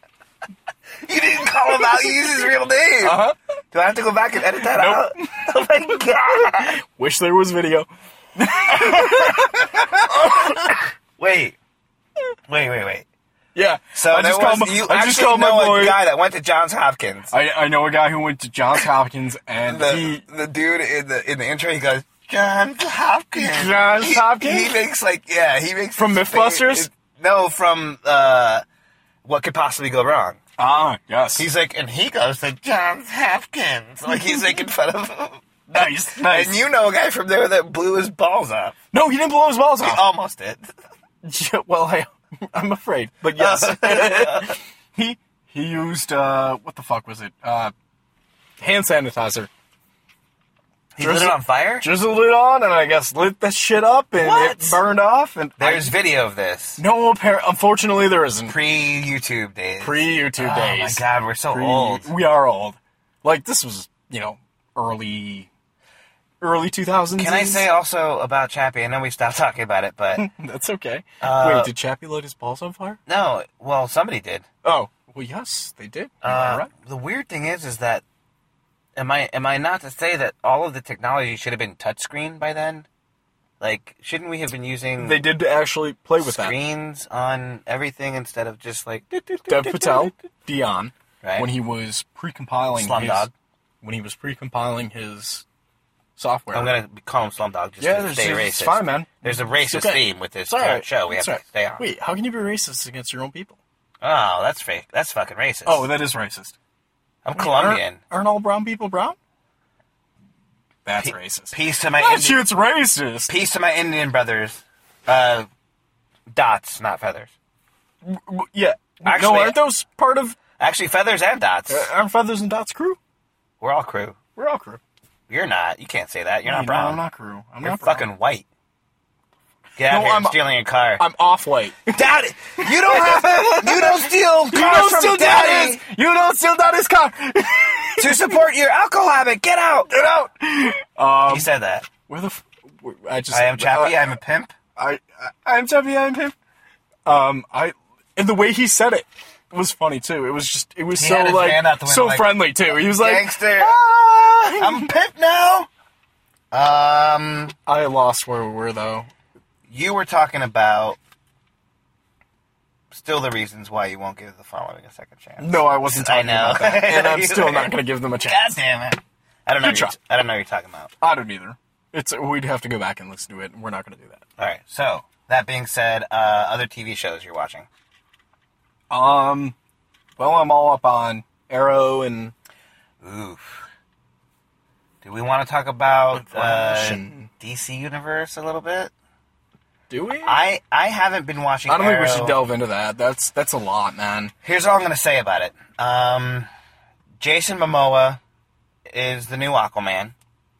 You didn't call him out. You used his real name. Uh-huh. Do I have to go back and edit that Nope. out? <laughs> Oh my god! Wish there was video. Wait, wait, wait, wait. Yeah. So I there just was called my, you I actually just called my know boy. a guy that went to Johns Hopkins. I, I know a guy who went <laughs> to Johns Hopkins, and the he the dude in the in the intro, he goes Johns Hopkins. Johns He- Hopkins? He, makes like yeah, he makes From this Mythbusters? thing- no, from uh, what could possibly go wrong. ah yes, He's like, and he goes to Johns Hopkins. Like he's <laughs> making fun of him. nice, nice. And you know a guy from there that blew his balls up. no, he didn't blow his balls He off. almost did. <laughs> Yeah, well, I, I'm afraid, <laughs> but yes, <laughs> he he used uh, what the fuck was it? Uh, hand sanitizer. He Drizzle- lit it on fire? Drizzled it on, and I guess lit that shit up, and it What? burned off. And There's I- video of this. no apparent. Unfortunately, there isn't Pre YouTube days. pre YouTube oh days. my god, we're so Pre- old. We are old. Like this was, you know, early early 2000s. Can I say also about Chappie? I know we stopped talking about it, <laughs> but that's okay? Uh, Wait, did Chappie light his balls on fire? no. Well, somebody did. Oh, well, yes, they did. Am I Uh, right? The weird thing is, is that am I am I not to say that all of the technology should have been touchscreen by then? Like, shouldn't we have been using They did actually play with that. screens on everything instead of just like Dev Patel, Dion, Right. when he was pre-compiling his, Slumdog? when he was pre-compiling his software. I'm gonna call him Slumdog just Yeah, to there's- stay it's racist. fine, man. There's a It's racist okay. theme with this uh, It's all right. show. We have It's all right. to stay on. Wait, how can you be racist against your own people? Oh, that's fake. That's fucking racist. Oh, that is racist. I'm Aren't, Colombian. aren't all brown people brown? That's racist. Peace to my That Indian, shit's racist. peace to my Indian brothers. Uh, dots, not feathers. W- yeah. Actually- no, aren't those part of uh, Actually, feathers and dots. aren't feathers and dots crew? We're all crew. We're all crew. You're not. You can't say that. You're No, not brown. I'm not crew. I'm You're not brown. fucking white. Get out No, here. I'm- I'm stealing a car. I'm off <laughs> white. daddy. You don't <laughs> have. You don't steal cars You don't from steal daddy daddy's. You don't steal daddy's car. <laughs> to support your alcohol habit. Get out. Get out. Um, he said that. Where the? F- where- I just. I am Chappie. I, I'm a pimp. I, I am Chappie. I'm him. Um, I, and the way he said it was funny too. It was just. It was He so had his like hand out the window, so like, friendly too. He was like Gangster. "Ah." I'm a pimp now. Um, I lost where we were though. you were talking about still the reasons why you won't give the following a second chance. No, I wasn't I talking about know. that, and I'm <laughs> You still were. not going to give them a chance. God damn it! I don't know. Good What you're, try. I don't know what you're talking about. I don't either. It's we'd have to go back and listen to it, and we're not going to do that. All right, so That being said, uh, other TV shows you're watching. Um, well, I'm all up on Arrow and Oof. Do we want to talk about Flash uh, and- DC Universe a little bit? do we? I, I I haven't been watching. don't think we Arrow. should delve into that. That's that's a lot, man. Here's all I'm going to say about it. Um, Jason Momoa is the new Aquaman.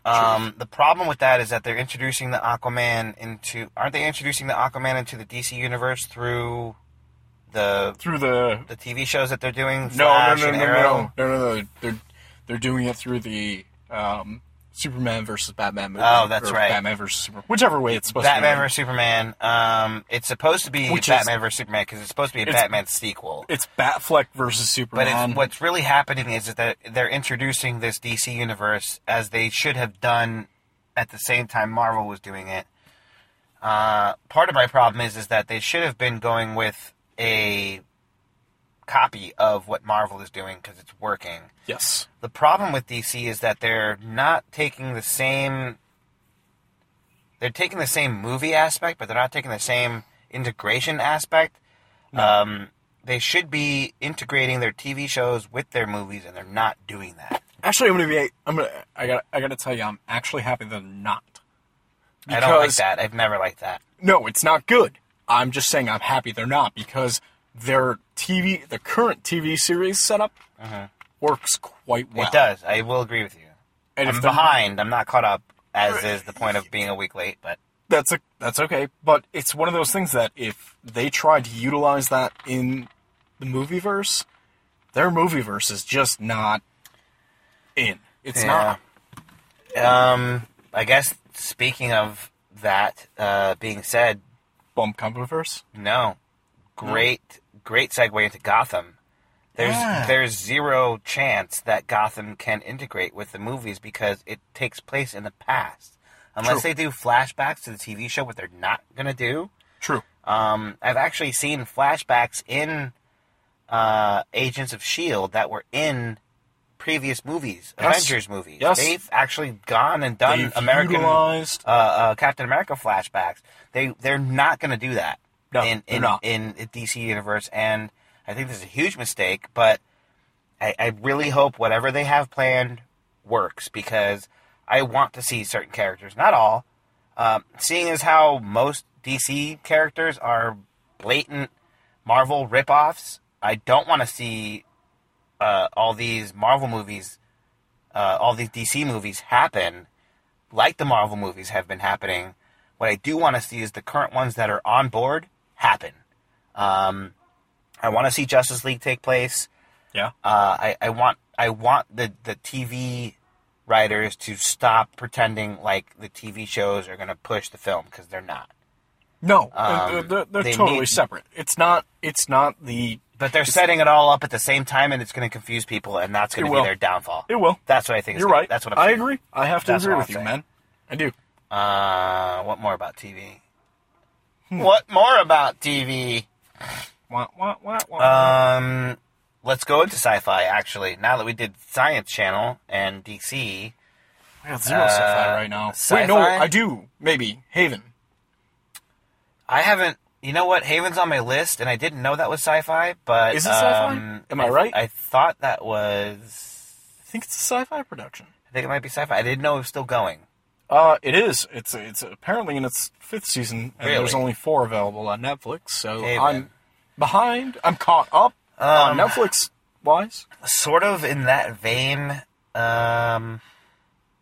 Um, the problem with that is that they're introducing the Aquaman into. Aren't they introducing the Aquaman into the DC universe through the Through the the TV shows that they're doing? no, no, Flash no, no, and no, Arrow? no, no, no, no. They're they're doing it through the um, Superman versus Batman movie. Oh, that's or right. Batman versus Superman, whichever way it's supposed Batman to be. vs Superman. Um, it's supposed to be Which is- Batman vs Superman because it's supposed to be a It's- Batman sequel. It's Batfleck versus Superman. But it's, what's really happening is that they're introducing this DC universe as they should have done at the same time Marvel was doing it. Uh, part of my problem is is that they should have been going with a copy of what Marvel is doing because it's working. yes, The problem with DC is that they're not taking the same. They're taking the same movie aspect, but they're not taking the same integration aspect. Um, they should be integrating their TV shows with their movies, and they're not doing that. actually, I'm gonna be. I'm gonna. I got. I gotta tell you, I'm actually happy they're not. I don't like Because- that. I've never liked that. No, it's not good. I'm just saying I'm happy they're not because their TV, the current TV series setup, works quite well. Uh-huh. It does. I will agree with you. And I'm if they're- behind. I'm not caught up, as is the point of being a week late. But That's a, that's okay. But it's one of those things that if they tried to utilize that in the movieverse, their movieverse is just not in. It's not. Um, I guess speaking of that uh, being said, Bump Comboverse. No. Great, great segue into Gotham. There's Yeah. there's zero chance that Gotham can integrate with the movies because it takes place in the past. Unless True. they do flashbacks to the TV show, what they're not gonna do. True. Mm. Um, I've actually seen flashbacks in uh, Agents of Shield that were in previous movies, Yes. Avengers movies. Yes. They've actually gone and done They've American utilized. uh, uh, Captain America flashbacks. They they're not going to do that No, in they're in, not. in the DC universe, and I think this is a huge mistake. But I, I really hope whatever they have planned works because I want to see certain characters, not all. Um, seeing as how most DC characters are blatant Marvel ripoffs, I don't want to see uh, all these Marvel movies, uh, all these DC movies happen like the Marvel movies have been happening. What I do want to see is the current ones that are on board happen. Um, I want to see Justice League take place. yeah. Uh, I, I want I want the, the TV writers to stop pretending like the TV shows are going to push the film because they're not. No, um, they're, they're, they're they totally need- separate. It's not. It's not the. But they're setting it all up at the same time, and it's going to confuse people, and that's going It to be will. their downfall. It will. That's what I think. is You're gonna- right. That's what I'm I saying. agree. I have to That's agree what with I'm you, saying. man. I do. Uh, what more about TV? Hmm. What more about TV? Wah, wah, wah, wah. Um, let's go into sci-fi. Actually, now that we did Science Channel and DC, I got zero sci-fi right now. Wait, no, uh, sci-fi? I do. Maybe Haven. I haven't. You know what? Haven's on my list, and I didn't know that was sci-fi. But Is it sci-fi? um, Am I right? I thought that was. I think it's a sci-fi production. I think it might be sci-fi. I didn't know it was still going. Uh, it is. It's it's apparently in its fifth season, and Really? there's only four available on Netflix. So Haven. I'm behind. I'm caught up on Um, Netflix wise. Sort of in that vein, um,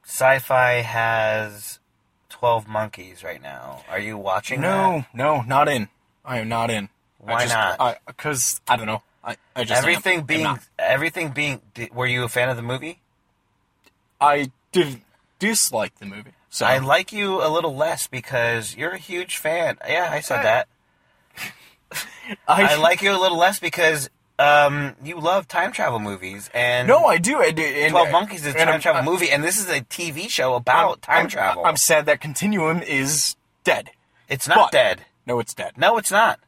sci-fi has Twelve Monkeys right now. Are you watching? that? No, no, not in. I am not in. Why I just, not? Because I, don't know. I, I just am. Everything I'm being, not. everything being. di- Were you a fan of the movie? I did dislike the movie. So I like you a little less because you're a huge fan. Yeah, I said that. I like you a little less because um, you love time travel movies and No, I do. I do. And, 12 Monkeys is a and time I'm- travel I'm- movie, and this is a TV show about I'm- time I'm- travel. I'm sad that Continuum is dead. it's not but- dead. No, it's dead. No, it's not.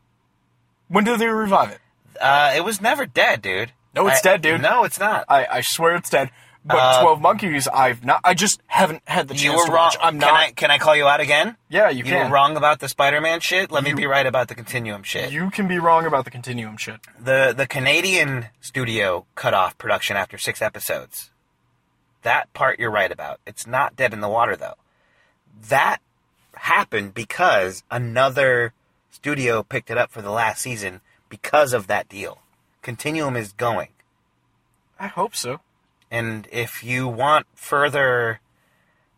When did they revive it? Uh, it was never dead, dude. No, it's I- dead, dude. No, it's not. I, I swear it's dead. But Uh, Twelve Monkeys, I've not. I just haven't had the chance You were to wrong. watch. I'm Can not. I, can I call you out again? yeah, you, You can. were wrong about the Spider-Man shit. Let You- me be right about the Continuum shit. You can be wrong about the continuum shit. the the Canadian studio cut off production after six episodes. That part you're right about. It's not dead in the water though. That happened because another studio picked it up for the last season because of that deal. Continuum is going. I hope so. And if you want further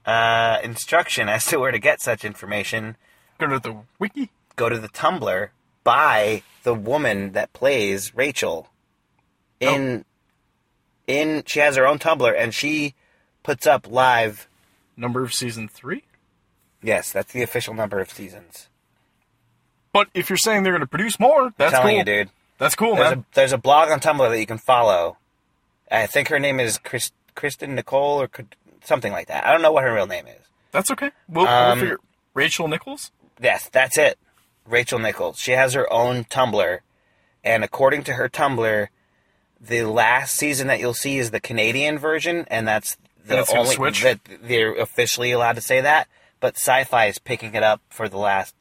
uh, instruction as to where to get such information, Go to the wiki. go to the Tumblr by the woman that plays Rachel. Oh. In in she has her own Tumblr and she puts up live. Number of season three. Yes, that's the official number of seasons. But if you're saying they're going to produce more, that's telling cool, you, dude. That's cool, There's man. a, there's a blog on Tumblr that you can follow. I think her name is Chris, Kristen Nicole or K- something like that. I don't know what her real name is. That's okay. We'll, Um, we'll figure. Rachel Nichols. Yes, that's it. Rachel Nichols. She has her own Tumblr, and according to her Tumblr, the last season that you'll see is the Canadian version, and that's the And it's gonna only switch? that they're officially allowed to say that. But Sci-Fi is picking it up for the last.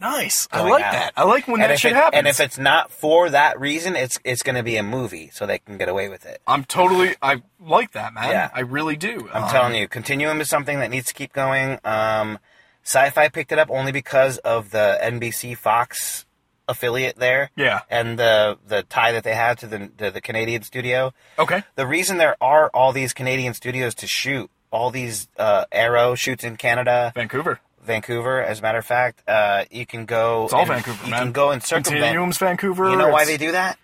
Nice. I going like out. that. I like when Oh, and that if shit it- happens. And if it's not for that reason, it's it's going to be a movie, so they can get away with it. I'm totally. I like that, man. Yeah. I really do. Uh, I'm telling you, Continuum is something that needs to keep going. Um, Sci-Fi picked it up only because of the NBC Fox affiliate there. Yeah. and the the tie that they have to the to the Canadian studio. Okay. The reason there are all these Canadian studios to shoot all these uh, Arrow shoots in Canada, Vancouver. Vancouver. As a matter of fact, uh, you can go. It's all and- Vancouver, You man. can go and circumvent. Continuum's Vancouver. You know why they do that?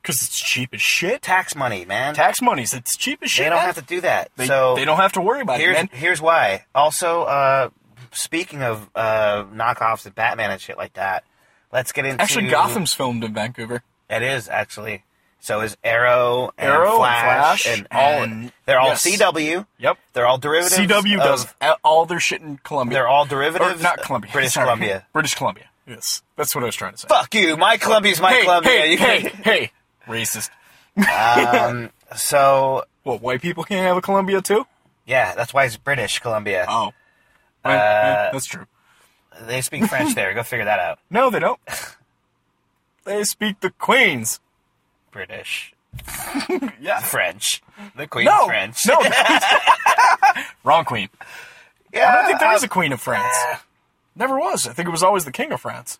Because it's cheap as shit. Tax money, man. Tax monies. It's cheap as shit. they don't man. have to do that. They, so they don't have to worry about it, here's man. here's why. Also, uh, speaking of uh, knockoffs of Batman and shit like that, let's get into Actually, Gotham's filmed in Vancouver. It is actually. So is Arrow, and Arrow and Flash, Flash and, all. and- they're all yes. CW. Yep. They're all derivatives. CW of- does a- all their shit in Columbia. They're all or derivatives. not of Columbia. British sorry. Columbia. British Columbia. Yes, that's what I was trying to say. Fuck you. My Columbia's my Oh, hey, Columbia. hey, You hey, can- hey, racist. So What? White people can't have a Columbia too? yeah, that's why it's British Columbia. Oh, Right, Uh, right, that's true. They speak French there. Go figure that out. No, they <laughs> don't. they speak the Queen's. British Yeah. French. The Queen's No, French. <laughs> no, <laughs> wrong Queen. yeah, I don't think there is a Queen <sighs> of France. Never was. I think it was always the King of France,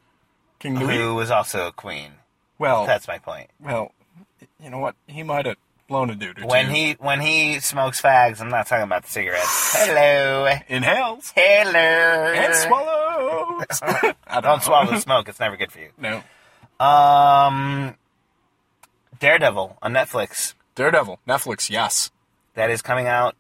King Louis. who was also a queen. well, That's my point. well, you know what? He might have blown a dude or When two. he when he smokes fags, I'm not talking about the cigarettes. Hello, inhales hello. <laughs> and swallows. <laughs> I don't, Don't swallow the smoke. It's never good for you. No, Um, Daredevil on Netflix. Daredevil, Netflix. Yes, That is coming out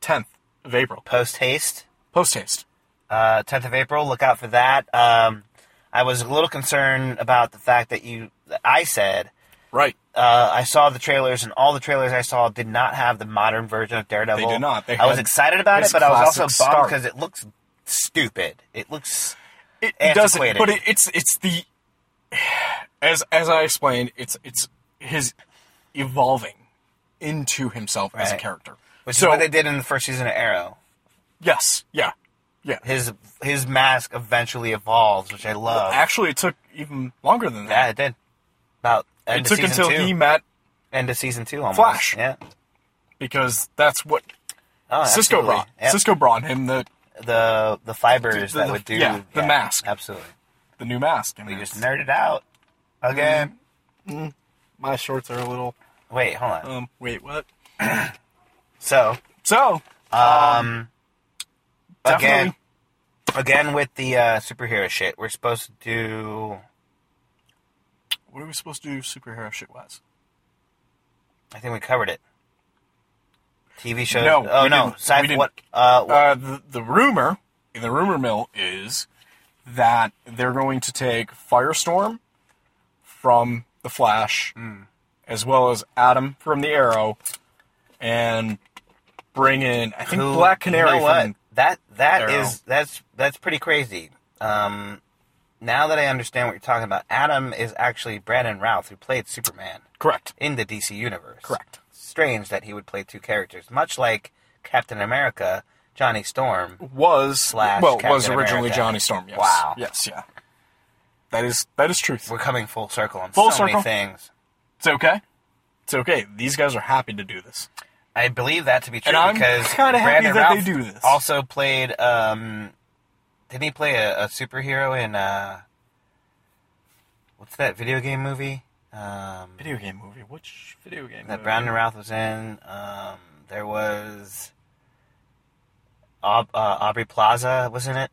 tenth of April. post haste, Post haste. uh, 10th of April. Look out for that. Um, I was a little concerned about the fact that you, that I said, Right. uh, I saw the trailers, and all the trailers I saw did not have the modern version of Daredevil. They did not. They I was had excited about it, this but I was also classic bummed start. because it looks stupid. It looks. It, it doesn't. Antiquated. But it, it's it's the as as I explained, it's it's his evolving into himself as a Right. character. Which so is what they did in the first season of Arrow. yes, yeah, yeah. His his mask eventually evolves, which I love. Actually, it took even longer than Uh, Yeah, that. it did. About end it of took season until two. he met end of season two almost. Flash. Yeah. because that's what Oh, Cisco absolutely. brought. Yeah. Cisco brought him the The the fibers The- that the- would do yeah, the mask. Absolutely. the new mask. And We it's- just nerded out again. Mm-hmm. my shorts are a little. Wait, hold on. Um, wait, what? So So again, definitely- again with the uh, superhero shit, we're supposed to do. what are we supposed to do? Superhero shit wise. I think we covered it. TV shows. No, oh we no. didn't. Sci- We didn't. What? Uh, what- Uh, the, the rumor in the rumor mill is that they're going to take Firestorm from the Flash, Hmm. as well as Adam from the Arrow, and bring in I think who- Black Canary. You know what? From, that that Arrow. is that's that's pretty crazy. Um, now that I understand what you're talking about, Adam is actually Brandon Routh, who played Superman correct. in the DC universe. Correct. strange that he would play two characters, much like Captain America, Johnny Storm. was Slash well Captain was originally America. Johnny Storm. Yes. Wow. Yes. Yeah. That is that is truth. We're coming full circle on Full so circle. many things. It's okay. It's okay. These guys are happy to do this. I believe that to be true And I'm because kinda happy Brandon that they Routh do this. also played. Um, didn't he play a, a superhero in uh, what's that video game movie? Um, Video game movie. Which video game? that movie? Brandon Routh was in. Um, there was Aub- uh, Aubrey Plaza was in it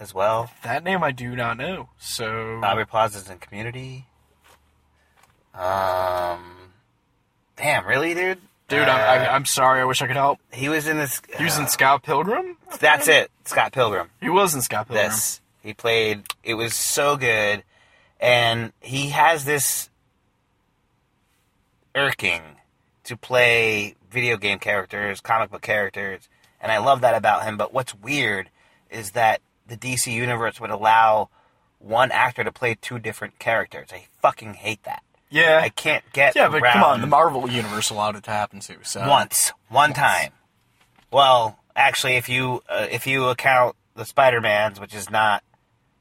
as well. That name I do not know. So Aubrey Plaza's in Community. Um, damn, really, dude? Uh, dude, I, I, I'm sorry. I wish I could help. He was in this. He was in uh, Scott Pilgrim. That's it. Scott Pilgrim. He was in Scott Pilgrim. This he played. It was so good, and he has this irking to play video game characters, comic book characters, and I love that about him. But what's weird is that the DC universe would allow one actor to play two different characters. I fucking hate that. Yeah. I can't get yeah, but come on. around The Marvel universe allowed it to happen too. So once, one time. Well, actually, if you uh, if you account the Spider Mans, which is not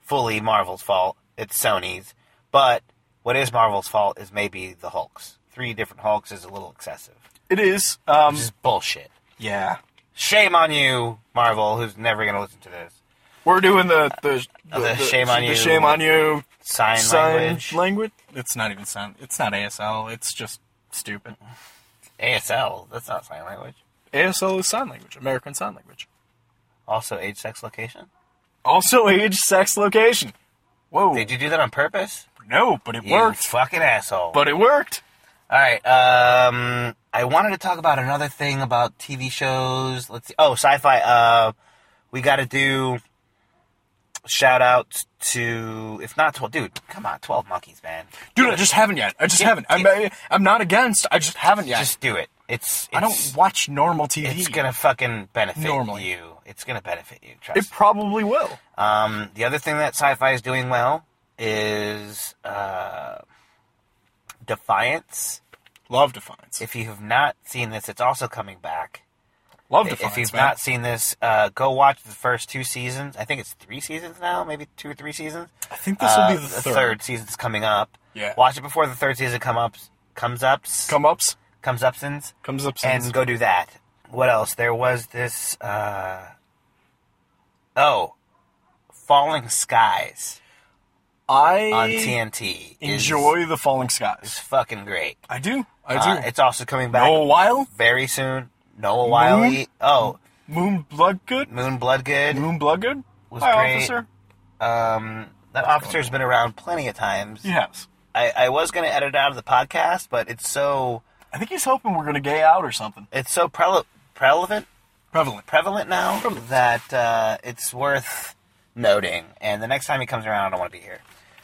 fully Marvel's fault, it's Sony's. But what is Marvel's fault is maybe the Hulks. Three different Hulks is a little excessive. it is. Um. This is bullshit. Yeah. Shame on you, Marvel, who's never going to listen to this. We're doing the the, Oh, the shame on the you. shame on you Sign, sign language. language. It's not even sign. It's not ASL. It's just stupid. ASL. That's not sign language. ASL is sign language. American sign language. Also, age, sex, location. Also, age, sex, location. Whoa. Did you do that on purpose? no, but it You worked. fucking asshole. But it worked. All right. Um, I wanted to talk about another thing about TV shows. Let's see. Oh, sci-fi. Uh, we got to do shout outs to if not twelve. Dude, come on, Twelve Monkeys, man. Dude, I just haven't yet. I just Yeah, haven't. I'm, I, I'm not against. I just haven't yet. Just do it. It's, it's I don't watch normal TV. It's gonna fucking benefit Normally. you. It's gonna benefit you. Trust It probably will. Um, the other thing that sci-fi is doing well is uh, Defiance. Love Defiance. If you have not seen this, it's also coming back. Love Defiance. if you've man. not seen this, uh, go watch the first two seasons. I think it's three seasons now, maybe two or three seasons. I think this will Uh, be the, third. season's coming up. Yeah. Watch it before the third season come up, comes up, Come ups. comes up, sins, Comes up. and go do that. What else? There was this. Uh, oh, Falling Skies I on TNT. is- enjoy the Falling is Skies. fucking great. I do. I Uh, do. it's also coming back Noah Weil, very soon. Noah Wiley. Oh, Moon Bloodgood, Moon Bloodgood. Moon Bloodgood Was Hi, great. officer. Um, that officer's been around plenty of times. He has. I, I was going to edit it out of the podcast, but it's so I think he's hoping we're gonna gay out or something. it's so prele- prevalent Prevalent. prevalent now that uh, it's worth noting. And the next time he comes around, I don't want to be here.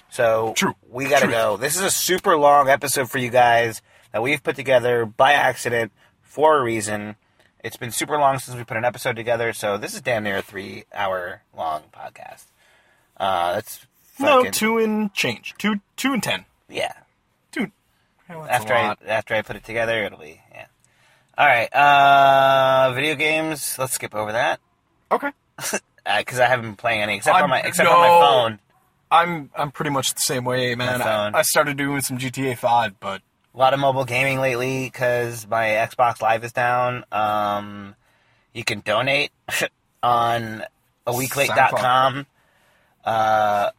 So True. we got to True. go. This is a super long episode for you guys that we've put together by accident for a reason. It's been super long since we put an episode together, so this is damn near a three-hour long podcast. Uh, that's No, fucking- two and change. Two, two and ten. yeah. Two. Well, that's after a I lot. after I put it together, it'll be yeah. All right, uh, video games. Let's skip over that Okay. because I haven't been playing any except on I'm- my except on my no. phone. I'm I'm pretty much the same way, man. I, phone. I started doing some GTA Five, but A lot of mobile gaming lately because my Xbox Live is down. Um, you can donate <laughs> on aweeklate.com. Uh,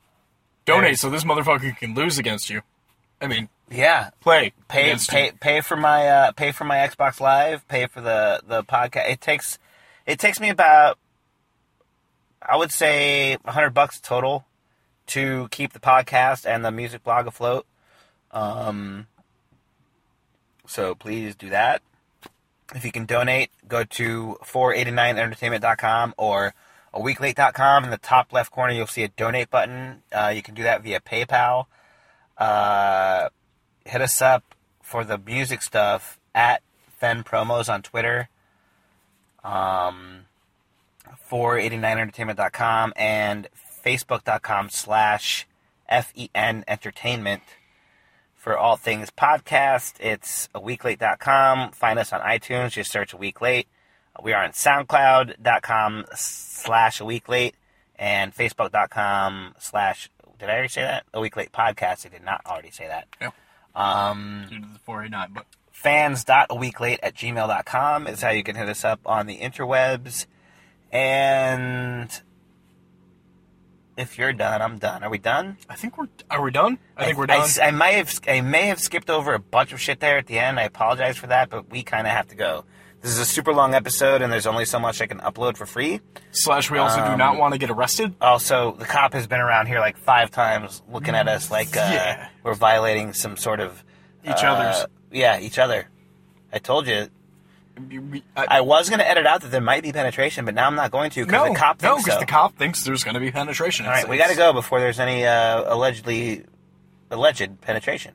donate so this motherfucker can lose against you. I mean, yeah, play pay against pay you. pay for my uh, pay for my Xbox Live, pay for the the podcast. It takes it takes me about I would say hundred bucks total to keep the podcast and the music blog afloat. Um, so please do that. If you can donate, go to 489entertainment.com or a weeklate.com. In the top left corner, you'll see a donate button. Uh, you can do that via PayPal. Uh, hit us up for the music stuff at Fen Promos on Twitter, um, 489entertainment.com, and facebook.com slash FEN Entertainment E for all things podcast. It's a weeklate.com. Find us on iTunes. Just search a week late. We are on soundcloud.com slash a week late and facebook.com slash, did I already say that? A week late podcast. I did not already say that. Yep. Um, Due to the 489, but fans.aweeklate at gmail.com is how you can hit us up on the interwebs. And if you're done, I'm done. Are we done? I think we're are we done? I think we're done. s- I, may have I may have skipped over a bunch of shit there at the end. I apologize for that, but we kind of have to go. This is a super long episode, and there's only so much I can upload for free. Slash, we also do not Um, want to get arrested. Also, the cop has been around here like five times, looking at us like uh, Yeah. we're violating some sort of Each uh, other's. Yeah, each other. I told you. We- we- uh, I- I was going to edit out that there might be penetration, but now I'm not going to because no, the cop no, thinks because so. the cop thinks there's going to be penetration. All right, we got to go before there's any uh, allegedly alleged penetration.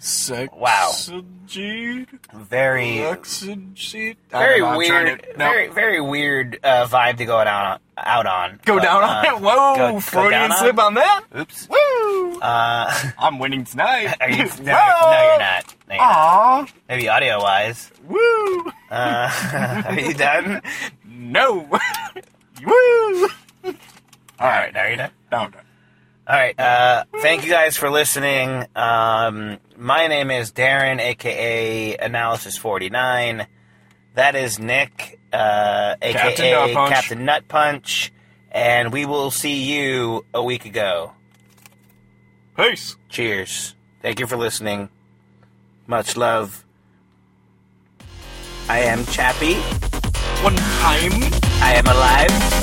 Sex- Wow. Sexaged? Very Sexaged? I very don't know, I'm trying weird, to- no. very very weird uh, vibe to go out on. Out on. Go But, down uh, on it. Whoa, go- go Freudian down on slip it? on that. Oops. Woo! Uh, <laughs> I'm winning tonight. are <laughs> you, no, you're, Whoa! no, you're not. No, you're not. Aw, Maybe audio wise. woo! Uh, <laughs> are you <laughs> done? No, <laughs> woo! <laughs> All right, now you're done. No, no. All right. Uh, thank you guys for listening. Um, my name is Darren, aka Analysis Forty Nine. That is Nick, uh, aka Captain Nut Punch. Captain Nut Punch, and we will see you a week ago. Peace. Cheers. Thank you for listening. Much love. I am Chappy. One time. I am alive.